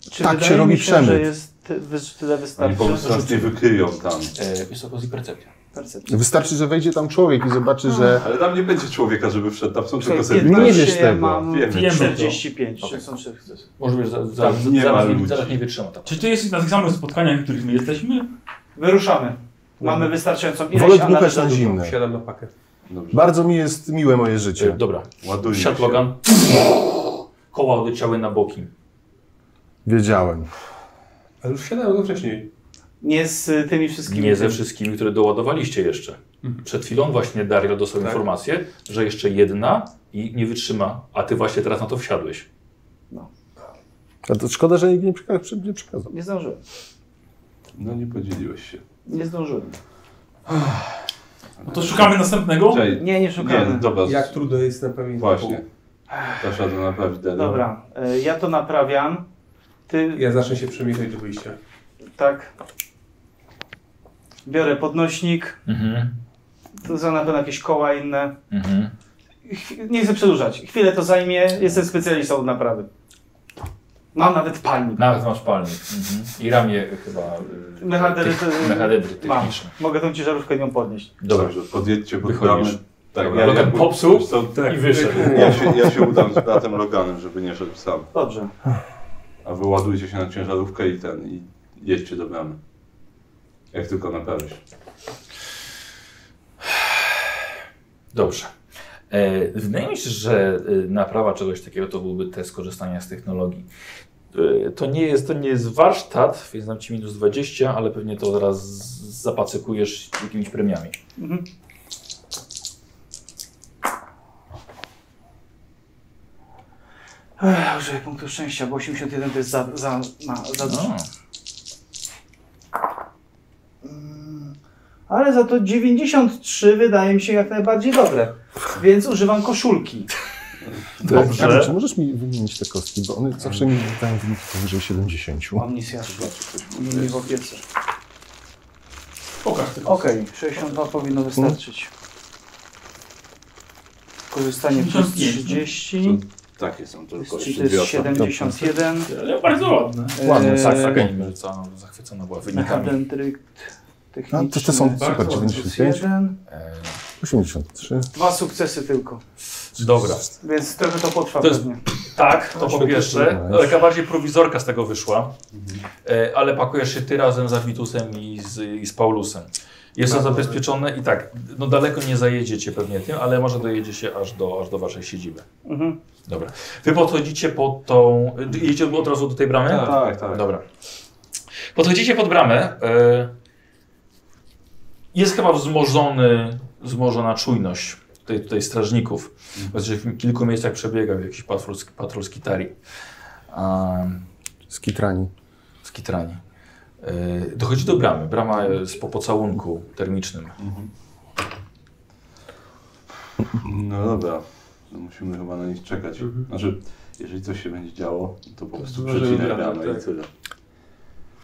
S4: Czy
S2: Tak
S4: wydaje
S2: się robi
S4: mi się,
S2: przemyt.
S4: że jest ty- wy- tyle
S5: Oni po
S4: wystarczy?
S5: prostu nas nie wykryją tam.
S1: E, wysoko z percepcja.
S4: Percepcja.
S2: Wystarczy, że wejdzie tam człowiek i
S1: No.
S2: zobaczy, że
S5: Ale tam nie będzie człowieka, żeby wszedł, tam są tylko sobie.
S4: Słuchaj,
S2: nie wiesz
S4: piętnaście, ja
S2: tego.
S4: mam
S5: Wiemy.
S7: Wiemy.
S4: 45. Czy są wszyscy?
S1: Może wiesz, za, za,
S5: Tam nie
S1: zaraz,
S5: ma
S1: Tak, nie,
S5: ludzi.
S1: zaraz nie wytrzyma tam.
S7: Czy ty jesteś na tych samych spotkaniach, w których my jesteśmy?
S4: Wyruszamy. Mamy wystarczającą ilość,
S2: wolę
S4: a
S2: dmuchać
S4: nawet za
S2: na
S4: dużo.
S2: zimne.
S6: Siadam na pakę.
S10: Dobrze.
S2: Bardzo mi jest miłe moje
S1: E,
S2: życie.
S1: dobra,
S5: Ładujmy
S1: siad
S5: się.
S1: Logan. Koła odleciały na boki.
S2: Wiedziałem.
S6: Ale już siadałem go wcześniej.
S4: Nie z tymi wszystkimi.
S1: Nie ze wszystkimi, które doładowaliście jeszcze.
S7: Mhm.
S1: Przed chwilą właśnie Dario dostał
S6: Tak.
S1: informację, że jeszcze jedna i nie wytrzyma, a ty właśnie teraz na to wsiadłeś.
S2: A to szkoda, że nikt nie przeka- nie przekazał.
S4: Nie zdążyłem.
S10: No nie podzieliłeś się.
S4: Nie zdążyłem.
S7: No to szukamy następnego.
S10: Czekaj,
S4: Nie, nie szukamy.
S10: nie, dobra.
S6: Jak trudno jest na pamięć.
S10: Właśnie. Ta szada naprawi Darian.
S4: Dobra, e, ja to naprawiam. Ty
S6: Ja zacznę się przemierzać do wyjścia.
S4: tak. Biorę podnośnik,
S1: Mhm.
S4: tu za na pewno jakieś koła inne.
S1: Mhm.
S4: Chw- Nie chcę przedłużać. Chwilę to zajmie. Jestem specjalistą od naprawy. Mam nawet palnik.
S1: Nawet masz palnik. Mhm. I ramię chyba. y,
S4: Mechadry-
S1: tych- mechadry
S4: Mam.
S1: techniczne.
S4: Mogę tą ciężarówkę nią podnieść.
S1: Dobra.
S5: Dobrze, podjedźcie pod
S1: Wychodzisz.
S5: bramę. Tak,
S1: Dobra, Logan popsuł
S5: Zresztą-
S1: i
S6: Tak,
S1: wyszedł.
S5: Ja się, ja się udam z bratem Loganem, żeby nie szedł sam.
S4: Dobrze.
S5: A wy ładujcie się na ciężarówkę i ten, i jedźcie do bramy. Jak tylko naprawisz.
S1: Dobrze. E, wydaje mi się, że e, naprawa czegoś takiego to byłby test korzystania z technologii. E, to, nie jest, to nie jest warsztat, więc dam ci minus 20, ale pewnie to zaraz z- zapacykujesz jakimiś premiami.
S4: Mhm. Ech, Użyję punktu szczęścia, bo 81 to jest za, za, ma, za dużo.
S1: No.
S4: Mm, Ale za to 93 wydaje mi się jak najbardziej dobre. Więc używam koszulki.
S2: Dobrze.
S11: Dobrze.
S2: Czy możesz mi wymienić te kostki, bo one zawsze mi dają wyniki powyżej 70.
S4: Omnisja. Inni w opiece.
S7: Pokaż tylko.
S4: Okej, 62 powinno wystarczyć. Korzystanie przez 30.
S12: Takie są tylko
S4: Czyli to
S12: jeszcze dwie
S4: jest
S12: osoby.
S4: 71.
S7: Ale bardzo ładne.
S1: Ładne, tak,
S4: Eee,
S1: tak. Rzucano, zachwycona była wynikami.
S4: Mechadentryk
S2: A,
S4: techniczny.
S2: to, to są
S4: Bardzo
S2: super,
S4: ładny.
S2: 95,
S4: Jeden.
S2: 83.
S4: Dwa sukcesy tylko,
S1: Dobra.
S4: więc trochę to potrwa
S1: To jest-
S4: pewnie.
S1: Tak, to po pierwsze. No,
S2: wydaje.
S1: Taka bardziej prowizorka z tego wyszła. E, Ale pakujesz się ty razem z Arbitusem i z, i z Paulusem. Jest to zabezpieczone i tak, no daleko nie zajedziecie pewnie tym, ale może dojedziecie aż do, aż do waszej siedziby.
S4: Mhm.
S1: Dobra. Wy podchodzicie pod tą... Jedziecie od razu do tej bramy?
S5: Tak, tak.
S1: Dobra. Podchodzicie pod bramę. e, Jest chyba wzmożony, wzmożona czujność tutaj, tutaj strażników. Znaczy w kilku miejscach przebiegał jakiś patrol, z- patrol z Kitari. Um,
S2: Skitrani.
S1: z Kitrani. E, Dochodzi do bramy. Brama jest po pocałunku termicznym.
S5: No dobra, no musimy chyba na nich czekać.
S6: Mhm.
S5: Znaczy, jeżeli coś się będzie działo, to po prostu
S6: Zważymy
S5: przecinaj
S6: bramę,
S5: bramę i
S6: tak.
S5: tyle.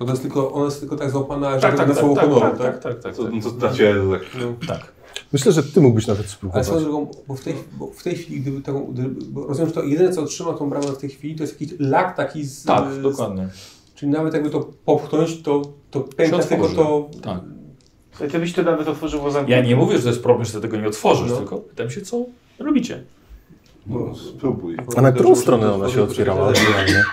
S6: Ona jest tylko, ona jest tylko tak złapana, że tak, na słowo honoru, tak?
S1: tak, tak, tak,
S5: To,
S1: tak.
S5: no to dla ciebie to tak.
S6: No.
S1: tak.
S2: Myślę, że ty mógłbyś nawet
S6: Ale
S2: spróbować.
S6: swoją drogą, bo w tej, bo w tej chwili, gdyby taką, gdyby, bo rozumiem, że to jedyne, co trzyma tą bramę w tej chwili, to jest jakiś lak taki z...
S1: Tak,
S6: z-
S1: dokładnie.
S6: Czyli nawet jakby to popchnąć, to, to pęka
S1: Się
S6: tylko to...
S1: otworzy. Tak.
S4: Słuchaj, Ty byś to nawet otworzył bo
S1: Ja
S4: zamknięty.
S1: nie mówię, że to jest problem, że ty tego nie otworzysz,
S6: No.
S1: tylko pytam się, co robicie.
S5: No, spróbuj.
S2: A na którą
S6: Dobrze,
S2: stronę
S6: może
S2: ona się
S6: poczekać,
S2: otwierała?
S6: ale-
S2: oryginalnie?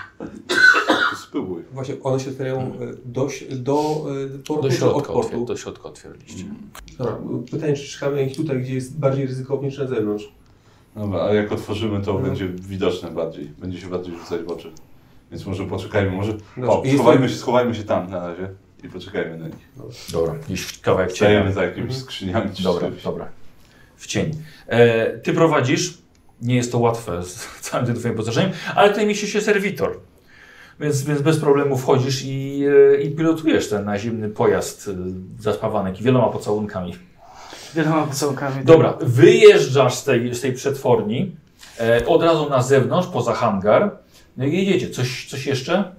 S5: Spróbuj.
S6: Właśnie one się otwierają e, do, si- do e, portu
S1: Do
S6: czy od
S1: środka,
S6: portu.
S1: otwier- do środka otwieraliście.
S6: Dobra, pytanie, czy szukamy ich tutaj, gdzie jest bardziej ryzykownie, czy na zewnątrz?
S5: Dobra, a jak otworzymy,
S6: Mhm.
S5: to będzie widoczne bardziej. Będzie się bardziej rzucać w oczy. Więc może poczekajmy, może. O,
S6: No. jest-
S5: schowajmy się, schowajmy się tam na razie i poczekajmy na nich.
S1: Dobra, gdzieś kawałek cienia.
S5: Stajemy za jakimiś
S6: Mhm.
S5: skrzyniami czy
S1: Dobra,
S5: czymś.
S1: dobra. W cień. E, ty prowadzisz. Nie jest to łatwe z [LAUGHS] całym tym twoim postrzeżeniem, ale tutaj mieści się serwitor. Więc, więc bez problemu wchodzisz i, e, i pilotujesz ten nazimny pojazd e, zaspawanek wieloma pocałunkami.
S4: Wieloma pocałkami.
S1: Dobra, wyjeżdżasz z tej, z tej przetworni e, od razu na zewnątrz, poza hangar. No i jedziecie. Coś, coś jeszcze?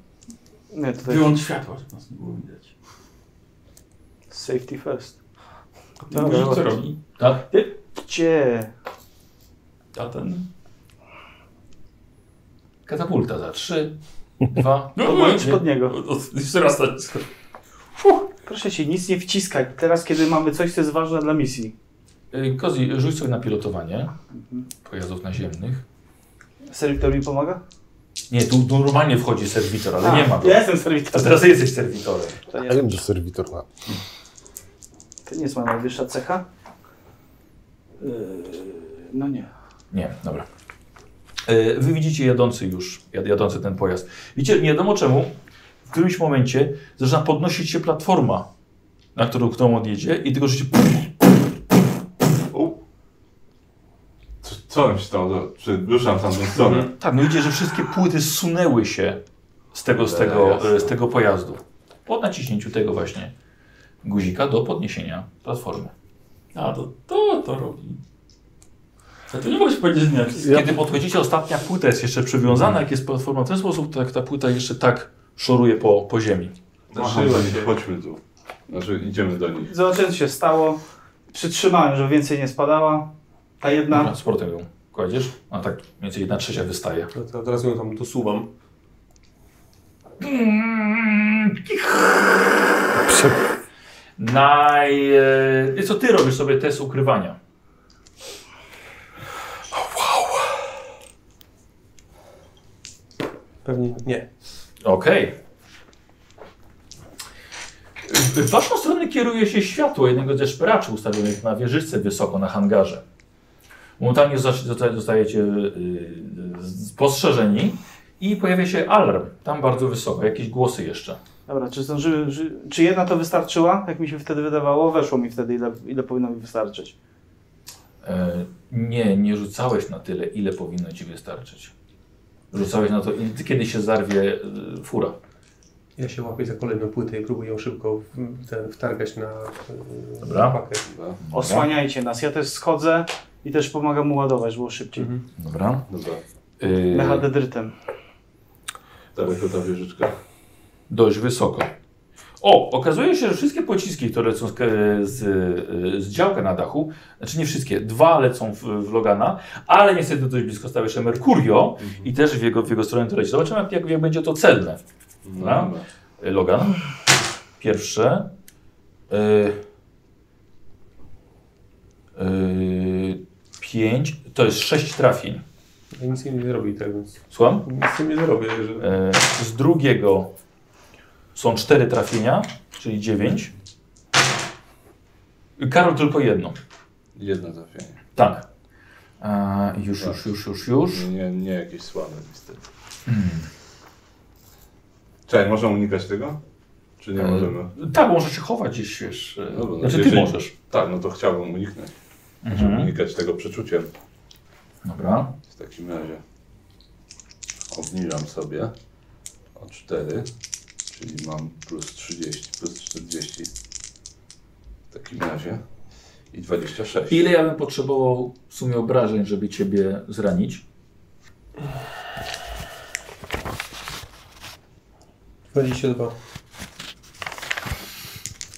S4: Nie, tutaj
S7: Wyłącz światła, żeby nas nie było widać.
S4: safety first.
S7: Ten
S4: Dobra.
S7: może co robi?
S1: Tak?
S4: Gdzie?
S7: A ten?
S1: Katapulta za
S7: [LAUGHS]
S1: 3, 2,
S7: No,
S4: Podłącz pod niego.
S7: o- o- Jeszcze raz tak.
S4: Proszę cię, nic nie wciskać. Teraz, kiedy mamy coś, co jest ważne dla misji.
S1: Y, Kozi, rzuć sobie na pilotowanie Mhm. pojazdów naziemnych.
S4: Serwitor mi pomaga?
S1: Nie, tu tu normalnie wchodzi serwitor, ale
S4: A,
S1: No nie ma go.
S4: Ja jestem
S1: To
S4: serwitorem.
S1: teraz jesteś serwitorem.
S4: To nie,
S2: Ja wiem, że serwitor ma.
S4: to nie jest moja najwyższa cecha. Yy, no nie.
S1: Nie, dobra. E, Wy widzicie jadący już, jad- jadący ten pojazd. Widzicie, nie wiadomo czemu, w którymś momencie zaczyna podnosić się platforma, na którą którą odjedzie i tylko życie...
S5: Co, co nam się stało? no, Czy ruszam w tamtą stronę?
S6: Mhm.
S1: Tak, no widzicie, że wszystkie płyty zsunęły się z tego, z tego,
S5: Jasne.
S1: z tego pojazdu. Po naciśnięciu tego właśnie guzika do podniesienia platformy.
S7: A to to, to robi. A No to nie mogłeś powiedzieć, że nie.
S1: Ja- Kiedy podchodzicie, ostatnia płyta jest jeszcze przywiązana. Jak jest platforma w ten sposób, to jak ta płyta jeszcze tak szoruje po, po ziemi.
S5: Znaczy, chodźmy tu. Znaczy, idziemy do nich.
S4: Zobaczyłem, co się stało. Przytrzymałem, żeby więcej nie spadała. Ta jedna.
S1: Na sportem ją kładziesz, a tak mniej więcej jedna trzecia wystaje.
S6: No to teraz ją tam dosuwam.
S1: Naj... e, i Co ty robisz sobie test ukrywania?
S6: Pewnie nie.
S1: Okej. W- W waszą stronę kieruje się światło jednego ze szperaczy ustawionych na wieżyczce wysoko na hangarze. Momentalnie zas- zosta- zostajecie y, y, spostrzeżeni i pojawia się alarm. Tam bardzo wysoko, jakieś głosy jeszcze.
S4: Dobra, czy zdążyły. Czy, czy jedna to wystarczyła? Jak mi się wtedy wydawało, weszło mi wtedy, ile, ile powinno mi wystarczyć.
S1: E, nie, nie rzucałeś na tyle, ile powinno ci wystarczyć. Rzucałeś na to, i- kiedy się zarwie y, fura.
S6: Ja się łapię za kolejną płytę i próbuję ją szybko w, ten, wtargać na
S1: Dobra.
S6: pakę.
S4: Osłaniajcie nas. Ja też schodzę I też pomaga mu ładować, było szybciej. Mhm.
S1: Dobra.
S5: Dobra,
S1: Yy,
S4: Mechadedrytem.
S5: daleko ta wieżyczka.
S1: dość wysoko. O, okazuje się, że wszystkie pociski, które lecą z, z, z działka na dachu, znaczy nie wszystkie, dwa lecą w, w Logana, ale niestety dość blisko stał jeszcze Mercurio i też w jego, w jego stronę to leci. Zobaczymy, jak, jak, jak będzie to celne. Dobra. Logan. Pierwsze. Yy, yy, e, pięć. To jest sześć trafień.
S6: Ja nic nie zrobi tak więc.
S1: Słucham?
S6: Nic nie zrobię, jeżeli...
S1: E, Z drugiego są cztery trafienia, czyli dziewięć. Karol tylko jedno.
S5: Jedno trafienie.
S1: Tak. E, Już, już, już, już, już.
S5: Nie, nie, nie jakieś słabe niestety.
S1: Hmm.
S13: Czekaj, można unikać tego? Czy nie
S1: E,
S13: możemy?
S1: Tak, bo możesz się chować gdzieś, wiesz. e,
S5: Dobra, no
S1: Znaczy ty
S5: jeżeli-
S1: możesz.
S13: Tak, no to chciałbym uniknąć.
S1: Mhm.
S13: Unikać tego przeczuciem.
S1: Dobra.
S13: W takim razie obniżam sobie o 4, czyli mam plus 30, plus 40. W takim razie i 26.
S1: Ile ja bym potrzebował w sumie obrażeń, żeby ciebie zranić?
S6: 22.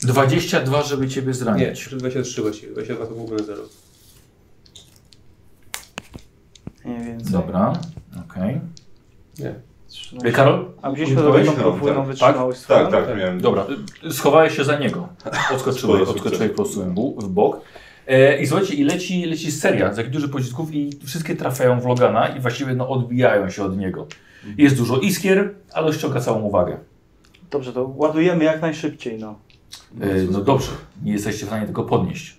S1: 22, żeby ciebie
S6: Nie,
S1: zranić.
S6: przy 23 właściwie. 22 to byłby na 0.
S4: Nie więcej.
S1: Dobra, okej.
S6: Nie.
S1: E, Karol?
S4: A gdzieś
S13: Nie
S4: podobno
S13: pomyślałem,
S4: popłyną
S13: tak.
S4: wytrzymałość
S13: Tak,
S4: swoją?
S13: tak, miałem.
S1: Dobra, y, schowałeś się za niego. Odskoczyłeś,
S13: Sporo
S1: odskoczyłeś po
S13: sukcesów.
S1: prostu w bu- w bok. E, I słuchajcie, i leci, leci seria z takich dużych pocisków i wszystkie trafiają w Logana i właściwie no, odbijają się od niego. Jest dużo iskier, ale ściąga całą uwagę.
S4: Dobrze, to ładujemy jak najszybciej, no.
S1: E, no dobrze, nie jesteście w stanie tego podnieść.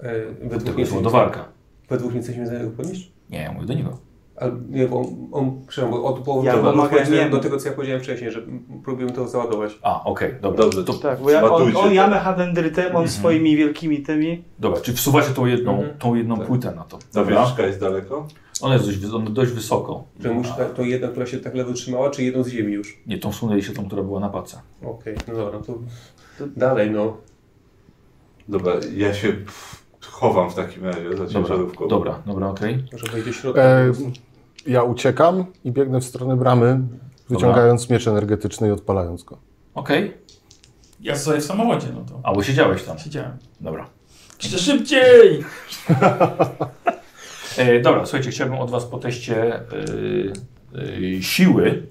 S6: E, we dwóch
S1: Tego
S6: nie
S1: jest
S6: jesteśmy-
S1: łodowarka.
S6: We dwóch nie jesteśmy w stanie go podnieść?
S1: Nie, ja mówię do niego.
S6: Ale nie, bo on, on przepraszam, bo od połowy
S4: Ja
S6: do-
S4: pomagam
S6: dochodzi
S4: jemu.
S6: do tego, co ja powiedziałem wcześniej, że m- próbujemy to załadować.
S1: A, okej, dobra.
S13: Dobrze.
S1: To,
S4: Tak, bo jak on,
S13: Zmatujcie
S4: on ja
S13: to.
S4: mechadendrytem, on
S13: Mhm.
S4: swoimi wielkimi tymi.
S1: dobra, czyli wsuwacie tą jedną,
S6: Mhm.
S1: tą jedną
S13: Tak.
S1: płytę na to.
S13: Ta
S1: Dobra.
S13: wieżyczka jest daleko?
S1: Ona jest dość, wys- ona dość wysoko.
S6: Że musi ta, to jedna, która się tak lewo trzymała, czy jedną z ziemi już?
S1: Nie, tą wsunęliście, tą, która była na pace.
S6: Okej, no dobra, to dalej no.
S13: Dobra, ja się pff, chowam w takim razie za
S1: Dobra,
S13: ciężarówką.
S1: dobra, dobra, okej.
S6: Może wejść do środka.
S2: E, ja uciekam i biegnę w stronę bramy, wyciągając miecz energetyczny i odpalając go.
S1: Okej,
S7: Ja zostaję w samochodzie, no to
S1: a bo siedziałeś tam.
S7: siedziałem.
S1: Dobra.
S7: Jeszcze szybciej!
S1: E, dobra, słuchajcie, chciałbym od Was po teście e, e, siły.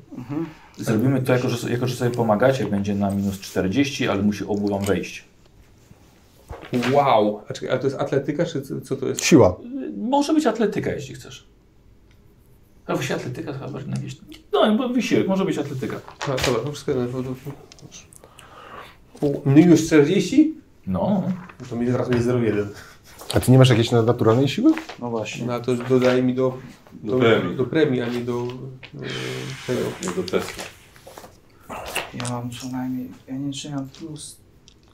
S1: Zrobimy to jako że, jako, że sobie pomagacie. Będzie na minus 40, ale musi obu Wam wejść.
S6: Wow! A czekaj, ale to jest atletyka, czy co, co to jest?
S2: Siła.
S1: E, może być atletyka, jeśli chcesz. Albo się atletyka chyba bardziej na jakieś... No, bo wysiłek, może być atletyka.
S6: A, dobra, to wszystko jedno. to- to- to- Minus 40?
S1: No,
S6: No To mi zaraz będzie 0,1.
S2: A ty nie masz jakiejś nadnaturalnej siły?
S4: No właśnie.
S6: No ale to dodaje mi do,
S13: Do premii.
S6: do premii, a nie do e, tego.
S13: Nie do testu.
S4: Ja mam co najmniej, ja nie czy ja mam plus,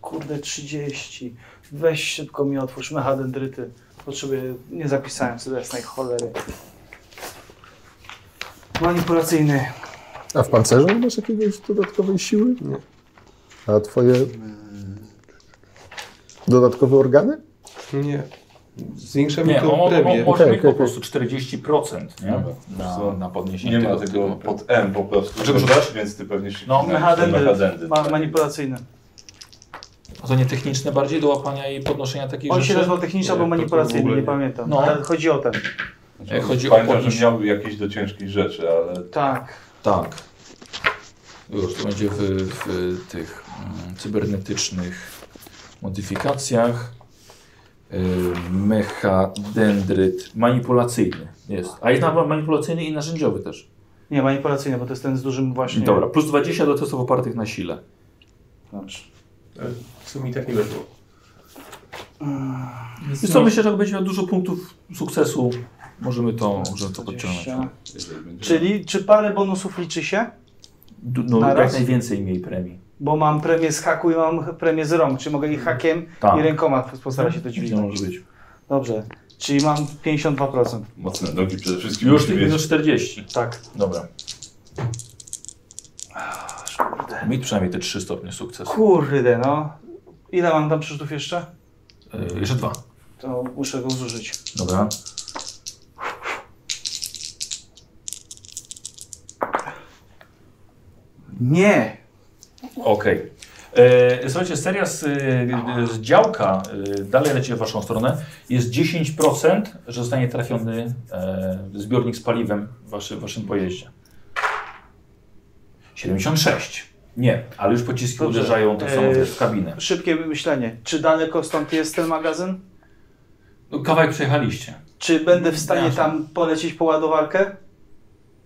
S4: kurde 30. Weź szybko mi otwórz mechadendryty. Potrzebuję, nie zapisałem sobie jasnej cholery. Manipulacyjny.
S2: A w pancerzu nie masz jakiejś dodatkowej siły?
S6: Nie.
S2: A twoje dodatkowe organy?
S6: Nie. Zwiększa mi
S1: nie,
S6: to
S1: on, on,
S6: premię.
S1: może
S2: Okej,
S1: mieć po
S2: okej.
S1: prostu 40% nie? Na, na podniesienie
S13: Nie ma
S1: tego
S13: tego pod M po prostu.
S1: Czego
S13: Czego
S1: szukasz?
S13: szukasz? Więc ty pewnie się
S1: No,
S4: Mechadendryt. Ma,
S13: tak.
S4: manipulacyjny.
S1: A to nie techniczne bardziej do łapania i podnoszenia takich
S4: On
S1: rzeczy?
S4: się nazywał techniczny albo
S13: Nie, to- to w
S4: manipulacyjny,
S13: ogóle
S4: nie
S13: nie.
S4: pamiętam.
S1: No.
S4: Ale chodzi o ten.
S1: Jak E, chodzi o
S13: Pamiętam,
S1: podnieś-
S13: że miał jakieś do ciężkich rzeczy, ale
S4: Tak.
S1: Tak. Już to będzie w, w tych mm, cybernetycznych modyfikacjach. Yy, Mechadendryt manipulacyjny jest. A jest na manipulacyjny i narzędziowy też.
S4: Nie, manipulacyjny, bo to jest ten z dużym właśnie.
S1: Dobra, plus 20 do testów opartych na sile.
S4: Dobrze.
S6: Ale W sumie i tak nie weszło.
S4: Yy,
S1: Więc co, myślę, że jak będzie miał dużo punktów sukcesu, możemy to, możemy to
S4: 20.
S1: podciągnąć.
S13: jeżeli będzie...
S4: Czyli czy parę bonusów liczy się?
S1: Du- No,
S4: Na
S1: jak
S4: raz?
S1: najwięcej miej premii.
S4: Bo mam premię z haku i mam premię z rąk. Czy mogę ich hakiem
S1: Tak.
S4: i rękoma postara się to
S1: To
S4: dźwignąć?
S1: może być.
S4: Dobrze. Czyli mam 52%.
S13: Mocne nogi przede wszystkim
S1: Już
S13: musi
S1: tych
S13: mieć.
S1: minus 40.
S4: Tak.
S1: Dobra. Mieć No przynajmniej te 3 stopnie sukcesu.
S4: Kurde no. Ile mam tam przerzutów jeszcze?
S1: Yy, jeszcze dwa.
S8: to muszę go zużyć.
S1: Dobra.
S8: Nie!
S1: Okej. E, Słuchajcie, seria z, y, y, z działka y, dalej leci w waszą stronę. Jest 10%, że zostanie trafiony e, zbiornik z paliwem w waszy, w waszym pojeździe. 76. Nie, ale już pociski
S4: Dobrze.
S1: uderzają tak samo
S4: E,
S1: w kabinę.
S4: Szybkie myślenie. Czy daleko stąd jest ten magazyn?
S1: No, kawałek przejechaliście.
S4: Czy będę w stanie tam polecieć po ładowarkę?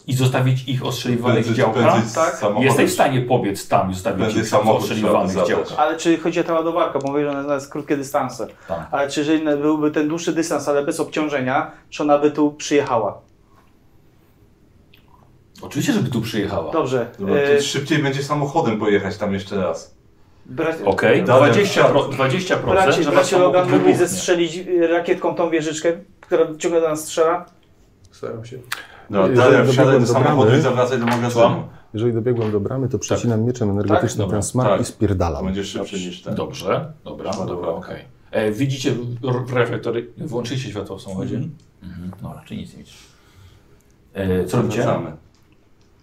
S1: I zostawić ich ostrzeliwanych z
S13: Prędzej-
S1: działka.
S13: prędzej
S4: tak?
S13: samochód-
S1: Jesteś w stanie pobiec tam i zostawić
S13: Prędzej
S1: ich
S13: samochód
S1: ostrzeliwanych z
S13: trzeba zabrać.
S1: działka.
S4: Ale czy chodzi o tę ładowarkę, bo mówię, że ona jest krótkie dystanse.
S1: Tak.
S4: Ale czy jeżeli byłby ten dłuższy dystans, ale bez obciążenia, czy ona by tu przyjechała?
S1: Oczywiście, żeby tu przyjechała.
S4: Dobrze.
S13: Dobra,
S4: e,
S13: to szybciej będzie samochodem pojechać tam jeszcze raz.
S4: bra-
S1: Okej,
S13: Dalej.
S1: 20%, pro- 20
S4: Bracie,
S1: że wasz
S4: bracie
S1: samochód
S4: Logan mógł
S1: wybuchnie.
S4: zestrzelić y, rakietką tą wieżyczkę, która ciągle do nas strzela.
S6: Staram się.
S13: No,
S2: Jeżeli
S13: dalej
S2: dobiegłem
S13: wsiadaj do
S2: do
S13: samochodu
S2: bramy-
S13: i zawracaj do magazynu.
S1: Słucham?
S2: Jeżeli dobiegłem do bramy, to przecinam mieczem energetycznym
S1: Tak. dobra,
S2: ten smar
S13: tak.
S2: i
S13: To
S2: spierdalam.
S13: będzie szybszy niż ten.
S1: Dobrze,
S13: Dobra,
S1: dobra, dobra,
S13: dobra.
S1: okej. E, Widzicie r- reflektory, włączyliście światło w samochodzie? Mhm. No, raczej nic nie widzisz. E, co robicie?
S13: Zawracamy.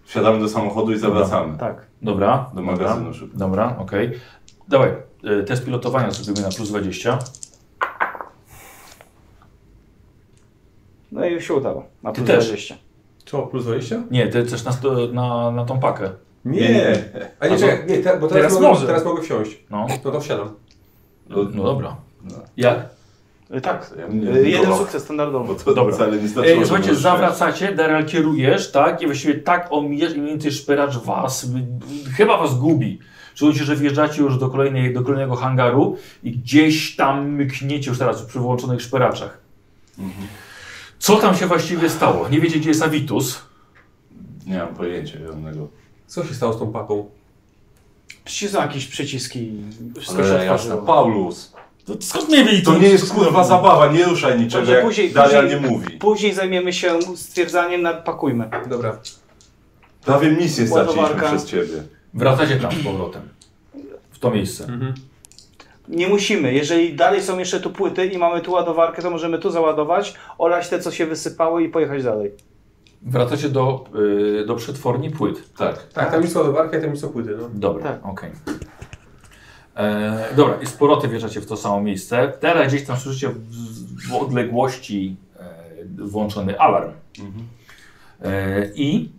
S13: Wsiadamy do samochodu i zawracamy.
S4: Tak.
S1: Dobra,
S13: Do
S1: dobra,
S13: magazynu szybko.
S1: dobra, okej. Dawaj, e, test pilotowania zrobimy na plus 20.
S4: No i się udało. Na
S1: Ty
S4: plus
S1: też.
S4: 20.
S6: Co, plus 20?
S1: Nie, ty też na, sto- na, na tą pakę.
S6: Nie. A nie, czekaj, nie, te, bo teraz,
S7: Teraz
S6: mogę,
S7: może.
S6: teraz mogę wsiąść.
S1: No,
S6: No to wsiadam.
S1: no dobra.
S13: No.
S1: Jak?
S4: Y, Tak.
S13: Ja
S4: Y,
S13: nie-
S4: Jeden
S13: Dobra.
S4: sukces standardowo.
S13: Bo to
S1: Dobra.
S13: wcale
S5: Y,
S13: nie
S1: E,
S13: znaczyło,
S1: słuchajcie,
S13: że
S1: zawracacie, Daryl kierujesz, tak? I właściwie tak omijasz i mniej więcej szperacz was, y, y, chyba was gubi. Czujecie, że wjeżdżacie już do, kolejnej, do kolejnego hangaru i gdzieś tam mkniecie już teraz przy wyłączonych szperaczach. Mhm. Co tam się właściwie stało? Nie wiecie, gdzie jest Avitus?
S13: Nie mam pojęcia żadnego.
S6: Co się stało z tą paką?
S8: Przycisnął jakieś przyciski i wszystko się
S13: Ale jasne,
S8: otworzyło.
S13: Paulus.
S5: No
S1: To skąd nie wiedzieli?
S13: To nie jest kurwa zabawa, nie ruszaj niczego,
S4: Dobrze,
S13: jak
S4: później-
S13: Daria nie
S4: później-
S13: mówi.
S4: Później zajmiemy się stwierdzaniem, nadpakujmy.
S6: Dobra.
S13: Prawie misję straciliśmy
S4: Ładowarka.
S13: przez ciebie.
S1: Wracacie tam z powrotem. W to miejsce.
S4: Nie musimy. Jeżeli dalej są jeszcze tu płyty i mamy tu ładowarkę, to możemy tu załadować, olać te, co się wysypały i pojechać dalej.
S1: Wracacie do, y, do przetworni płyt.
S13: Tak.
S6: Tak, tam jest ładowarka i tam są płyty, no.
S1: Dobra,
S4: Tak.
S1: okej. E, Dobra, i z powrotem wjeżdżacie w to samo miejsce. Teraz gdzieś tam słyszycie w, w odległości e, włączony alarm. E, I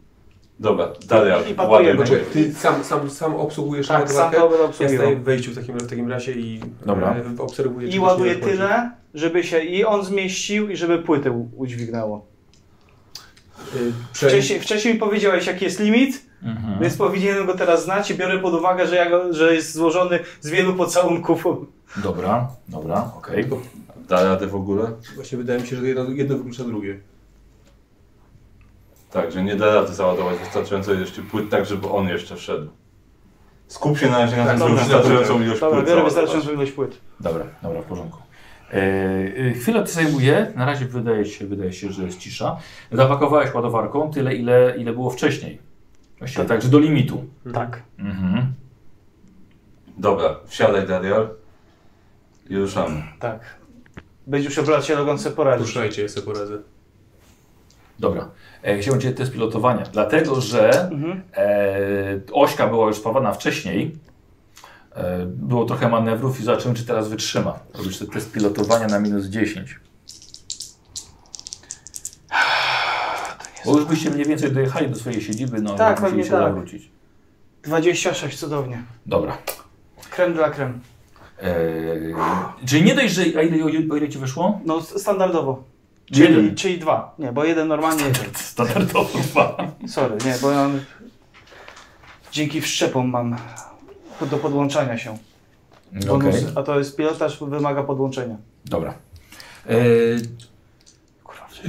S13: Dobra, Daria,
S4: I pakujemy.
S13: ładuj.
S6: Znaczy, ty sam, sam, sam obsługujesz
S4: Tak, sam
S6: ładowarkę?
S4: to będę
S6: Ja
S4: obsługiwał.
S6: staję w wejściu w takim, w takim razie i
S1: Dobra.
S6: e, obserwuję. czy
S4: I
S6: ktoś
S4: ładuję
S6: nie wchodzi.
S4: tyle, żeby się i on zmieścił i żeby płyty u- udźwignęło.
S6: Y, prze-
S4: Wcześniej, wcześniej mi powiedziałeś, jaki jest limit, więc powinienem go teraz znać i biorę pod uwagę, że, ja go, że jest złożony z wielu pocałunków.
S1: dobra, dobra, okej.
S13: Daria, ty w ogóle?
S6: Właśnie wydaje mi się, że jedno, jedno wyklucza drugie.
S13: Tak, że nie da rady załadować wystarczająco jeszcze płyt, tak żeby on jeszcze wszedł. Skup się na razie na
S6: Tak,
S13: tym, żeby
S6: dobra,
S13: wystarczającą ilość
S4: Dobra,
S13: płyt
S4: biorę
S13: załadować.
S4: wystarczającą ilość płyt.
S1: Dobra, dobra, w porządku. E, e, chwilę to zajmuje, na razie wydaje się, wydaje się, że jest cisza. Zapakowałeś ładowarką tyle, ile, ile było wcześniej. Właściwie także do limitu.
S4: Tak.
S1: Mhm.
S13: Dobra, wsiadaj Daria i ruszamy.
S4: Tak. Będzie już się Logan sobie poradzić.
S6: Ruszajcie, ja sobie poradzę.
S1: Dobra. E, Chciałbym Cię test pilotowania, dlatego że
S4: Mhm.
S1: E, ośka była już spawana wcześniej. E, było trochę manewrów i zobaczymy, czy teraz wytrzyma. Robisz ten test pilotowania na minus 10. Bo już byście mniej więcej dojechali do swojej siedziby, no
S4: Tak,
S1: tak, musieli
S4: pewnie
S1: się
S4: tak.
S1: zawrócić.
S4: 26, cudownie.
S1: Dobra.
S4: Krem dla krem.
S1: E, czyli nie dość, że... A ile, o ile Ci wyszło?
S4: No s- standardowo.
S1: Jeden.
S4: Czyli, czyli dwa. Nie, bo jeden normalnie jeden.
S1: Standardowo dwa.
S4: Sorry, nie, bo ja dzięki wszczepom mam do podłączania się. Bonus,
S1: Okej.
S4: A to jest pilotaż wymaga podłączenia.
S1: Dobra. E,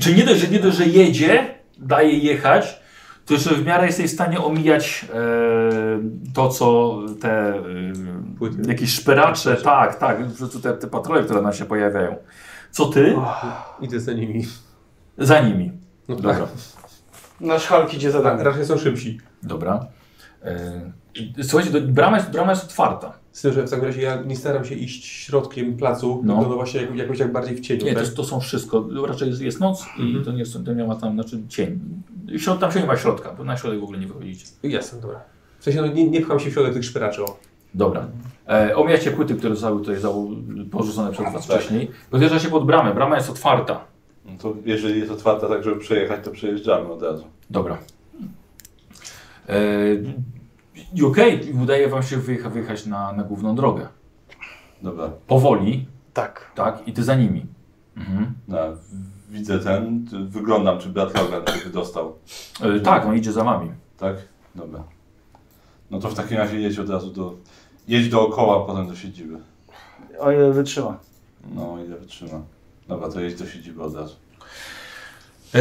S1: czyli nie dość, że, nie dość, że jedzie, daje jechać, to jeszcze w miarę jesteś w stanie omijać e, to, co te e,
S6: Płyty.
S1: jakieś szperacze, tak, tak, po prostu te, te patrole, które nam się pojawiają. Co ty?
S6: Idę za nimi.
S1: Za nimi.
S6: Oh. No tak.
S1: Dobra.
S4: Nasz Hulk idzie za
S6: Ra-
S4: nami.
S6: Raczej są Tak, szybsi.
S1: Dobra. E, słuchajcie, do, brama, jest, brama jest otwarta.
S6: Z tym, że w takim razie ja nie staram się iść środkiem placu,
S1: No.
S6: no, no właśnie jak- jakoś jak bardziej w cieniu,
S1: Nie, to,
S6: tak?
S1: to są wszystko. Raczej jest, jest noc i
S6: Mhm.
S1: to nie, są- to nie ma tam, znaczy cień. Środ, tam się nie ma środka, bo na środek w ogóle nie wychodzicie.
S6: Jasne, dobra. W sensie no, nie, nie pcham się w środek tych szperaczy, o.
S1: Dobra. E, omijacie płyty, które zostały tutaj zało- porzucone przez was wcześniej. Podjeżdża się pod bramę. Brama jest otwarta.
S5: No to jeżeli jest otwarta tak, żeby przejechać, to przejeżdżamy od razu.
S1: Dobra. E, i Okej, udaje wam się wyjecha, wyjechać na, na główną drogę.
S5: Dobra.
S1: Powoli,
S4: Tak.
S1: tak? I ty za nimi. Mhm.
S5: No, w- widzę ten, t- wyglądam, czy brat Logan się wydostał.
S1: E, tak, on idzie za wami.
S5: Tak? Dobra. No to w takim razie jedź od razu do... Jedź dookoła, potem do siedziby.
S4: O ile wytrzyma.
S5: No, ile wytrzyma. Dobra, to jedź do siedziby od razu.
S1: E,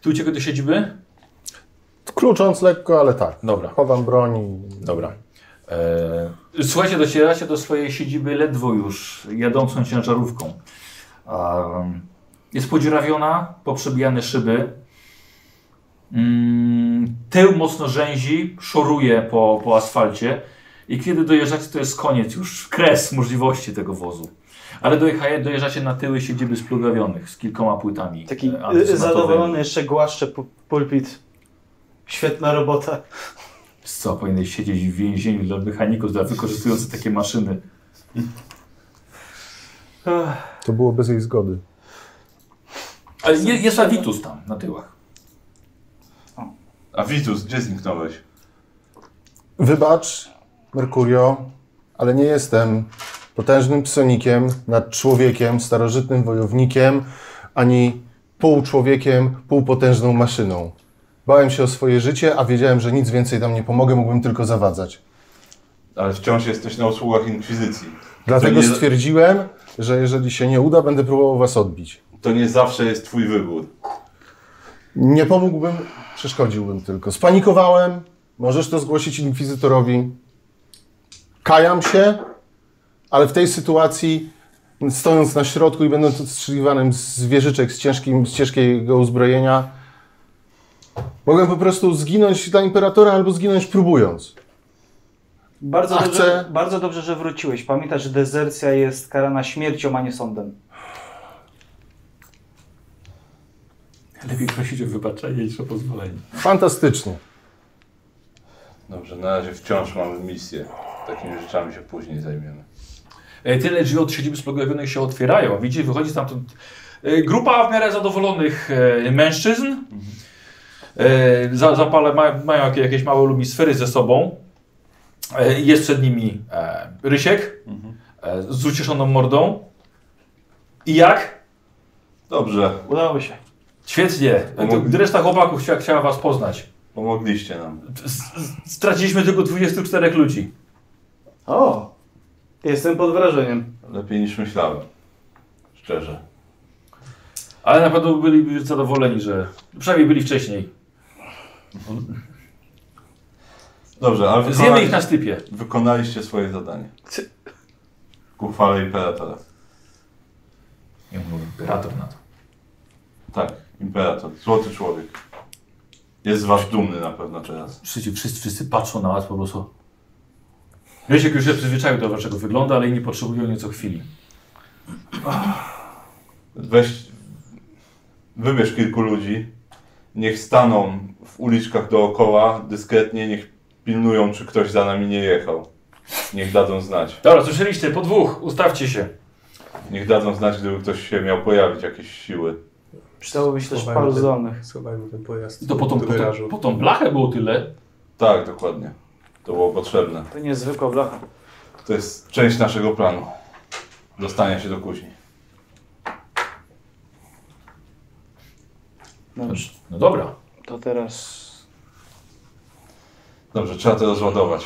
S1: tu uciekaj do siedziby?
S2: Klucząc lekko, ale tak.
S1: Dobra.
S2: Chowam broń i...
S1: Dobra. E, słuchajcie, docieracie do swojej siedziby ledwo już jadącą ciężarówką. Um, jest podziurawiona, poprzebijane szyby. Mm, tył mocno rzęzi, szoruje po, po asfalcie. I kiedy dojeżdżacie, to jest koniec, już kres możliwości tego wozu. Ale dojechaje, dojeżdżacie na tyły siedziby splugawionych z kilkoma płytami.
S4: Taki
S1: e,
S4: y,
S1: antysmatowymi.
S4: zadowolony jeszcze głaszcze pu- pulpit. Świetna robota.
S1: Co, powinieneś siedzieć w więzieniu dla mechaników, dla wykorzystujących takie maszyny.
S4: Ech,
S2: To było bez jej zgody.
S1: Ale je, jest Avitus tam, na tyłach.
S5: A Vitus, gdzie zniknąłeś?
S2: Wybacz, Merkurio, ale nie jestem potężnym psonikiem nad człowiekiem, starożytnym wojownikiem, ani pół człowiekiem, półpotężną maszyną. Bałem się o swoje życie, a wiedziałem, że nic więcej tam nie pomogę, mógłbym tylko zawadzać.
S5: Ale wciąż jesteś na usługach Inkwizycji.
S2: Dlatego
S5: To nie-
S2: stwierdziłem, że jeżeli się nie uda, będę próbował was odbić.
S5: To nie zawsze jest twój wybór.
S2: Nie pomógłbym, przeszkodziłbym tylko. Spanikowałem, możesz to zgłosić inkwizytorowi. Kajam się, ale w tej sytuacji, stojąc na środku i będąc odstrzeliwanym z wieżyczek z, ciężkim, z ciężkiego uzbrojenia, mogłem po prostu zginąć dla imperatora albo zginąć próbując.
S4: Bardzo,
S2: A
S4: dobrze,
S2: chcę-
S4: bardzo dobrze, że wróciłeś. Pamiętasz, że dezercja jest karana śmiercią, a nie sądem.
S1: Lepiej prosić o wybaczenie niż o pozwolenie.
S2: Fantastycznie.
S5: Dobrze, na razie wciąż mamy misję. Takimi rzeczami się później zajmiemy.
S1: E, Tyle drzwi od siedziby splugawionych się otwierają. Widzicie, wychodzi stamtąd e, grupa w miarę zadowolonych e, mężczyzn. E, za- Zapale ma, mają jakie- jakieś małe lumisfery ze sobą. E, Jest przed nimi e, Rysiek e, z ucieszoną mordą. I jak?
S5: Dobrze,
S4: Udało się.
S1: Świetnie. E, to
S5: Pomogli.
S1: Reszta chłopaków chcia, chciała was poznać.
S5: pomogliście nam.
S1: S- s- Straciliśmy tylko 24 ludzi.
S4: O! Jestem pod wrażeniem.
S5: Lepiej niż myślałem. Szczerze.
S1: Ale na pewno byli zadowoleni, że przynajmniej byli wcześniej.
S5: Dobrze, ale
S1: Zjemy
S5: wykonali...
S1: ich na stypie.
S5: wykonaliście swoje zadanie. Ku chwale imperatora.
S1: Nie mówię, imperator na to.
S5: Tak, imperator, złoty człowiek. Jest z was dumny na pewno teraz.
S1: Wszyscy, wszyscy, wszyscy patrzą na was po prostu. Rysiek już się przyzwyczaił do waszego wyglądu, ale i nie potrzebują nieco chwili.
S5: Weź, wybierz kilku ludzi, niech staną w uliczkach dookoła, dyskretnie, niech pilnują, czy ktoś za nami nie jechał. Niech dadzą znać.
S1: Dobra, słyszeliście, po dwóch, ustawcie się.
S5: Niech dadzą znać, gdyby ktoś się miał pojawić, jakieś siły.
S4: Przydałoby się też
S6: Schowajmy
S4: paru
S6: ten-
S4: zdolnych.
S6: Schowajmy ten pojazd
S1: I to po tą,
S6: do tak.
S1: po tą,
S6: garażu.
S1: po tą blachę było tyle.
S5: Tak, dokładnie. To było potrzebne.
S4: To niezwykła blacha.
S5: To jest część naszego planu. Dostania się do kuźni.
S4: No już,
S1: No dobra.
S4: to teraz...
S5: Dobrze, trzeba to rozładować.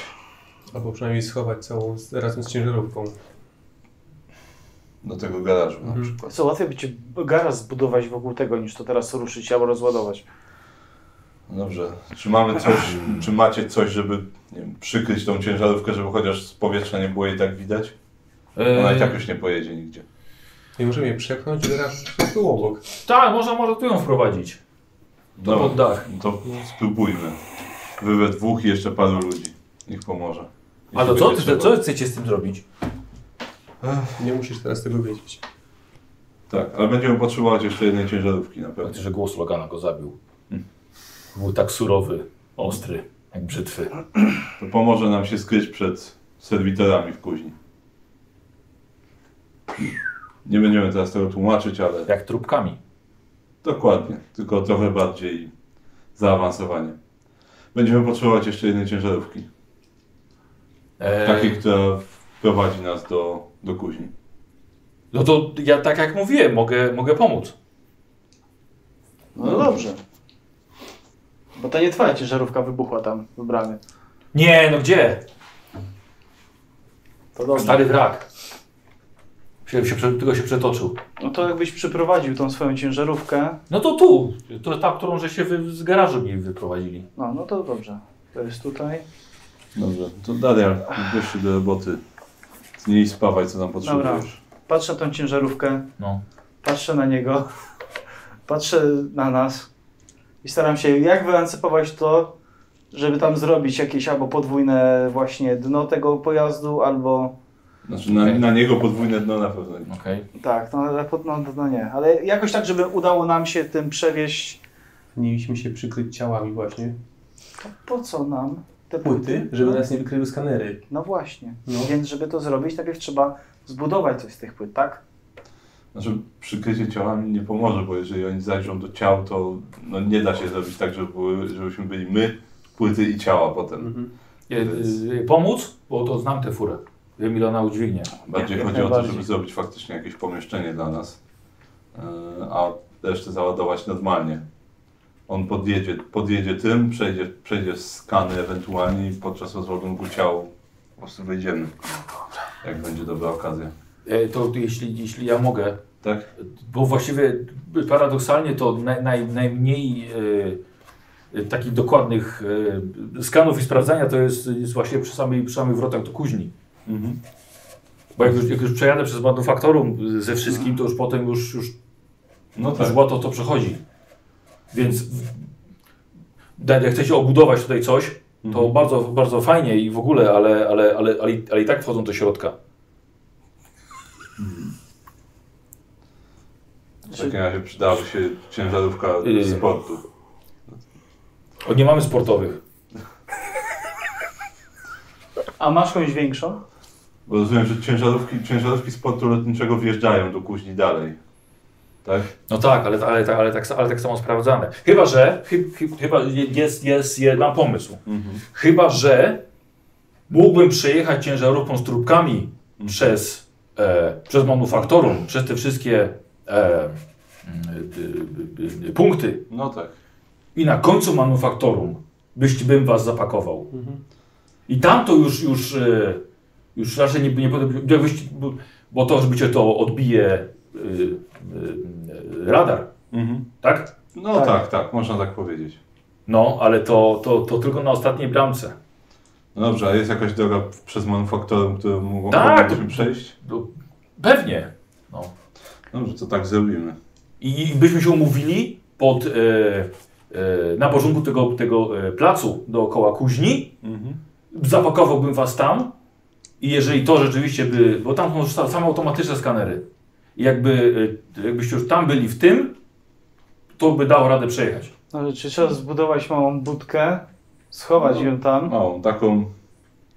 S6: Albo przynajmniej schować całą z- razem z ciężarówką.
S5: Do tego garażu na
S6: Mhm.
S5: przykład.
S4: Co, łatwiej by ci garaż zbudować wokół tego, niż to teraz ruszyć albo rozładować.
S5: Dobrze. No, Czy
S1: [CLEARS THROAT]
S5: mamy coś, czy macie coś, żeby nie wiem, przykryć tą ciężarówkę, żeby chociaż z powietrza nie było jej tak widać? Ona i tak
S1: Eee,
S5: już nie pojedzie nigdzie.
S6: Nie możemy jej przepchnąć, garaż po prostu obok.
S1: tak, można, można tu ją wprowadzić. To
S5: Dobra,
S1: pod dach.
S5: no to spróbujmy. Wy we dwóch i jeszcze paru ludzi. Niech pomoże.
S1: A to
S5: Jeśli
S1: co,
S5: będzie
S1: ty,
S5: trzeba.
S1: co chcecie z tym zrobić?
S6: Nie musisz teraz tego wiedzieć.
S5: Tak, ale będziemy potrzebować jeszcze jednej ciężarówki na pewno.
S1: Pamiętaj, że głos Logana go zabił.
S5: Hmm.
S1: Był tak surowy, ostry, jak brzytwy.
S5: To pomoże nam się skryć przed serwitorami w kuźni. Nie będziemy teraz tego tłumaczyć, ale
S1: Jak trupkami.
S5: dokładnie, tylko trochę bardziej zaawansowanie. Będziemy potrzebować jeszcze jednej ciężarówki.
S1: E,
S5: Takiej, która prowadzi nas do, do kuźni.
S1: No to ja tak jak mówiłem, mogę, mogę pomóc.
S4: No dobrze. Bo to nie twoja ciężarówka wybuchła tam w bramie.
S1: Nie, no gdzie?
S4: To dobrze.
S1: Stary wrak. Się, się, prze- tylko się przetoczył.
S4: No to jakbyś przyprowadził tą swoją ciężarówkę.
S1: No to tu, to ta, którą że się wy, z garażu mi wyprowadzili.
S4: No, no to dobrze. To jest tutaj.
S5: Dobrze, to Darial, bierz się do roboty. Nie idź spawać, co nam potrzebujesz.
S4: Patrzę na tą ciężarówkę,
S1: No.
S4: patrzę na niego, [LAUGHS] patrzę na nas i staram się jak wyancypować to, żeby tam zrobić jakieś albo podwójne właśnie dno tego pojazdu, albo
S5: Znaczy na, na niego podwójne dno na pewno. nie.
S1: Okej.
S4: tak, no, ale pod- no, no nie. Ale jakoś tak, żeby udało nam się tym przewieźć.
S6: Mieliśmy się przykryć ciałami właśnie.
S4: To po co nam te
S6: Płyty, żeby nas nie wykryły skanery.
S4: No właśnie.
S6: No.
S4: Więc żeby to zrobić, najpierw trzeba zbudować coś z tych płyt, tak?
S5: Znaczy przykrycie ciałami nie pomoże, bo jeżeli oni zajrzą do ciał, to no, nie da się zrobić tak, żeby były, żebyśmy byli my, płyty i ciała potem.
S6: Mhm.
S1: Je- y, Pomóc? Bo to znam tę furę. Wiem ile ona udźwignie.
S5: Bardziej
S4: Jak
S5: chodzi o to,
S4: najbardziej.
S5: żeby zrobić faktycznie jakieś pomieszczenie dla nas, yy, a resztę załadować normalnie. On podjedzie, podjedzie tym, przejdzie, przejdzie skany ewentualnie i podczas rozładunku ciał po prostu wejdziemy. Jak będzie dobra okazja.
S1: E, To jeśli, jeśli ja mogę,
S5: Tak?
S1: bo właściwie paradoksalnie to naj, naj, najmniej e, takich dokładnych e, skanów i sprawdzania to jest, jest właśnie przy samej, przy samych wrotach do kuźni.
S5: Mhm.
S1: Bo jak już, jak już przejadę przez manufaktorum ze wszystkim, to już potem już, już
S5: No
S1: Już
S5: tak.
S1: łatwo to przechodzi. Więc w- da- jak chcecie obudować tutaj coś, to
S5: Mhm.
S1: bardzo, bardzo fajnie i w ogóle, ale, ale, ale, ale, i- ale i tak wchodzą do środka.
S5: W takim razie przydałaby się ciężarówka
S1: Yy.
S5: sportu.
S1: O, nie mamy sportowych.
S4: A masz jakąś większą?
S5: Bo rozumiem, że ciężarówki, ciężarówki sportu lotniczego wjeżdżają do kuźni dalej. Tak?
S1: No tak, ale, ale, ale, ale, tak, ale tak samo sprawdzane. Chyba, że. Chy, chy, chyba je- jest, jest, jest. Mam pomysł. Chyba, że mógłbym przejechać ciężarówką z trubkami przez, e, przez manufaktorum, przez te wszystkie e, mm, y, y, y, punkty.
S5: No tak.
S1: i na końcu manufaktorum byś, bym was zapakował. I tam to już, już, e, już raczej nie, nie podoba- jakbyś- bo- bo to, że bycie to odbije e, e, radar, tak?
S5: No
S4: Tak.
S5: tak. tak, można tak powiedzieć.
S1: No, ale to, to, to tylko na ostatniej bramce.
S5: No dobrze, a jest jakaś droga przez manufaktorem, którą mogą
S1: Tak.
S5: moglibyśmy przejść?
S1: No, Pewnie.
S5: Dobrze, to tak zrobimy.
S1: I byśmy się umówili pod, e, e, na porządku tego, tego e, placu dookoła kuźni, zapakowałbym was tam i jeżeli to rzeczywiście by, bo tam są już sa- same automatyczne skanery, I jakby, y, jakbyście już tam byli w tym, to by dało radę przejechać.
S4: No, czy trzeba zbudować małą budkę, schować ją tam
S5: Małą, taką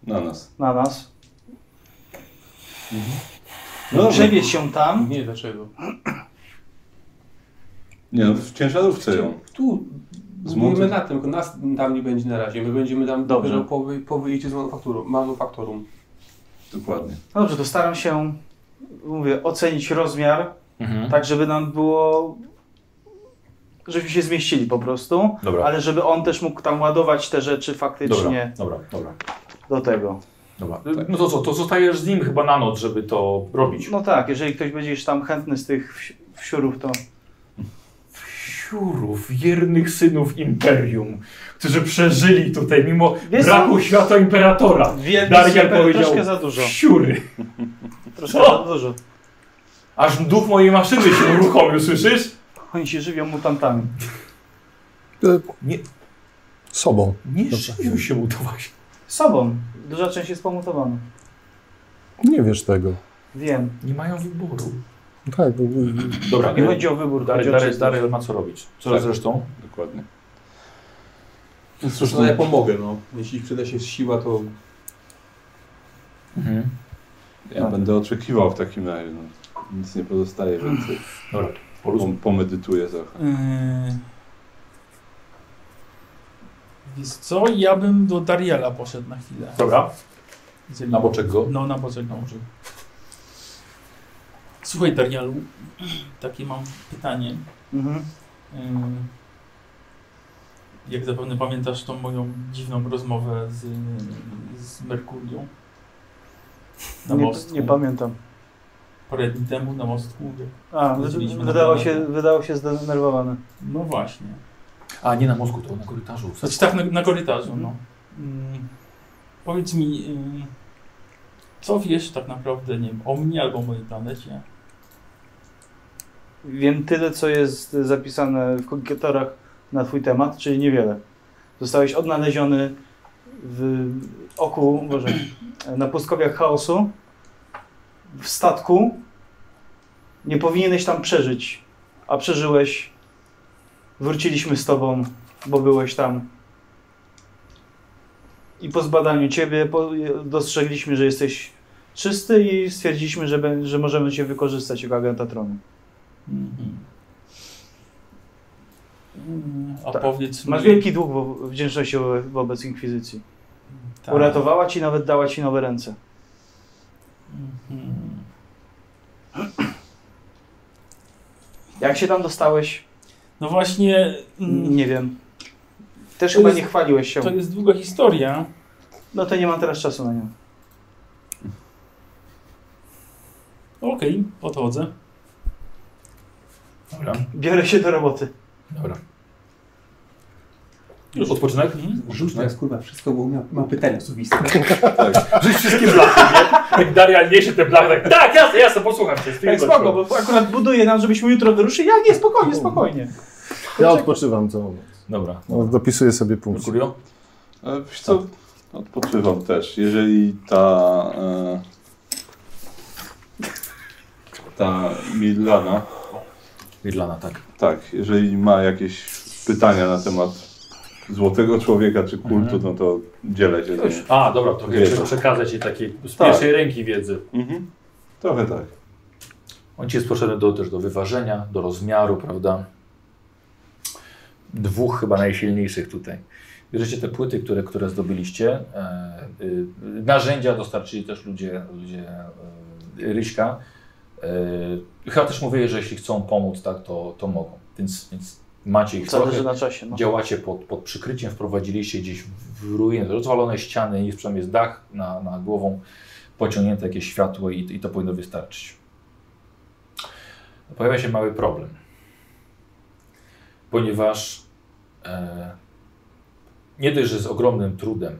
S5: na nas.
S4: na nas,
S5: No dobrze.
S4: przewieźć ją tam.
S6: Nie, dlaczego?
S5: Nie, no w ciężarówce ją.
S6: Tu
S5: Zmontuj.
S6: zmówmy na tym, tylko nas tam nie będzie na razie. My będziemy tam
S4: Dobrze.
S6: dopiero po, wy- po wyjściu z manufakturą. manufakturum.
S5: Dokładnie.
S4: No Dobrze, to staram się, mówię, ocenić rozmiar, tak żeby nam było, żebyśmy się zmieścili po prostu,
S1: Dobra.
S4: ale żeby on też mógł tam ładować te rzeczy faktycznie
S1: Dobra, dobra,
S4: do tego.
S1: dobra. No to co, to zostajesz z nim chyba na noc, żeby to robić.
S4: No tak, jeżeli ktoś będzie już tam chętny z tych wsi- wsiurów, to
S1: Siurów, wiernych synów Imperium, którzy przeżyli tutaj mimo
S4: Wiesz co?
S1: braku światła Imperatora.
S4: Wiedzy
S1: Darial
S4: super-
S1: powiedział-
S4: troszkę za dużo.
S1: Siury.
S4: Troszkę
S1: Co?
S4: za dużo.
S1: Aż duch mojej maszyny się uruchomił, słyszysz?
S4: Oni się żywią mutantami.
S2: E,
S1: Nie.
S2: Sobą.
S1: Nie żywił się mu to właśnie.
S4: Sobą. Duża część jest pomutowana.
S2: Nie wiesz tego.
S4: Wiem.
S1: Nie mają wyboru.
S2: Tak, bo- bo-
S1: Dobra,
S4: Nie
S1: y,
S4: chodzi o wybór.
S1: Dary,
S4: chodzi o
S1: Dary,
S4: czystość.
S1: Dary ma co robić. Co
S5: Tak.
S1: zresztą?
S5: Dokładnie.
S6: Cóż, no ja pomogę, no. Jeśli przyda się siła, to
S5: Ja
S1: Tak.
S5: będę oczekiwał w takim razie. No. Nic nie pozostaje więcej.
S1: Dobra,
S5: Pom- pomedytuję trochę.
S7: Yy... Wiesz co, ja bym do Dariela poszedł na chwilę.
S1: Dobra,
S7: Jeżeli-
S1: na boczek go.
S7: No, na boczek go może. Słuchaj Darielu, takie mam pytanie.
S4: Mhm.
S7: Ym, Jak zapewne pamiętasz tą moją dziwną rozmowę z, z Merkurią na
S4: Nie,
S7: mostku.
S4: nie pamiętam.
S7: Parę dni temu na mostku.
S4: A,
S7: Wróciliśmy
S4: wydało
S7: na
S4: się,
S7: dole.
S4: wydało się zdenerwowane.
S7: No właśnie.
S1: A nie na mózgu, to na korytarzu. Mhm.
S7: Znaczy tak na, na korytarzu, no. Mm, powiedz mi, ym, co wiesz tak naprawdę, nie wiem, o mnie albo o mojej planecie?
S4: Wiem tyle, co jest zapisane w konkietorach na twój temat, czyli niewiele. Zostałeś odnaleziony w oku, Boże, na pustkowiach chaosu, w statku. Nie powinieneś tam przeżyć, a przeżyłeś. Wróciliśmy z tobą, bo byłeś tam. I po zbadaniu ciebie po, dostrzegliśmy, że jesteś czysty i stwierdziliśmy, że, bę- że możemy cię wykorzystać jako agenta tronu.
S7: Mhm. Mm, A
S4: Tak.
S7: powiedz mi...
S4: Masz wielki dług wo- wdzięczności wo- wobec Inkwizycji.
S7: Tak.
S4: Uratowała ci, nawet dała ci nowe ręce.
S7: Mhm.
S4: Jak się tam dostałeś?
S7: No właśnie, mm,
S4: Nie wiem. Też
S7: To
S4: chyba
S7: jest-
S4: nie chwaliłeś się.
S7: to jest długa historia.
S4: No to nie mam teraz czasu na nią.
S7: Okej, podchodzę.
S1: Dobra,
S4: Biorę się do roboty.
S1: dobra. Już odpoczynek?
S7: Mhm.
S6: rzuć teraz, kurwa, wszystko, bo ma, ma pytania osobiste.
S1: Rzuć wszystkie blachy, nie? Jak Darian niesie te blachy, tak, tak, jasne, jasne, posłucham cię. z tym
S4: Tak, spoko, bo akurat buduje nam, żebyśmy jutro wyruszyli, ale nie, spokojnie, spokojnie.
S2: Ja odpoczywam całą noc.
S1: Dobra.
S2: No, dopisuję sobie punkty.
S1: Mercurio?
S5: E, Wiesz co, odpoczywam też. Jeżeli ta... E, ta Milana,
S1: Irlana, tak.
S5: tak, jeżeli ma jakieś pytania na temat Złotego Człowieka czy kultu, no to dzielę się z nim.
S1: A, dobra, to chcę
S5: Wiedza.
S1: przekazać jej takiej z
S5: Tak.
S1: pierwszej ręki wiedzy.
S5: Mhm. Trochę tak.
S1: On ci jest potrzebny do, też do wyważenia, do rozmiaru, prawda? Dwóch chyba najsilniejszych tutaj. Bierzecie te płyty, które, które zdobyliście. E, y, narzędzia dostarczyli też ludzie, ludzie e, Ryśka. E, chyba też mówili, że jeśli chcą pomóc, tak, to, to mogą. Więc, więc macie ich trochę.
S4: Zależy na czasie. No.
S1: Działacie pod, pod przykryciem, wprowadziliście gdzieś w w ruiny, rozwalone ściany, jest przynajmniej jest dach na, na głową, pociągnięte jakieś światło i, i to powinno wystarczyć. Pojawia się mały problem, ponieważ e, nie dość, że z ogromnym trudem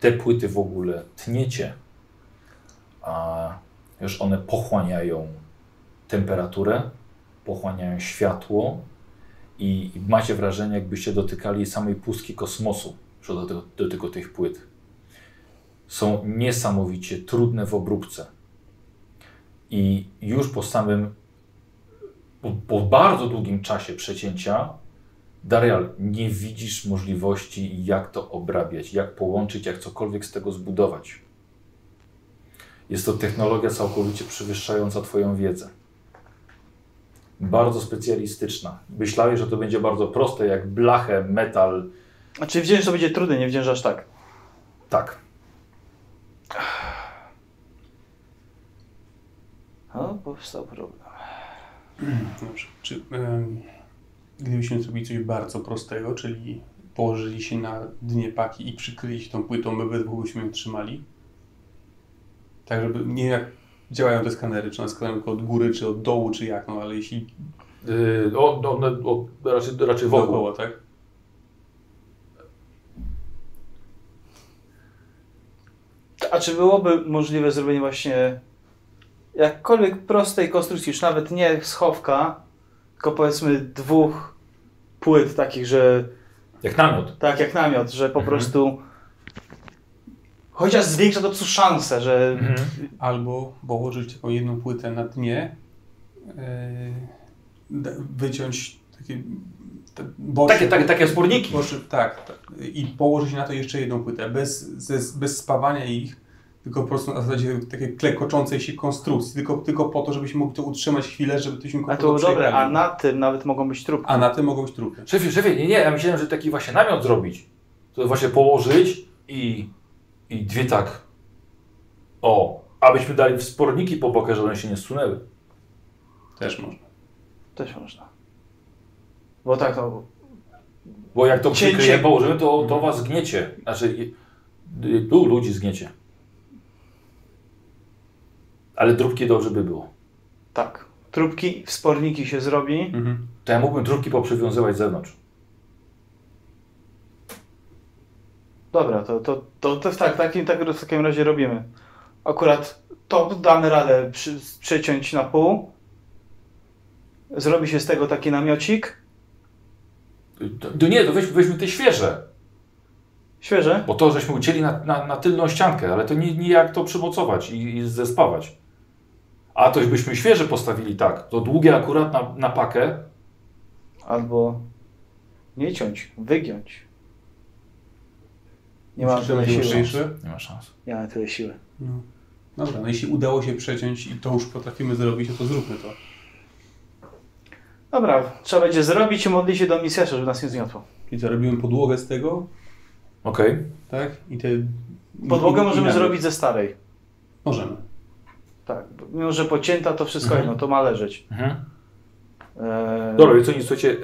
S1: te płyty w ogóle tniecie, a już one pochłaniają temperaturę, pochłaniają światło, i i macie wrażenie, jakbyście dotykali samej pustki kosmosu przy dotyku, dotyku tych płyt. Są niesamowicie trudne w obróbce. I już po samym, po, po bardzo długim czasie przecięcia, Darial, nie widzisz możliwości, jak to obrabiać, jak połączyć, jak cokolwiek z tego zbudować. Jest to technologia całkowicie przewyższająca Twoją wiedzę bardzo specjalistyczna. Myślałeś, że to będzie bardzo proste, jak blachę, metal.
S4: Znaczy wdzięcz to będzie trudne, nie wdzięczasz tak.
S1: Tak.
S4: No, powstał problem.
S6: Dobrze. Czy em, gdybyśmy zrobili coś bardzo prostego, czyli położyli się na dnie paki i przykryli się tą płytą, my we dwóch byśmy ją trzymali? Tak, żeby nie jak działają te skanery, czy one skanują tylko od góry, czy od dołu, czy jak, no ale jeśli
S1: Yy, o, no, no, o, raczej, raczej wokół.
S6: dookoła, tak?
S4: A czy byłoby możliwe zrobienie właśnie jakkolwiek prostej konstrukcji, już nawet nie schowka, tylko powiedzmy dwóch płyt takich, że
S1: Jak namiot.
S4: Tak, jak namiot, że po prostu Chociaż zwiększa to tu szansę, że
S1: Mhm.
S6: Albo położyć taką jedną płytę na dnie, yy, da- wyciąć takie... Te boczne-
S1: Takie, takie, takie sporniki.
S6: Boczne- tak, tak. I położyć na to jeszcze jedną płytę, bez, ze, bez spawania ich, tylko po prostu na zasadzie takiej klekoczącej się konstrukcji, tylko, tylko po to, żebyśmy mogli to utrzymać chwilę, żeby tyśmy
S4: a to dobre, a na tym nawet mogą być trupy.
S6: a na tym mogą być trupy.
S1: Szefie, szefie, nie, nie, ja myślałem, że taki właśnie namiot zrobić. To właśnie położyć i, i dwie tak. O, abyśmy dali wsporniki po bokach, żeby one się nie zsunęły.
S6: Też można.
S4: Też można. Bo tak to...
S1: Bo jak to
S4: Cięcie.
S1: przykryje położymy, to, to was zgniecie. Znaczy, y, tu ludzi zgniecie. Ale drówki dobrze by było.
S4: Tak. Trupki, wsporniki się zrobi.
S6: Mhm.
S1: To ja mógłbym drówki poprzywiązywać z zewnątrz.
S4: Dobra, to, to, to, to tak, tak, tak w takim razie robimy. Akurat to damy radę przy, przeciąć na pół. Zrobi się z tego taki namiocik.
S1: Y, To, to nie, to weźmy, weźmy te świeże.
S4: Świeże.
S1: Bo to żeśmy ucięli na, na, na tylną ściankę, ale to nie, nie jak to przymocować i, i zespawać. A to byśmy świeże postawili tak. To długie akurat na, na pakę.
S4: Albo nie ciąć, wygiąć. Nie mam tyle siły.
S6: Lżejszy?
S1: Nie ma szans.
S4: Nie mam tyle siły.
S6: No. Dobra, no jeśli udało się przeciąć i to już potrafimy zrobić, no to zróbmy to.
S4: Dobra, trzeba będzie zrobić i modlić się do misjasza, żeby nas nie zmiotło.
S6: I co, robimy podłogę z tego,
S1: Okej.
S6: tak? I te...
S4: Podłogę
S6: i- i
S4: możemy
S6: namiot.
S4: zrobić ze starej.
S6: Możemy.
S4: Tak, bo mimo że pocięta to wszystko
S1: Mhm.
S4: jedno, to ma leżeć.
S1: Mhm.
S4: Eee,
S1: Dobra, więc oni słuchajcie,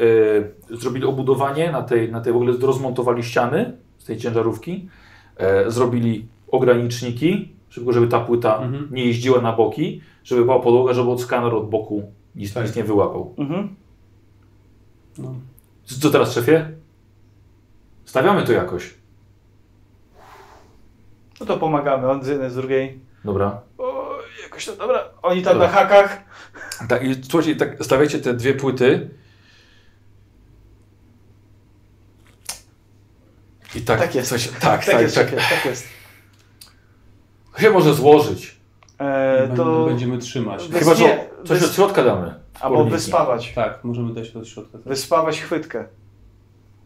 S1: e, zrobili obudowanie na tej, na tej, w ogóle rozmontowali ściany z tej ciężarówki, e, zrobili ograniczniki, szybko, żeby ta płyta
S6: Mhm.
S1: nie jeździła na boki, żeby była podłoga, żeby od skaner od boku nic,
S6: Tak.
S1: nic nie wyłapał.
S4: Mhm.
S6: No.
S1: Co co teraz, szefie? Stawiamy to jakoś.
S4: No to pomagamy, on z jednej, z drugiej.
S1: Dobra.
S4: O, jakoś to dobra. Oni tam
S1: Dobra.
S4: na hakach.
S1: Tak, i słuchajcie, tak stawiacie te dwie płyty. I tak,
S4: Tak jest.
S1: Coś, tak,
S4: Tak,
S1: tak,
S4: jest,
S1: tak,
S4: tak jest, tak jest.
S1: Się może złożyć.
S4: Eee,
S6: to...
S4: to
S6: Będziemy trzymać.
S4: Wys-
S1: Chyba, że
S4: nie,
S1: coś
S4: wys-
S1: od środka damy.
S4: albo
S1: Wspólniki.
S4: wyspawać.
S6: Tak, możemy dać to od środka. Tak.
S4: Wyspawać chwytkę.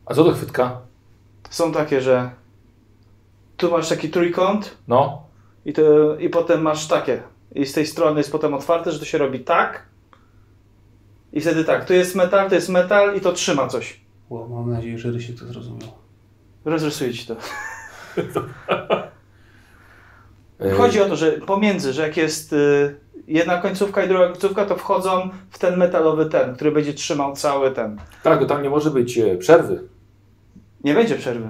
S1: A co do chwytka?
S4: Są takie, że tu masz taki trójkąt
S1: No,
S4: i, to, i potem masz takie. I z tej strony jest potem otwarte, że to się robi tak. I wtedy tak, tu jest metal, tu jest metal i to trzyma coś.
S6: Ło, mam nadzieję, że Rysiek to zrozumiał.
S4: Rozrysuję ci to.
S1: e,
S4: Chodzi o to, że pomiędzy, że jak jest y, jedna końcówka i druga końcówka, to wchodzą w ten metalowy ten, który będzie trzymał cały ten.
S1: tak, bo tam nie może być e, przerwy,
S4: Nie będzie przerwy.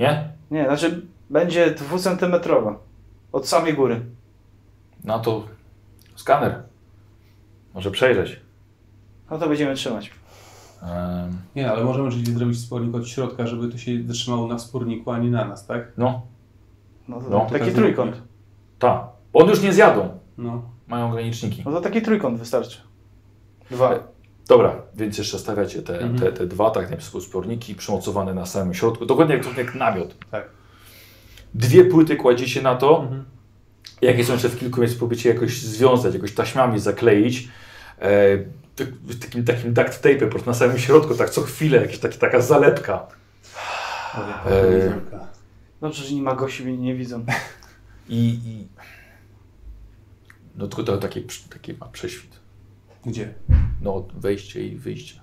S1: nie?
S4: Nie, znaczy będzie dwucentymetrowa. Od samej góry.
S1: No to skaner. Może przejrzeć.
S4: No to będziemy trzymać.
S1: Em,
S6: Nie, ale możemy czyli zrobić spornik od środka, żeby to się zatrzymało na sporniku, a nie na nas, tak?
S1: no,
S4: No to
S1: No,
S6: to
S4: taki
S6: tak
S4: trójkąt.
S6: zróbmy.
S1: ta. Bo on już nie zjadą.
S6: No.
S1: Mają graniczniki.
S4: No to taki trójkąt wystarczy. Dwa.
S1: Dobra, więc jeszcze stawiacie te,
S6: Mhm.
S1: te, te dwa, tak napisane sporniki, przymocowane na samym środku. Dokładnie jak, jak namiot.
S6: Tak.
S1: Dwie płyty kładziecie na to.
S6: Mhm.
S1: Jakie są jeszcze w kilku, więc próbujecie jakoś związać, jakoś taśmami zakleić. E, ty- takim, takim duct tape, po prostu na samym środku, tak co chwilę, jakaś taki, taka zalepka. Eee.
S4: Dobrze, że nie ma gości, mnie nie widzą.
S1: I, i... No tylko to takie, przy- takie ma prześwit.
S6: Gdzie?
S1: No wejście i wyjście.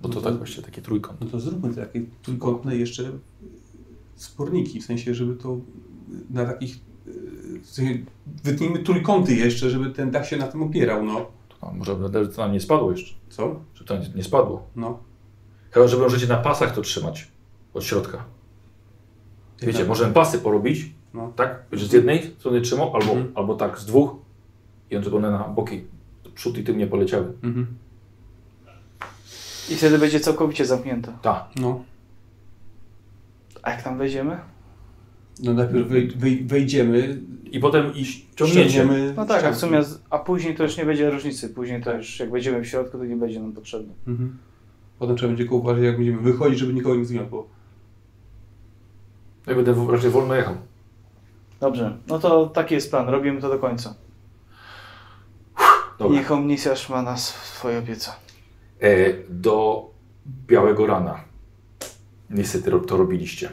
S1: Bo to
S6: Mhm.
S1: tak właśnie takie trójkąt.
S6: No to zróbmy takie trójkątne jeszcze sporniki, w sensie, żeby to na takich... yy, W sensie, wytnijmy trójkąty jeszcze, żeby ten dach się na tym opierał, no.
S1: A może nawet to nam nie spadło jeszcze,
S6: Co?
S1: żeby to nie- nie spadło.
S6: No.
S1: Chyba, że możecie na pasach to trzymać od środka. Wiecie,
S6: Jednak-
S1: możemy pasy porobić,
S6: Tak. No.
S1: tak? Że z jednej strony trzymał, albo,
S6: Mhm.
S1: albo tak, z dwóch. I on żeby one na boki, przód i tył nie poleciały.
S6: Mhm.
S4: I wtedy będzie całkowicie zamknięte.
S1: Tak.
S6: No.
S4: A jak tam wejdziemy?
S6: No najpierw wej, wej, wejdziemy,
S1: I potem iść ciągniecie.
S4: No tak, a w sumie, z- a później to już nie będzie różnicy. Później to już, jak będziemy w środku, to nie będzie nam potrzebne.
S6: Mhm. Potem trzeba będzie tylko uważać, jak będziemy wychodzić, żeby nikogo nie zmiotło.
S1: No Ja będę w- raczej wolno jechał.
S4: Dobrze, no to taki jest plan, robimy to do końca.
S1: Dobra.
S4: Niech Omnisjasz ma nas w swojej opiece.
S1: E, do białego rana. Niestety ro- to robiliście.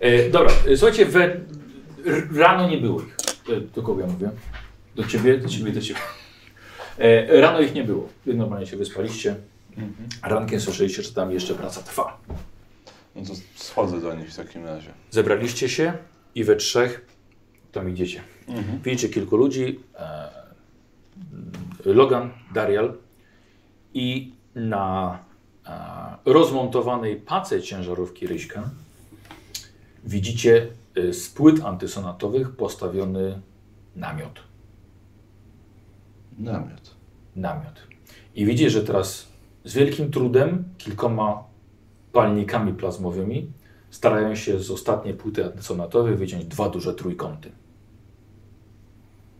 S1: E, dobra, e, słuchajcie, we, r- rano nie było ich. E, do kogo ja mówię? Do ciebie, do ciebie, do ciebie. E, rano ich nie było. Wy normalnie się wyspaliście. Rankiem słyszeliście, że tam jeszcze praca trwa.
S13: No to schodzę do nich w takim razie.
S1: Zebraliście się i we trzech tam idziecie. Widzicie kilku ludzi. E, Logan, Darial i na e, rozmontowanej pace ciężarówki Ryśka widzicie e, z płyt antysonatowych postawiony namiot.
S5: Namiot.
S1: Namiot. I widzicie, że teraz z wielkim trudem, kilkoma palnikami plazmowymi starają się z ostatniej płyty antysonatowej wyciąć dwa duże trójkąty.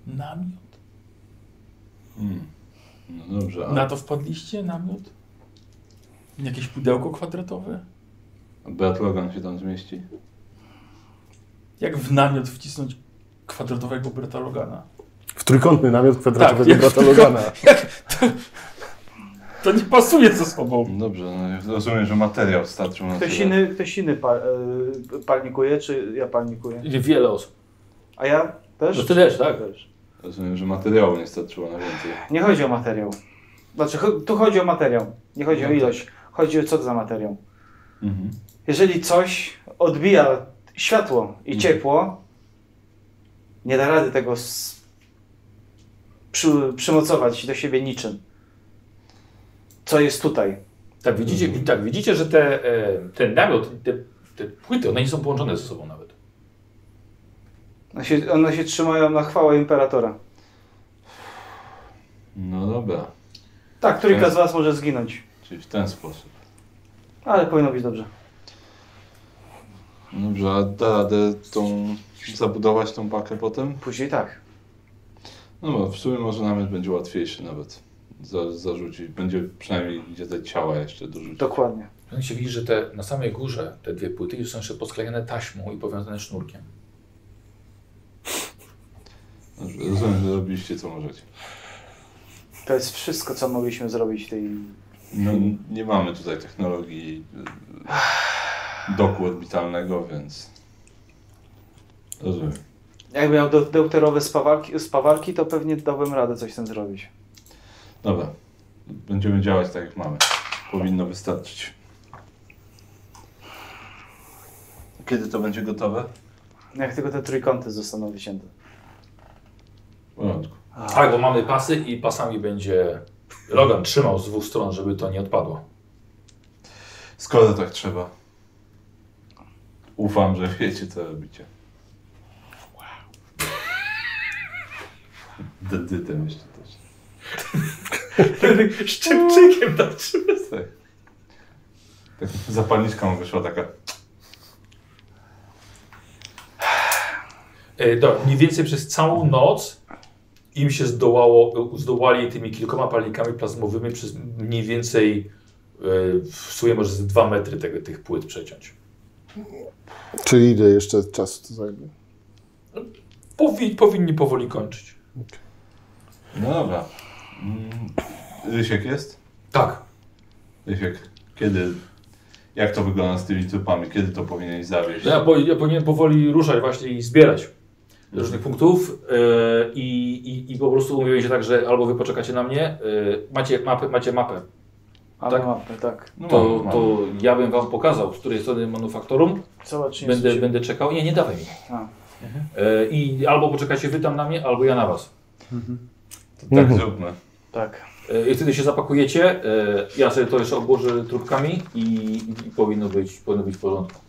S7: Namiot?
S5: Hmm. No dobrze,
S4: Tak.
S5: a
S7: Na to wpadliście? Namiot? Jakieś pudełko kwadratowe?
S5: a Beat Logan się tam zmieści?
S7: Jak w namiot wcisnąć kwadratowego Berta Logana?
S14: W trójkątny namiot kwadratowy
S7: Tak, jak
S14: tak,
S7: w
S14: katalogana.
S7: To nie pasuje ze sobą.
S5: No Dobrze, no ja rozumiem, że materiał starczył na
S4: Ktoś
S5: tyle.
S4: inny, ktoś inny pa, e, palnikuje, czy ja palnikuję?
S1: Wiele osób.
S4: A ja też?
S1: No ty też, tak?
S4: Też.
S5: Rozumiem, że materiału nie starczyło na więcej.
S4: Nie chodzi o materiał. Znaczy, cho- tu chodzi o materiał. Nie chodzi o ilość. Chodzi o co za materiał.
S5: Mhm.
S4: Jeżeli coś odbija światło i ciepło, nie da rady tego s- przy- przymocować do siebie niczym. Co jest tutaj?
S1: Tak, widzicie, tak, widzicie że te, e, ten namiot, te, te płyty, one nie są połączone ze sobą nawet.
S4: One się, one się trzymają na chwałę imperatora.
S5: No dobra,
S4: Tak, trójka z was może zginąć,
S5: czyli w ten sposób.
S4: ale powinno być dobrze.
S5: Dobrze, a da radę tą, zabudować tą pakę potem?
S4: Później tak.
S5: No bo w sumie może namiot będzie łatwiejszy nawet za, zarzucić. Będzie przynajmniej gdzie te ciała jeszcze dorzucić.
S4: Dokładnie.
S1: Mianowicie widzisz, że te, na samej górze te dwie płyty już są jeszcze posklejane taśmą i powiązane sznurkiem.
S5: Dobrze, rozumiem, że robiliście co możecie.
S4: To jest wszystko, co mogliśmy zrobić w tej...
S5: No, nie mamy tutaj technologii y, doku orbitalnego, więc... Rozumiem.
S4: Jak miał de- deuterowe spawarki, spawarki, to pewnie dałbym radę coś z tym zrobić.
S5: Dobra, będziemy działać tak jak mamy. Powinno wystarczyć. Kiedy to będzie gotowe?
S4: Jak tylko te trójkąty zostaną wycięte.
S5: W porządku.
S1: Tak, bo mamy pasy i pasami będzie Logan trzymał z dwóch stron, żeby to nie odpadło.
S5: Skoro tak trzeba. Ufam, że wiecie co robicie. Wow. Dedytem jeszcze też.
S1: Szczypczykiem tak
S5: Tak. tak zapalniczka mu wyszła taka.
S1: E, Dobra, mniej więcej przez całą noc im się zdołało, zdołali tymi kilkoma palnikami plazmowymi przez mniej więcej e, w sumie może z dwa metry tego, tych płyt przeciąć.
S2: Czyli ile jeszcze czasu to zajmie?
S1: Powi, powinni powoli kończyć.
S5: No dobra. Mm, Rysiek jest?
S1: Tak.
S5: Rysiek, kiedy... Jak to wygląda z tymi trupami? Kiedy to powinieneś zawieźć?
S1: Ja, po, ja powinien powoli ruszać właśnie i zbierać do różnych punktów e, i, i, i po prostu umówiłem się tak, że albo wy poczekacie na mnie, e, macie mapę, macie mapę.
S4: Ale
S1: Tak.
S4: mapy, tak.
S5: No,
S1: To,
S5: mam, mam.
S1: to ja bym wam pokazał, z której strony manufaktorum,
S4: Zobaczymy.
S1: Będę, będę czekał. Nie, nie dawaj mi.
S4: A.
S1: E, I albo poczekacie wy tam na mnie, albo ja na was.
S5: To tak
S1: Mhm.
S5: zróbmy.
S4: Tak.
S1: E, I wtedy się zapakujecie. E, ja sobie to jeszcze obłożę trubkami i, i powinno, być, powinno być w porządku.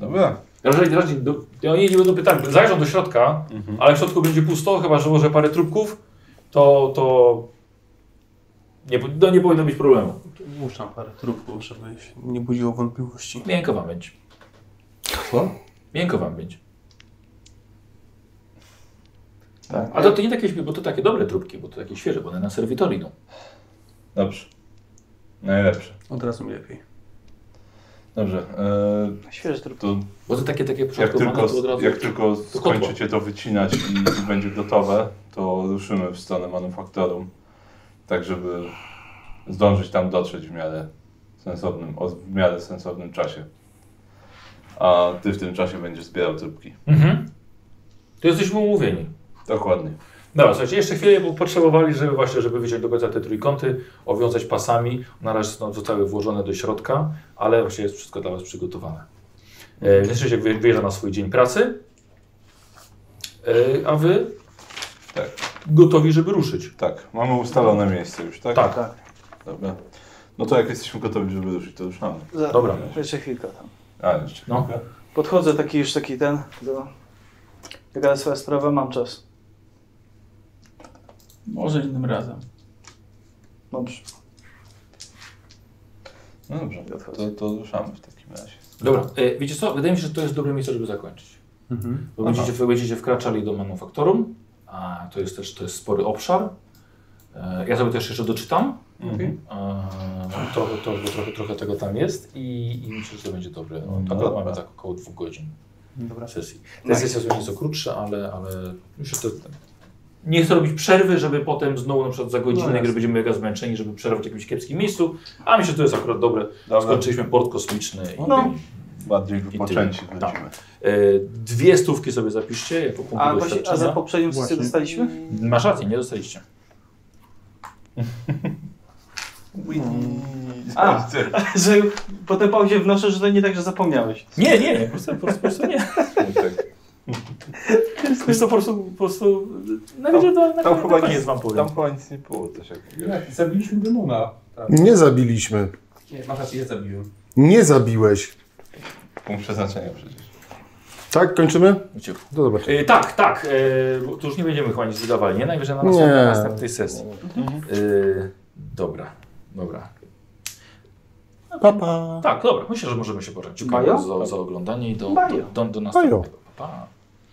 S5: Dobra.
S1: Raczej, raczej do, ja oni nie będą pytać, zajrzą do środka,
S5: Mhm.
S1: ale w środku będzie pusto, chyba że może parę trubków, to, to nie, po- no nie powinno być problemu.
S6: Muszę parę trupków, żeby się nie budziło wątpliwości.
S1: Miękko wam będzie.
S2: Co?
S1: Miękko wam będzie.
S4: Tak.
S1: A to, to nie takie, bo to takie dobre trubki, bo to takie świeże, bo one na serwitor idą.
S5: Dobrze. Najlepsze.
S6: Od razu mi lepiej.
S5: Dobrze.
S4: Świeży
S5: E,
S4: trup.
S5: to
S1: Bo to takie, takie
S5: jak
S1: poszatkowane,
S5: tylko,
S1: to od razu...
S5: jak tylko
S1: kotła.
S5: skończycie to wycinać i, [LAUGHS] i będzie gotowe, to ruszymy w stronę manufaktorum. Tak, żeby zdążyć tam dotrzeć w miarę sensownym, o, w miarę sensownym czasie. A ty w tym czasie będziesz zbierał trupki.
S1: Mhm. To jesteśmy umówieni.
S5: Dokładnie.
S1: Dobra, słuchajcie, jeszcze chwilę, bo potrzebowali, żeby właśnie, żeby wyciąć do końca te trójkąty, owiązać pasami. Na razie są- zostały włożone do środka, ale właśnie jest wszystko dla Was przygotowane. E, więc się wyjeżdża na swój dzień pracy, e, a Wy
S5: Tak.
S1: gotowi, żeby ruszyć.
S5: Tak, mamy ustalone miejsce już, tak?
S1: Tak.
S5: Dobra. No to jak jesteśmy gotowi, żeby ruszyć, to ruszamy.
S4: Za,
S1: Dobra.
S4: Jeszcze chwilkę tam.
S5: A, jeszcze.
S1: No.
S4: Podchodzę taki już taki ten do... Jaka swoja sprawa, mam czas.
S15: Może innym razem.
S4: Dobrze.
S5: No dobrze, to, to ruszamy w takim razie.
S1: Dobra, e, wiecie co? Wydaje mi się, że to jest dobre miejsce, żeby zakończyć.
S5: Mhm.
S1: Bo będziecie, wy będziecie wkraczali do manufaktorum, a to jest też to jest spory obszar. E, ja sobie też jeszcze doczytam.
S5: Mhm.
S1: E, trochę, to, bo trochę, trochę tego tam jest i, i myślę, że to będzie dobre. No,
S5: No
S1: tak,
S5: dobra.
S1: mamy tak około dwóch godzin sesji. Ta sesja jest nieco krótsza, ale, ale myślę, że to, nie chcę robić przerwy, żeby potem znowu na przykład za
S5: No
S1: godzinę, kiedy będziemy mega zmęczeni, żeby przerwać w jakimś kiepskim miejscu, a myślę, że to jest akurat dobre.
S5: Dobra.
S1: Skończyliśmy port kosmiczny i,
S5: No. Bardziej
S1: tyle.
S5: wypoczęci
S1: Tak.
S5: wrócimy.
S1: E, Dwie stówki sobie zapiszcie jako punkt
S4: A, właśnie,
S1: doświadczenia.
S4: a za poprzednią sesję
S16: Właśnie.
S4: dostaliśmy? [LAUGHS]
S1: Masz rację, nie dostaliście.
S4: A. że po tej pauzie wnoszę, że to nie tak, że zapomniałeś.
S1: Nie, nie, nie, po prostu, po prostu, po prostu nie.
S5: Smutek.
S1: Jest to po prostu, po prostu na tam, na,
S5: tam
S1: na
S5: chyba
S1: koniec
S5: nic-
S1: wam powiem.
S5: Tam chyba nic nie było coś jakiegoś.
S6: Jak, zabiliśmy demona. prawda?
S2: Nie zabiliśmy.
S6: Nie, Masz rację, ja zabiłem.
S2: Nie zabiłeś.
S5: Punkt przeznaczenia przecież.
S2: Tak, kończymy?
S1: Uciekł.
S2: Do zobaczenia.
S1: E, tak, tak, e, bo tu już nie będziemy chyba nic wydawali, nie? Najwyżej na
S2: Nie.
S1: następnej, na następnej sesji. E, dobra, dobra.
S2: Pa, pa.
S1: Tak, dobra, myślę, że możemy się pożegnać.
S4: Bajo?
S1: Dziękuję za, za oglądanie i do,
S4: Bajo.
S1: do, do, do następnego. Pa, pa.